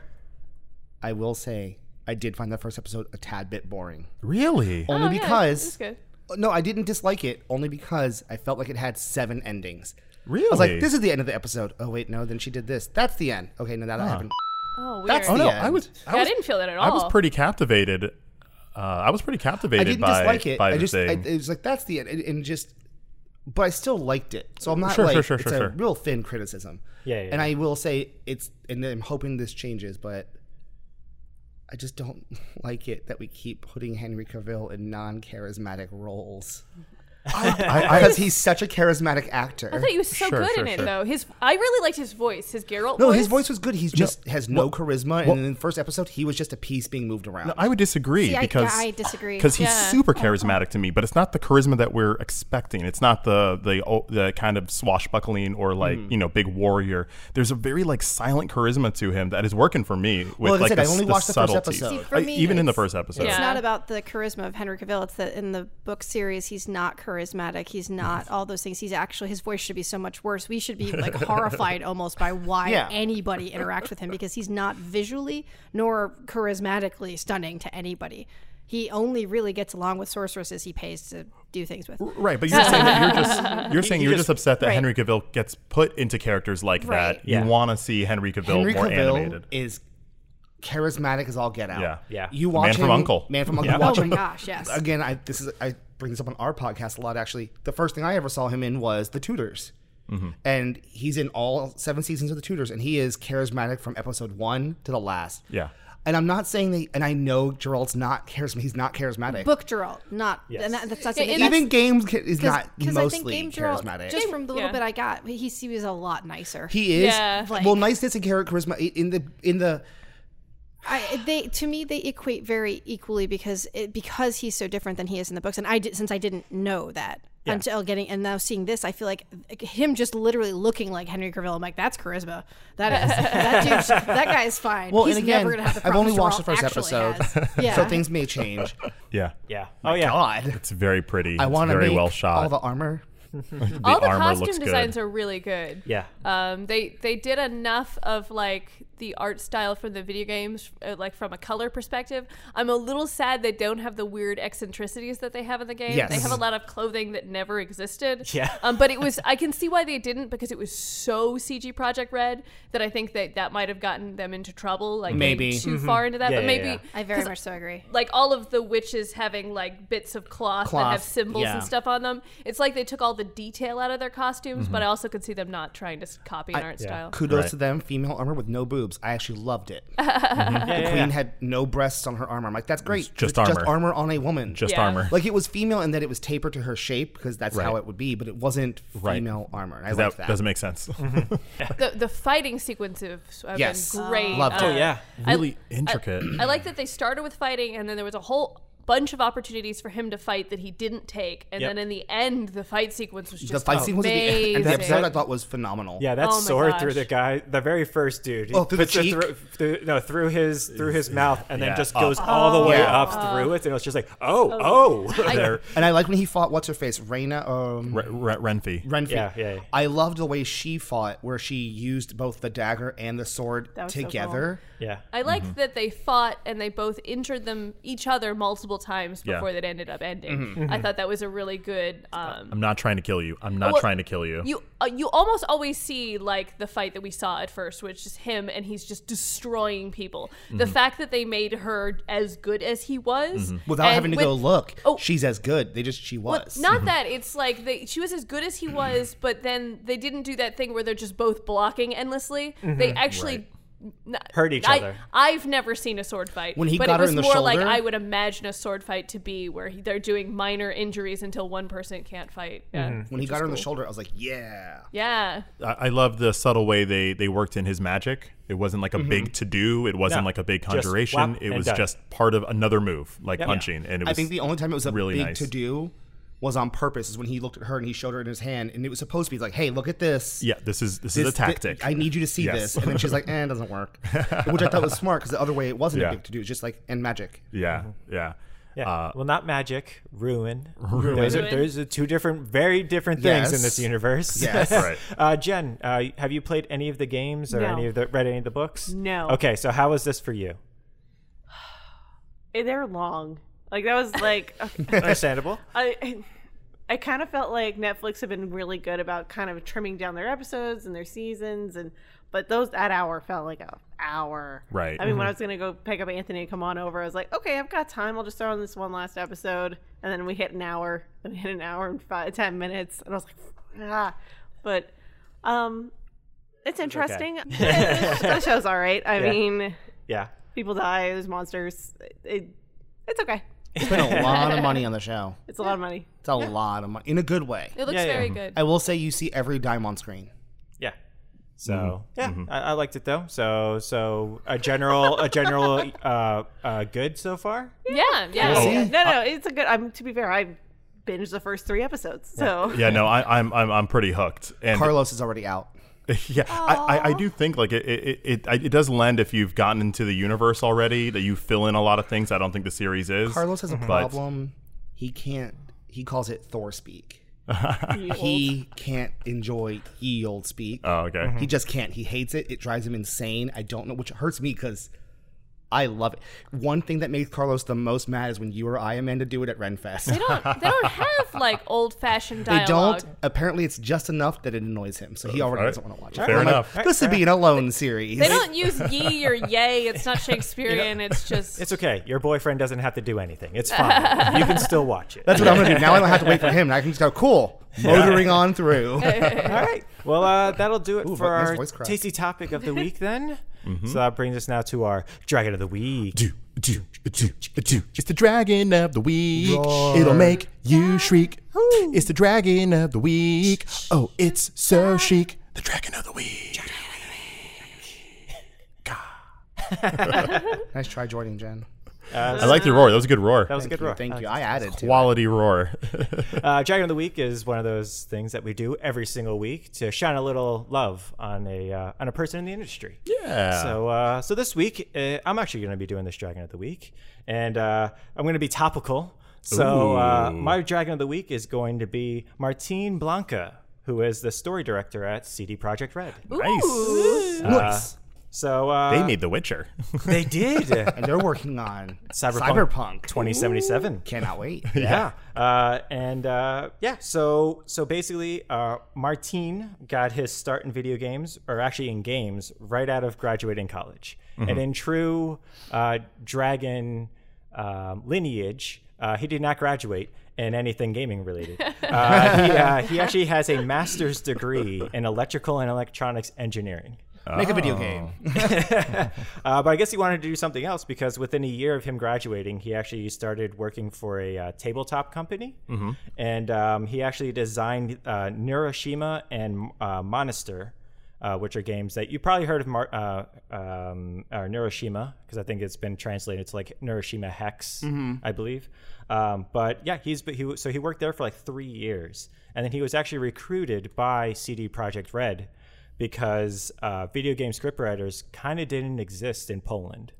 Speaker 5: I will say I did find that first episode a tad bit boring.
Speaker 2: really?
Speaker 5: Only
Speaker 3: Oh, yeah, it's
Speaker 5: because
Speaker 3: good.
Speaker 5: no, I didn't dislike it. Only because I felt like it had seven endings.
Speaker 2: Really?
Speaker 5: I was like, this is the end of the episode. Oh wait, no. Then she did this. That's the end. Okay, no, that happened.
Speaker 3: Oh, weird.
Speaker 5: That's
Speaker 2: oh
Speaker 5: the
Speaker 2: no,
Speaker 5: end.
Speaker 2: I was, I
Speaker 3: Yeah, I
Speaker 2: was,
Speaker 3: didn't feel that at all.
Speaker 2: I was pretty captivated. Uh, I was pretty
Speaker 5: I
Speaker 2: captivated
Speaker 5: didn't
Speaker 2: by
Speaker 5: dislike it.
Speaker 2: by
Speaker 5: I
Speaker 2: the
Speaker 5: just, I,
Speaker 2: thing.
Speaker 5: it was like that's the end, and, and just, but I still liked it. So I'm not
Speaker 2: Sure,
Speaker 5: like
Speaker 2: sure, sure,
Speaker 5: it's
Speaker 2: sure,
Speaker 5: a
Speaker 2: sure.
Speaker 5: real thin criticism.
Speaker 1: Yeah, yeah,
Speaker 5: And
Speaker 1: yeah.
Speaker 5: I will say it's, and I'm hoping this changes, but I just (laughs) don't like it that we keep putting Henry Cavill in non-charismatic roles. (laughs)
Speaker 2: I, I,
Speaker 5: because he's such a charismatic actor.
Speaker 3: I thought he was so
Speaker 2: Sure,
Speaker 3: good
Speaker 2: sure,
Speaker 3: in it
Speaker 2: sure.
Speaker 3: though. His I really liked his voice, his Geralt
Speaker 5: no,
Speaker 3: voice.
Speaker 5: his voice was good. He's just has no
Speaker 2: Well-
Speaker 5: charisma,
Speaker 2: well-
Speaker 5: and in the first episode, he was just a piece being moved around.
Speaker 2: I would disagree
Speaker 4: See, I-
Speaker 2: because
Speaker 4: I disagree.
Speaker 2: because he's
Speaker 3: Yeah.
Speaker 2: super charismatic to me, but it's not the charisma that we're expecting. It's not the the o- the kind of swashbuckling or like
Speaker 5: Mm.
Speaker 2: you know big warrior. There's a very like silent charisma to him that is working for me. With,
Speaker 5: Well, like I
Speaker 2: like
Speaker 5: said,
Speaker 2: the,
Speaker 5: I only
Speaker 2: s- the
Speaker 5: watched the first
Speaker 2: subtleties.
Speaker 5: episode. See,
Speaker 4: for
Speaker 2: I-
Speaker 4: me,
Speaker 2: even in the
Speaker 4: it's-
Speaker 2: first episode.
Speaker 4: It's
Speaker 3: Yeah.
Speaker 4: not about the charisma of Henry Cavill. It's that in the book series, he's not charismatic. He's not all those things. He's actually his voice should be so much worse. We should
Speaker 5: (laughs)
Speaker 4: be like horrified almost by why
Speaker 5: Yeah.
Speaker 4: anybody interacts with him because he's not visually nor charismatically stunning to anybody. He only really gets along with sorceresses he pays to do things with. Oh
Speaker 2: Right, but you're saying that you're
Speaker 4: (laughs)
Speaker 2: just you're saying you're just, upset that
Speaker 4: right.
Speaker 2: Henry Cavill gets put into characters like
Speaker 4: Right.
Speaker 2: that.
Speaker 1: Yeah.
Speaker 2: You want to see Henry Cavill
Speaker 5: Henry
Speaker 2: more
Speaker 5: Cavill
Speaker 2: animated.
Speaker 5: is charismatic as all get out.
Speaker 2: Yeah.
Speaker 1: Yeah.
Speaker 5: You
Speaker 2: Man
Speaker 5: watch
Speaker 2: from
Speaker 5: him-
Speaker 2: Uncle.
Speaker 5: Man from Uncle.
Speaker 2: Yeah.
Speaker 5: You watch
Speaker 4: Oh
Speaker 5: (laughs)
Speaker 4: my
Speaker 5: him-
Speaker 4: gosh, yes.
Speaker 5: Again, I this is I bring this up on our podcast a lot. Actually, the first thing I ever saw him in was The Tudors,
Speaker 2: Mm-hmm.
Speaker 5: and he's in all seven seasons of The Tudors, and he is charismatic from episode one to the last.
Speaker 2: Yeah.
Speaker 5: And I'm not saying that, and I know Gerald's not charismatic. He's not charismatic.
Speaker 4: Book Geralt, not and that, that's, that's,
Speaker 3: Yeah, and
Speaker 5: Even Games ca- is not
Speaker 4: because I think
Speaker 5: mostly
Speaker 4: Game Geralt,
Speaker 5: charismatic.
Speaker 4: just from the little
Speaker 3: Yeah.
Speaker 4: bit I got, he, he was a lot nicer.
Speaker 5: he is.
Speaker 3: Yeah.
Speaker 4: Like-
Speaker 5: well, niceness and char- charisma i- in the in the
Speaker 4: I, they to me they equate very equally because it, because he's so different than he is in the books, and I did since I didn't know that until getting and now seeing this, I feel like him just literally looking like Henry Cavill. I'm like, that's charisma. That is that (laughs) dude. That guy is fine.
Speaker 5: Well,
Speaker 4: he's
Speaker 5: and again,
Speaker 4: never gonna have the
Speaker 5: I've only
Speaker 4: problems
Speaker 5: watched the
Speaker 4: Geralt
Speaker 5: first
Speaker 4: actually
Speaker 5: episode,
Speaker 4: (laughs) has.
Speaker 5: (laughs)
Speaker 4: Yeah.
Speaker 5: so things may change.
Speaker 2: (laughs) Yeah.
Speaker 1: Yeah. Oh yeah.
Speaker 5: God,
Speaker 2: It's very pretty.
Speaker 5: I
Speaker 2: It's
Speaker 5: want to
Speaker 2: very
Speaker 5: make
Speaker 2: well shot.
Speaker 5: all the armor.
Speaker 3: All the
Speaker 2: armor looks
Speaker 3: costume
Speaker 2: good.
Speaker 3: designs are really good.
Speaker 1: Yeah.
Speaker 3: Um, they they did enough of like the art style from the video games, uh, like from a color perspective. I'm a little sad they don't have the weird eccentricities that they have in the game.
Speaker 5: Yes.
Speaker 3: They have a lot of clothing that never existed.
Speaker 1: Yeah.
Speaker 3: Um, but it was I can see why they didn't because it was so CG Project Red that I think that that might have gotten them into trouble. Like they
Speaker 5: Maybe.
Speaker 3: too far into that,
Speaker 1: Mm-hmm. Yeah,
Speaker 3: but
Speaker 1: yeah,
Speaker 3: maybe
Speaker 1: yeah.
Speaker 4: I very much so agree.
Speaker 3: like all of the witches having like bits of cloth, that
Speaker 5: Cloth,
Speaker 3: have symbols
Speaker 5: yeah.
Speaker 3: and stuff on them. It's like they took all the detail out of their costumes,
Speaker 5: Mm-hmm.
Speaker 3: but I also could see them not trying to s- copy an art style.
Speaker 5: Kudos
Speaker 2: Right.
Speaker 5: to them, female armor with no boobs. I actually loved
Speaker 4: (laughs)
Speaker 5: it.
Speaker 1: Yeah, yeah,
Speaker 5: Queen
Speaker 1: yeah.
Speaker 5: had no breasts on her armor. I'm like, that's great.
Speaker 2: Mm-hmm. just
Speaker 5: It's
Speaker 2: armor.
Speaker 5: Just armor on a woman.
Speaker 2: just
Speaker 3: Yeah.
Speaker 2: armor.
Speaker 5: like it was female, and then it was tapered to her shape because that's how
Speaker 2: Right.
Speaker 5: it would be. But it wasn't
Speaker 2: Right.
Speaker 5: female armor. I
Speaker 2: that,
Speaker 5: like that.
Speaker 2: doesn't make
Speaker 5: (laughs)
Speaker 2: sense.
Speaker 3: The the fighting sequences have
Speaker 5: Yes.
Speaker 3: been great.
Speaker 5: Loved it.
Speaker 1: Oh yeah.
Speaker 2: really intricate.
Speaker 3: I like that they started with fighting, and then there was a whole bunch of opportunities for him to fight that he didn't take, and
Speaker 1: Yep.
Speaker 3: then in the end, the fight sequence was just
Speaker 5: the fight sequence at the end, and the
Speaker 3: amazing.
Speaker 5: episode I thought was phenomenal.
Speaker 1: Yeah, that
Speaker 3: Oh my
Speaker 1: sword through
Speaker 3: gosh.
Speaker 1: the guy, the very first dude. He
Speaker 5: Oh, through the
Speaker 1: puts it
Speaker 5: cheek?
Speaker 1: Through, through, no, through his through his mouth, and then
Speaker 2: Yeah,
Speaker 1: just
Speaker 2: up.
Speaker 1: goes all the way
Speaker 5: Yeah.
Speaker 1: up through it, and it's just like, oh, oh.
Speaker 2: There,
Speaker 5: And I like when he fought what's her face, Reina. Um,
Speaker 2: Re- Re- Renfi.
Speaker 5: Renfi.
Speaker 1: Yeah, yeah, yeah.
Speaker 5: I loved the way she fought, where she used both the dagger and the sword
Speaker 6: was so cool.
Speaker 5: together.
Speaker 1: yeah.
Speaker 3: I like
Speaker 5: Mm-hmm.
Speaker 3: that they fought and they both injured them each other multiple times
Speaker 2: Yeah.
Speaker 3: before it ended up ending.
Speaker 5: Mm-hmm.
Speaker 3: I thought that was a really good. Um,
Speaker 2: I'm not trying to kill you. I'm not
Speaker 3: Well,
Speaker 2: trying to kill you.
Speaker 3: You uh, you almost always see like the fight that we saw at first, which is him and he's just destroying people. The fact that they made her as good as he was
Speaker 5: Without
Speaker 3: and
Speaker 5: having to
Speaker 3: with-
Speaker 5: go look,
Speaker 3: Oh.
Speaker 5: she's as good. They just she
Speaker 3: well,
Speaker 5: was.
Speaker 3: not that it's like they, she was as good as he was, but then they didn't do that thing where they're just both blocking endlessly.
Speaker 5: Mm-hmm.
Speaker 3: They actually. n-
Speaker 1: Hurt each
Speaker 3: I,
Speaker 1: other.
Speaker 3: I've never seen a sword fight.
Speaker 5: When he
Speaker 3: but
Speaker 5: got
Speaker 3: it
Speaker 5: her
Speaker 3: was
Speaker 5: in the
Speaker 3: more like
Speaker 5: shoulder-
Speaker 3: I would imagine a sword fight to be where he, they're doing minor injuries until one person can't fight. Yeah.
Speaker 5: when he got her on the shoulder, I was like, yeah.
Speaker 3: Yeah.
Speaker 2: I, I love the subtle way they they worked in his magic. It wasn't like a big to do. It wasn't
Speaker 1: No.
Speaker 2: like a big
Speaker 1: Mm-hmm. Just
Speaker 2: conjuration.
Speaker 1: whap
Speaker 2: It
Speaker 1: and
Speaker 2: was
Speaker 1: done.
Speaker 2: just part of another move, like
Speaker 1: Yeah.
Speaker 2: punching. And it was
Speaker 5: I think the only time it was a
Speaker 2: really
Speaker 5: big
Speaker 2: nice.
Speaker 5: to do was on purpose. Is when he looked at her and he showed her in his hand, and it was supposed to be like, "Hey, look at this."
Speaker 2: yeah. This is this, is
Speaker 5: This-
Speaker 2: a tactic.
Speaker 5: I need you to see
Speaker 2: Yes.
Speaker 5: this, and then she's like, (laughs) "Eh, it
Speaker 2: (laughs)
Speaker 5: doesn't work," which I thought was smart because the other way it wasn't
Speaker 2: Yeah.
Speaker 5: a big to do. It's just like and magic.
Speaker 2: (laughs) yeah, yeah.
Speaker 1: Mm-hmm. Yeah.
Speaker 2: Uh,
Speaker 1: well, not magic, ruin. Those are, those are two different, very different things in this
Speaker 5: Yes.
Speaker 1: universe.
Speaker 5: Yes.
Speaker 2: Right.
Speaker 1: (laughs) Uh, Jen, uh, have you played any of the games or
Speaker 6: No.
Speaker 1: any of the read any of the books?
Speaker 6: No.
Speaker 1: Okay, so how was this for you?
Speaker 6: Eh, They're long. Like that was like
Speaker 1: (laughs) Understandable.
Speaker 6: I (laughs) I kind of felt like Netflix have been really good about kind of trimming down their episodes and their seasons and but those that hour felt like a hour.
Speaker 2: Right.
Speaker 6: I mean, when I was gonna go pick up Anthony and come on over, I was like, okay, I've got time. I'll just throw on this one last episode, and then we hit an hour. Then we hit an hour and five, ten minutes, and I was like, ah. But um, it's interesting. (laughs) the show's all right. I
Speaker 1: Yeah.
Speaker 6: mean,
Speaker 1: yeah.
Speaker 6: people die. There's monsters. It, it, it's okay.
Speaker 5: Spent a lot of money on the show.
Speaker 6: It's a lot of money.
Speaker 3: (laughs)
Speaker 5: It's a lot of money in a good way.
Speaker 3: It looks
Speaker 1: Yeah, yeah.
Speaker 3: very
Speaker 1: Mhm.
Speaker 3: good.
Speaker 5: I will say you see every dime on screen.
Speaker 1: Yeah. So
Speaker 5: Mm-hmm.
Speaker 1: yeah, I, I liked it though. So so a general a general uh, uh, good so far.
Speaker 3: yeah, yeah.
Speaker 5: We'll see.
Speaker 6: Yeah, No, no, it's a good. I'm to be fair, I binged the first three episodes, so
Speaker 2: Yeah, no, I, I'm I'm I'm pretty hooked. And
Speaker 5: Carlos is already out.
Speaker 2: (laughs) yeah, I, I, I do think like it it, it I- it does lend if you've gotten into the universe already that you fill in a lot of things. I don't think the series is.
Speaker 5: Carlos has a
Speaker 2: But-
Speaker 5: problem. He can't. He calls it
Speaker 2: (laughs)
Speaker 5: Thor speak. he can't enjoy e old speak.
Speaker 2: Oh, okay.
Speaker 5: He just can't. He hates it. It drives him insane. I don't know, which hurts me because I love it. One thing that makes Carlos the most mad is when you or I, Amanda, do it at
Speaker 3: They
Speaker 5: Renfest.
Speaker 3: don't. They don't have like old fashioned
Speaker 5: They
Speaker 3: dialogue.
Speaker 5: don't. Apparently, it's just enough that it annoys him, so he already
Speaker 2: Alright.
Speaker 5: doesn't want to watch it.
Speaker 2: Fair
Speaker 5: I'm like,
Speaker 2: enough.
Speaker 5: this would be an alone series.
Speaker 3: They don't use ye or yay. It's not Shakespearean. It's just.
Speaker 1: It's okay. Your boyfriend doesn't have to do anything. It's fine. you can still watch it.
Speaker 5: That's what I'm gonna do now.
Speaker 1: (laughs)
Speaker 5: I don't have to wait for him. I can just go cool, motoring on through.
Speaker 1: All right. Well, uh, that'll do it
Speaker 5: Ooh,
Speaker 1: for
Speaker 5: but nice
Speaker 1: our
Speaker 5: voice crack. Mm-hmm.
Speaker 1: tasty topic of the week then. So that brings us now to our dragon of the week.
Speaker 2: do, do, do, do. It's the dragon of the week. It'll make you shriek. It's the dragon of the week. Oh, it's so chic. The dragon of the week.
Speaker 5: nice try, Jordan Jen.
Speaker 2: I like your roar. That was a good roar.
Speaker 1: That was a good roar.
Speaker 5: Thank you. I added to it.
Speaker 2: Quality roar.
Speaker 1: Uh, Dragon of the Week is one of those things that we do every single week to shine a little love on a uh, on a person in the industry.
Speaker 2: (laughs) Yeah.
Speaker 1: So uh, so this week uh, I'm actually going to be doing this Dragon of the Week, and uh, I'm going to be topical. So uh, my Dragon of the Week is going to be Martine Blanca, who is the story director at CD Projekt Red.
Speaker 2: nice.
Speaker 5: Nice.
Speaker 1: So uh,
Speaker 2: They made
Speaker 1: (laughs)
Speaker 2: The Witcher.
Speaker 1: they
Speaker 2: (laughs)
Speaker 1: did
Speaker 5: and they're working on
Speaker 1: Cyberpunk,
Speaker 5: Cyberpunk.
Speaker 1: 2077.
Speaker 5: Cannot
Speaker 1: (laughs)
Speaker 5: wait. (laughs)
Speaker 1: yeah. Uh, and uh, yeah, so so basically, uh, Martin got his start in video games, or actually in games, right out of graduating college. And in true uh, dragon um, lineage, uh, he did not graduate in anything gaming related. Uh, he, uh, he actually has a master's degree in electrical and electronics engineering.
Speaker 5: Make a video game.
Speaker 1: (laughs) Uh, but I guess he wanted to do something else because within a year of him graduating, he actually started working for a uh, tabletop company, and um, he actually designed uh, Nurashima and uh, Monster, uh, which are games that you probably heard of. Mar- uh, um, or Nurashima, because I think it's been translated to like Nurashima Hex, I believe. Um, but yeah, he's but he w- so he worked there for like three years, and then he was actually recruited by CD Projekt Red because uh, video game scriptwriters kind of didn't exist in Poland.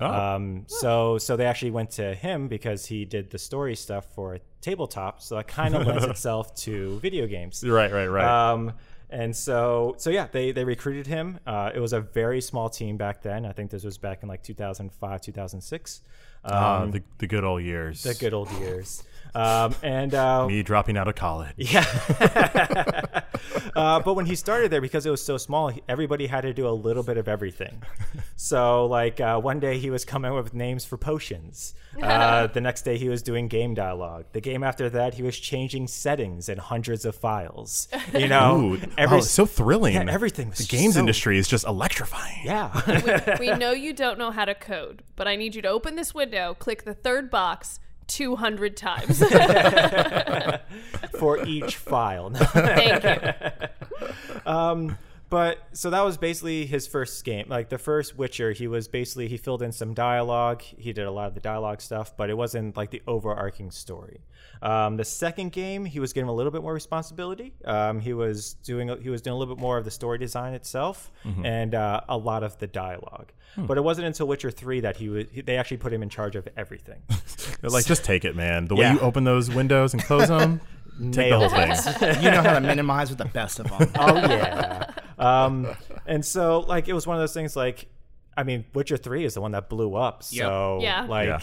Speaker 2: Oh.
Speaker 1: Um, so so they actually went to him because he did the story stuff for tabletop. So that
Speaker 2: (laughs)
Speaker 1: kind of lends itself to video games.
Speaker 2: Right, right, right.
Speaker 1: Um, and so, so yeah, they they recruited him. Uh, it was a very small team back then. I think this was back in like 2005, 2006. Um,
Speaker 2: Ah, the, the good old years.
Speaker 1: the good old years. Um, and uh,
Speaker 2: Me dropping out of college.
Speaker 1: yeah. (laughs) uh, but when he started there, because it was so small, he- everybody had to do a little bit of everything.
Speaker 2: (laughs)
Speaker 1: So, like, uh, one day he was coming up with names for
Speaker 2: (laughs)
Speaker 1: potions. Uh, the next day he was doing game dialogue. The game after that, he was changing settings in hundreds of files.
Speaker 2: (laughs)
Speaker 1: You know,
Speaker 2: Ooh, oh,
Speaker 1: s-
Speaker 2: so thrilling.
Speaker 1: Yeah, everything was
Speaker 2: The
Speaker 1: just
Speaker 2: games
Speaker 1: so-
Speaker 2: industry is just electrifying.
Speaker 1: (laughs) Yeah.
Speaker 2: (laughs)
Speaker 3: we know you don't know how to code, but I need you to open this window, click the third box 200 times.
Speaker 1: for each file.
Speaker 2: (laughs)
Speaker 3: Thank you.
Speaker 1: but so that was basically his first game like the first witcher he was basically he filled in some dialogue he did a lot of the dialogue stuff but it wasn't like the overarching story um, the second game he was given a little bit more responsibility um, he was doing he was doing a little bit more of the story design itself and uh, a lot of the dialogue but it wasn't until witcher 3 that he was they actually put him in charge of everything
Speaker 2: They're like, just take it, man. The way
Speaker 1: Yeah.
Speaker 2: you open those windows and
Speaker 1: (laughs)
Speaker 2: close them, take the whole thing.
Speaker 1: Nailed
Speaker 5: You know how to minimize with the best of them.
Speaker 1: oh yeah. (laughs) Um, and so like it was one of those things like, I mean, Witcher Three is the one that blew up. So
Speaker 3: Yeah.
Speaker 1: like.
Speaker 2: Yeah.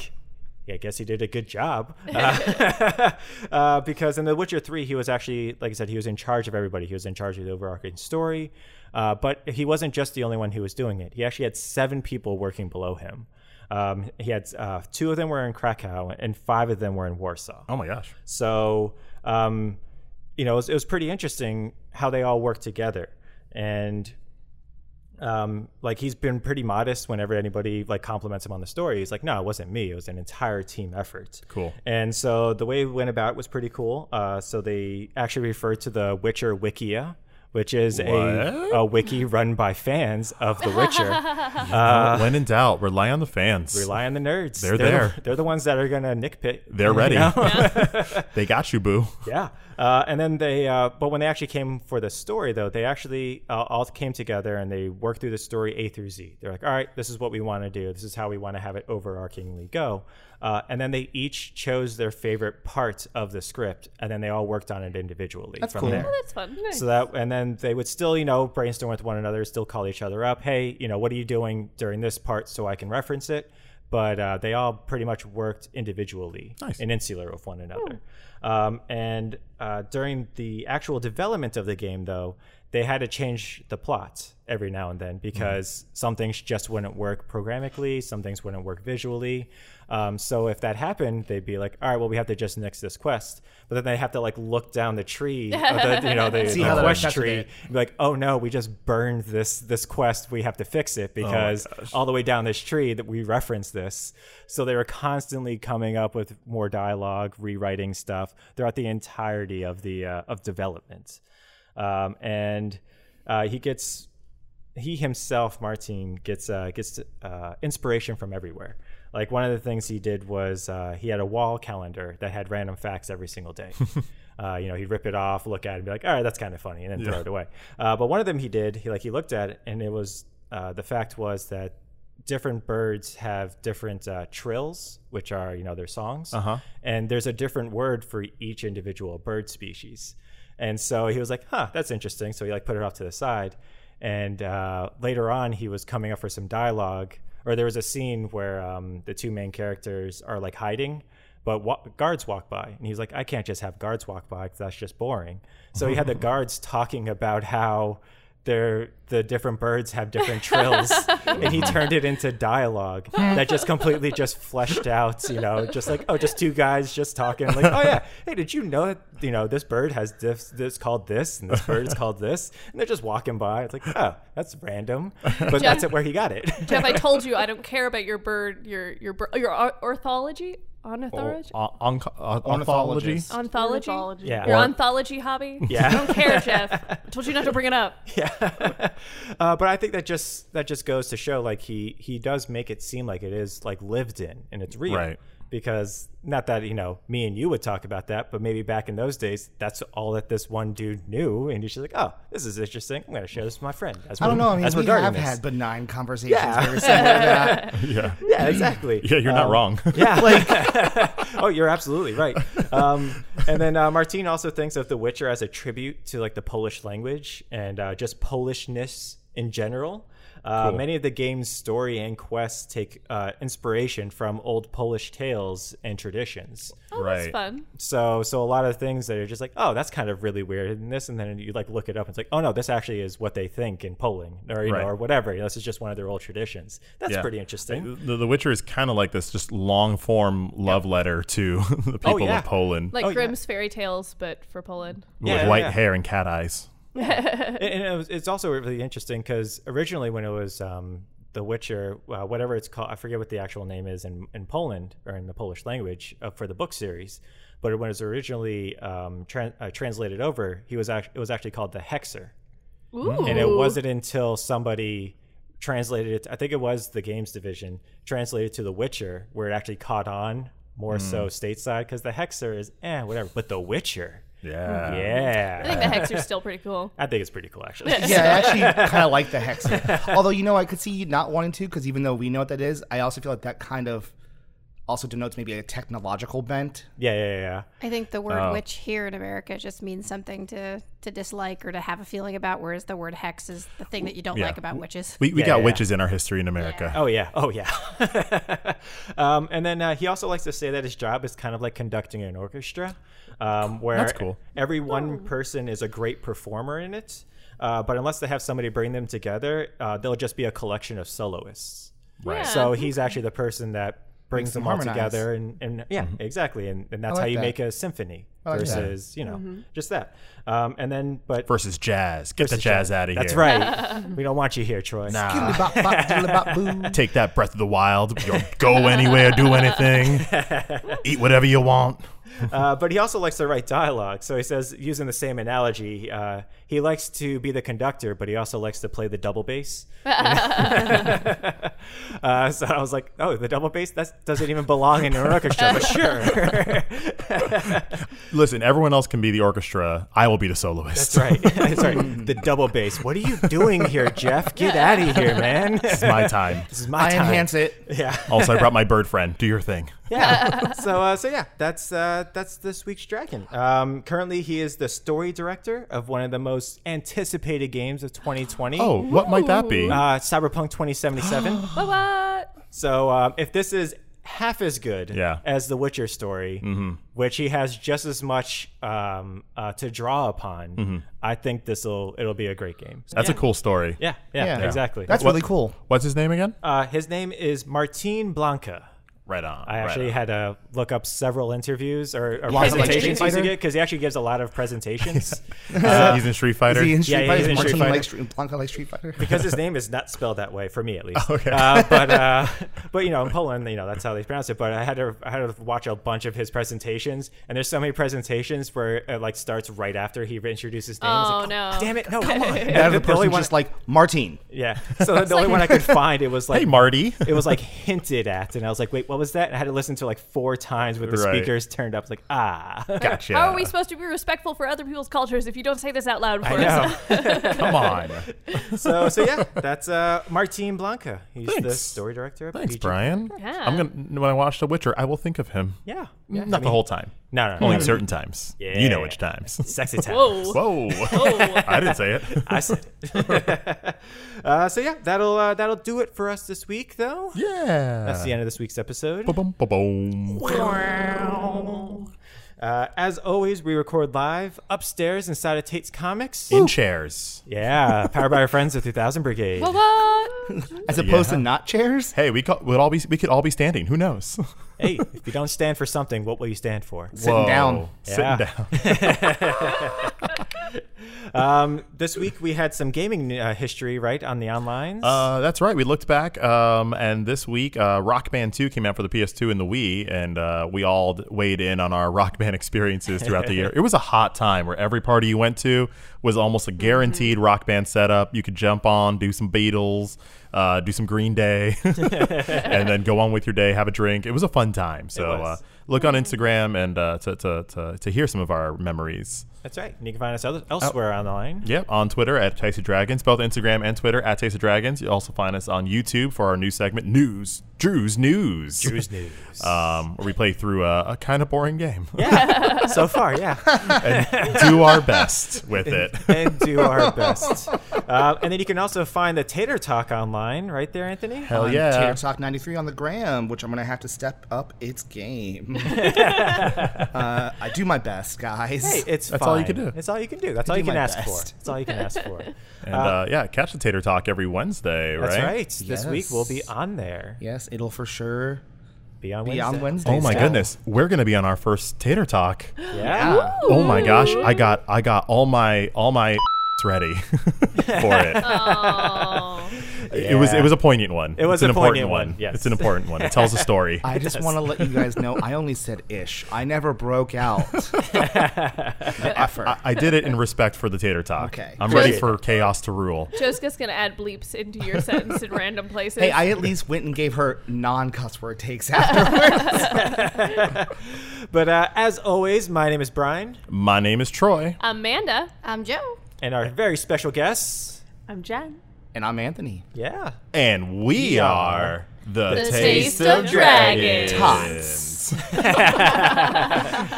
Speaker 1: I guess he did a good (laughs) job uh, (laughs) uh, because in The Witcher Three, he was actually, like I said, he was in charge of everybody. He was in charge of the overarching story, uh, but he wasn't just the only one who was doing it. He actually had seven people working below him. Um, he had uh, two of them were in Krakow and five of them were in Warsaw.
Speaker 2: Oh my gosh.
Speaker 1: So, um, you know, it was, it was pretty interesting how they all work together. And Um, like he's been pretty modest whenever anybody like compliments him on the story. He's like, "No, it wasn't me. It was an entire team effort."
Speaker 2: Cool.
Speaker 1: And so the way it went about was pretty cool. Uh, so they actually referred to the Witcher Wikia, which is a,
Speaker 2: What?
Speaker 1: a wiki run by fans of The
Speaker 2: (laughs)
Speaker 1: Witcher.
Speaker 2: when in doubt, rely on the fans.
Speaker 1: Uh, Rely on the nerds.
Speaker 2: They're there.
Speaker 1: The, they're the ones that are gonna nitpick.
Speaker 2: They're
Speaker 1: you
Speaker 2: ready.
Speaker 1: know?
Speaker 2: they got you, boo.
Speaker 1: Yeah, uh, and then they, uh, but when they actually came for the story, though, they actually uh, all came together and they worked through the story A through Z. They're like, all right, this is what we want to do. This is how we want to have it overarchingly go. Uh, and then they each chose their favorite parts of the script, and then they all worked on it individually
Speaker 5: That's
Speaker 1: from
Speaker 5: cool.
Speaker 1: there.
Speaker 3: That's fun.
Speaker 1: So that, and then they would still, you know, brainstorm with one another, still call each other up. Hey, you know, what are you doing during this part so I can reference it? But uh, they all pretty much worked individually
Speaker 2: Nice.
Speaker 1: and insular with one another. Um, and uh, during the actual development of the game, though, they had to change the plot every now and then because some things just wouldn't work programmatically, some things wouldn't work visually. Um, so if that happened, they'd be like, "All right, well, we have to just nix this quest." But then they have to like look down the tree, of the, you know, the,
Speaker 5: See
Speaker 1: the
Speaker 5: how that
Speaker 1: quest
Speaker 5: affected
Speaker 1: tree,
Speaker 5: it.
Speaker 1: and be like, "Oh no, we just burned this this quest. We have to fix it because all the way down this tree that we referenced this." So they were constantly coming up with more dialogue, rewriting stuff throughout the entirety of the uh, of development um, and uh, he gets he himself martin gets uh, gets uh, inspiration from everywhere like one of the things he did was uh, he had a wall calendar that had random facts every single day uh, you know he'd rip it off look at it and be like all right that's kind of funny and then throw it away uh, but one of them he did he like he looked at it and it was uh, the fact was that different birds have different uh, trills which are you know their songs uh-huh. and there's a different word for each individual bird species and so he was like, huh, that's interesting. So he like put it off to the side. And uh, later on, he was coming up for some dialogue, or there was a scene where um, the two main characters are like hiding, but wa- guards walk by. And he was like, I can't just have guards walk by because that's just boring. So he had the guards talking about how they're, the different birds have different trills. and he turned it into dialogue that just completely just fleshed out, you know, just like, oh, just two guys just talking. Like, oh, yeah, hey, did you know that, you know, this bird has this, this called this and this bird is called this? And they're just walking by. It's like, oh, that's random. But that's it where he got it.
Speaker 3: Jeff, I told you I don't care about your bird, your your bir- your or- orthology, ornithology,
Speaker 2: Ontology.
Speaker 5: Ornithologist.
Speaker 3: anthology,
Speaker 6: Ornithology.
Speaker 1: Oh, Yeah.
Speaker 3: your
Speaker 1: Or-
Speaker 3: anthology hobby.
Speaker 1: Yeah.
Speaker 3: I don't
Speaker 1: (laughs)
Speaker 3: care, Jeff. I told you not to bring it up.
Speaker 1: yeah. (laughs) uh, but I think that just that just goes to show like he he does make it seem like it is like lived in and it's real.
Speaker 2: Right.
Speaker 1: Because not that you know me and you would talk about that, but maybe back in those days, that's all that this one dude knew, and he's just like, "Oh, this is interesting. I'm gonna share this with my friend." As
Speaker 5: I don't know. I
Speaker 1: As
Speaker 5: mean, we
Speaker 1: regarding
Speaker 5: have
Speaker 1: this.
Speaker 5: had benign conversations
Speaker 1: (laughs) Yeah.
Speaker 5: very similar to that.
Speaker 2: (laughs)
Speaker 1: (laughs)
Speaker 2: Yeah.
Speaker 1: yeah, exactly.
Speaker 2: Yeah, you're not wrong.
Speaker 1: Um, Yeah. (laughs) oh, you're absolutely right. Um, and then uh, Martine also thinks of The Witcher as a tribute to like the Polish language and uh, just Polishness in general. Uh,
Speaker 2: Cool.
Speaker 1: Many of the game's story and quests take uh, inspiration from old Polish tales and traditions.
Speaker 3: Oh,
Speaker 2: Right.
Speaker 3: that's fun.
Speaker 1: So, so a lot of things that are just like, oh, that's kind of really weird, and this, and then you like look it up, and it's like, oh no, this actually is what they think in Poland, or you
Speaker 2: Right.
Speaker 1: know, or whatever. this is just one of their old traditions. That's
Speaker 2: Yeah.
Speaker 1: pretty interesting.
Speaker 2: (laughs) The, the Witcher is kind of like this just long form love letter to (laughs) the people
Speaker 1: yeah.
Speaker 2: of Poland
Speaker 3: Like
Speaker 1: Oh, yeah.
Speaker 3: Grimm's fairy tales, but for Poland.
Speaker 2: with
Speaker 1: Yeah, yeah,
Speaker 2: white
Speaker 1: yeah.
Speaker 2: hair and cat eyes.
Speaker 1: And- and it was, it's also really interesting because originally when it was um, The Witcher, uh, whatever it's called, I forget what the actual name is in, in Poland or in the Polish language uh, for the book series, but when it was originally um, tran uh, translated over, he was act- it was actually called the Hexer,
Speaker 3: Ooh.
Speaker 1: and it wasn't until somebody translated it. I think it was the games division translated to The Witcher where it actually caught on more so stateside because the Hexer is eh whatever, but The Witcher,
Speaker 2: Yeah.
Speaker 1: yeah,
Speaker 3: I think the hex are still pretty cool.
Speaker 1: I think it's pretty cool
Speaker 3: (laughs)
Speaker 1: actually.
Speaker 5: Yeah, I
Speaker 1: (laughs)
Speaker 5: actually kind of like the hexer. Although, you know, I could see you not wanting to because even though we know what that is, I also feel like that kind of also denotes maybe a technological bent.
Speaker 1: yeah, yeah, yeah. yeah.
Speaker 4: I think the word witch here in America just means something to, to dislike or to have a feeling about, whereas the word hex is the thing that you don't
Speaker 2: Yeah.
Speaker 4: like about witches.
Speaker 2: We, we
Speaker 1: Yeah,
Speaker 2: got
Speaker 1: yeah.
Speaker 2: witches in our history in America.
Speaker 1: Oh yeah, oh yeah. (laughs) um, and then uh, he also likes to say that his job is kind of like conducting an orchestra, um, where
Speaker 2: That's cool.
Speaker 1: every one person is a great performer in it. Uh, but unless they have somebody bring them together, uh, they'll just be a collection of soloists.
Speaker 3: Right.
Speaker 1: So he's actually the person that brings
Speaker 5: them
Speaker 1: them all
Speaker 5: harmonize.
Speaker 1: together and, and yeah exactly and, and that's
Speaker 5: I
Speaker 1: how
Speaker 5: like
Speaker 1: you
Speaker 5: that.
Speaker 1: make a symphony
Speaker 5: like that.
Speaker 1: versus you know just that um, and then but
Speaker 2: versus jazz. Get the jazz out of here.
Speaker 1: that's right we don't want you here troy
Speaker 2: Nah.
Speaker 1: (laughs)
Speaker 5: Bop, bop, diddly bop, boo.
Speaker 2: (laughs) Take that breath of the wild. You'll go anywhere,
Speaker 1: (laughs)
Speaker 2: do anything, eat whatever you want.
Speaker 1: Uh, but he also likes to write dialogue. So he says, using the same analogy, uh, he likes to be the conductor, but he also likes to play the double bass. (laughs) uh, so I was like, oh, the double bass? That doesn't even belong in an orchestra, but sure.
Speaker 2: Listen, everyone else can be the orchestra. I will be the soloist.
Speaker 1: That's right. That's right. The double bass. What are you doing here, Jeff? Get out of here, man.
Speaker 2: it's my time.
Speaker 1: (laughs) This is my
Speaker 5: I
Speaker 1: time.
Speaker 5: enhance it.
Speaker 1: Yeah.
Speaker 2: Also, I brought my bird friend. Do your
Speaker 5: (laughs)
Speaker 2: thing.
Speaker 1: yeah. so uh, so yeah, that's uh, that's this week's Dragon. Um, currently, he is the story director of one of the most anticipated games of 2020.
Speaker 2: Oh, what might that be?
Speaker 1: Uh, Cyberpunk
Speaker 5: (gasps)
Speaker 1: 2077.
Speaker 3: What? what?
Speaker 1: so um, if this is half as good
Speaker 2: Yeah. Mm-hmm.
Speaker 1: as the Witcher story, which he has just as much um, uh, to draw upon, I think this'll it'll be a great game. So,
Speaker 2: Mm-hmm. That's a cool story.
Speaker 1: yeah, yeah,
Speaker 5: Yeah.
Speaker 1: exactly.
Speaker 5: That's
Speaker 2: What-
Speaker 5: really cool.
Speaker 2: What's his name again?
Speaker 1: uh, his name is Martin Blanca.
Speaker 2: Right on.
Speaker 1: I actually (laughs) had to look up several interviews or, or
Speaker 5: Lots of, like,
Speaker 1: presentations
Speaker 5: Street
Speaker 1: he's
Speaker 5: Fighter?
Speaker 1: get because he actually gives a lot of
Speaker 5: (laughs)
Speaker 1: presentations (laughs)
Speaker 2: he's in Street Fighter.
Speaker 5: Is he in
Speaker 1: yeah,
Speaker 5: Street
Speaker 1: he's in
Speaker 5: Fighter? Martin
Speaker 1: Street Fighter.
Speaker 5: like Street, Blanca like Street Fighter?
Speaker 1: because his name is not spelled that way for me at
Speaker 2: (laughs)
Speaker 1: least. Okay. Uh, but uh, but you know in Poland you know that's how they pronounce it. But I had to I had to watch a bunch of his presentations and there's so many presentations where it like starts right after he introduces names.
Speaker 3: Oh,
Speaker 1: like,
Speaker 3: no.
Speaker 1: Damn it! No, come
Speaker 3: (laughs)
Speaker 1: on.
Speaker 5: That (laughs)
Speaker 1: The
Speaker 5: other
Speaker 1: only
Speaker 5: person
Speaker 1: one-
Speaker 5: just like Martin.
Speaker 2: (laughs)
Speaker 1: yeah. So the only one I
Speaker 3: (laughs)
Speaker 1: could find it was like (laughs)
Speaker 2: hey, Marty.
Speaker 1: it was like hinted at, and I was like, wait, what was that? And I had to listen to it, like four times with the
Speaker 2: Right.
Speaker 1: speakers turned up. It's like
Speaker 3: (laughs)
Speaker 1: ah.
Speaker 2: Gotcha.
Speaker 3: How are we supposed to be respectful for other people's cultures if you don't say this out loud for
Speaker 1: I
Speaker 3: us? (laughs)
Speaker 1: know. (laughs)
Speaker 2: Come on.
Speaker 1: so so yeah, that's uh Martin Blanca. He's the
Speaker 2: Thanks.
Speaker 1: story director of
Speaker 2: Thanks,
Speaker 1: PG.
Speaker 2: Brian.
Speaker 3: Yeah.
Speaker 2: I'm gonna when I watch The Witcher, I will think of him.
Speaker 1: Yeah. yeah.
Speaker 2: Not the whole time.
Speaker 1: No, no, no.
Speaker 2: Only
Speaker 1: no.
Speaker 2: certain times.
Speaker 1: Yeah.
Speaker 2: You know which times.
Speaker 1: sexy time.
Speaker 2: (laughs)
Speaker 3: Whoa. (laughs)
Speaker 2: Whoa.
Speaker 3: Whoa.
Speaker 2: I didn't say it.
Speaker 1: (laughs) I said. it. uh, so yeah, that'll uh, that'll do it for us this week, though.
Speaker 2: (laughs) Yeah.
Speaker 1: That's the end of this week's episode.
Speaker 2: Ba-boom, ba-boom.
Speaker 1: Uh, as always, we record live upstairs inside of Tate's Comics.
Speaker 2: In chairs.
Speaker 1: Yeah, powered by our friends at 2000 Brigade.
Speaker 3: What? what?
Speaker 5: As opposed
Speaker 2: Yeah.
Speaker 5: to not chairs?
Speaker 2: Hey, we could, we'd all be, we could all be standing. Who knows? (laughs)
Speaker 1: hey, if you don't stand for something, what will you stand for?
Speaker 5: Sitting down.
Speaker 2: Whoa. Sitting down.
Speaker 1: Um, this week we had some gaming uh, history, right, on the online.
Speaker 2: Uh, that's right. We looked back, um, and this week, uh, Rock Band 2 came out for the PS2 and the Wii, and uh, we all d- weighed in on our (laughs) Rock Band experiences throughout the year. It was a hot time where every party you went to was almost a guaranteed Rock Band setup. You could jump on, do some Beatles, uh, do some Green Day, (laughs) and then go on with your day, have a drink. It was a fun time. So uh,
Speaker 1: was.
Speaker 2: look on Instagram and uh, to, to, to, to hear some of our memories.
Speaker 1: That's right. And you can find us el- elsewhere online.
Speaker 2: Yep, on Twitter at Taste of Dragons, both Instagram and Twitter at Taste of Dragons. You'll also find us on YouTube for our new segment, News, Drew's News.
Speaker 1: News, news.
Speaker 2: Um, where we play through a, a kind of boring game
Speaker 1: Yeah, Uh, so far, yeah. (laughs)
Speaker 2: and do our best with it.
Speaker 1: and do our best. Uh, and then you can also find the Tater Talk online, right there, Anthony.
Speaker 2: Hell
Speaker 5: on
Speaker 2: yeah.
Speaker 5: Tater Talk 93 on the gram, which I'm going to have to step up its game. uh, I do my best, guys.
Speaker 1: Hey, it's
Speaker 2: That's
Speaker 1: fine.
Speaker 2: all you can do.
Speaker 1: It's all you can do. That's all
Speaker 5: do
Speaker 1: you can
Speaker 5: my
Speaker 1: ask
Speaker 5: best.
Speaker 1: for. That's all you can ask
Speaker 5: (laughs)
Speaker 1: for.
Speaker 2: And uh, yeah, catch the Tater Talk every Wednesday, right?
Speaker 1: That's right. This week we'll be
Speaker 5: Yes.
Speaker 1: on there.
Speaker 5: yes, it'll for sure
Speaker 1: Be on
Speaker 5: be
Speaker 1: Wednesday.
Speaker 5: on Wednesday.
Speaker 2: Oh my
Speaker 5: still.
Speaker 2: goodness, we're gonna be on our first Tater Talk.
Speaker 1: Yeah.
Speaker 2: Oh my gosh, I got I got all my all my (laughs) ready for it.
Speaker 3: Oh.
Speaker 2: It was it was a poignant one. It
Speaker 1: was a
Speaker 2: an important
Speaker 1: poignant one, yes.
Speaker 2: It's an important one. It tells a story.
Speaker 5: I just want to let you guys know I only said ish. I never broke out. the effort.
Speaker 2: I, I did it in respect for the tater talk.
Speaker 5: Okay.
Speaker 2: I'm ready for chaos to rule.
Speaker 3: Jessica's gonna add bleeps into your sentence in random places.
Speaker 5: hey, I at least went and gave her non cuss word takes (laughs) afterwards.
Speaker 1: But uh, as always, my name is Brian,
Speaker 2: My name is Troy.
Speaker 3: Amanda.
Speaker 4: I'm Um, Joe.
Speaker 1: and our very special guests.
Speaker 6: I'm Jen.
Speaker 5: and I'm Anthony.
Speaker 1: Yeah.
Speaker 2: And we are the,
Speaker 3: Taste of Dragons.
Speaker 5: Tots.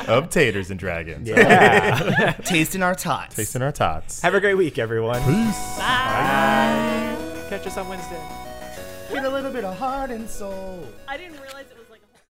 Speaker 2: of taters and dragons.
Speaker 1: Yeah.
Speaker 5: Tasting our tots.
Speaker 2: Tasting our tots.
Speaker 1: Have a great week, everyone.
Speaker 2: Peace.
Speaker 1: Catch us on Wednesday.
Speaker 5: Get a little bit of heart and soul.
Speaker 6: I didn't realize it was.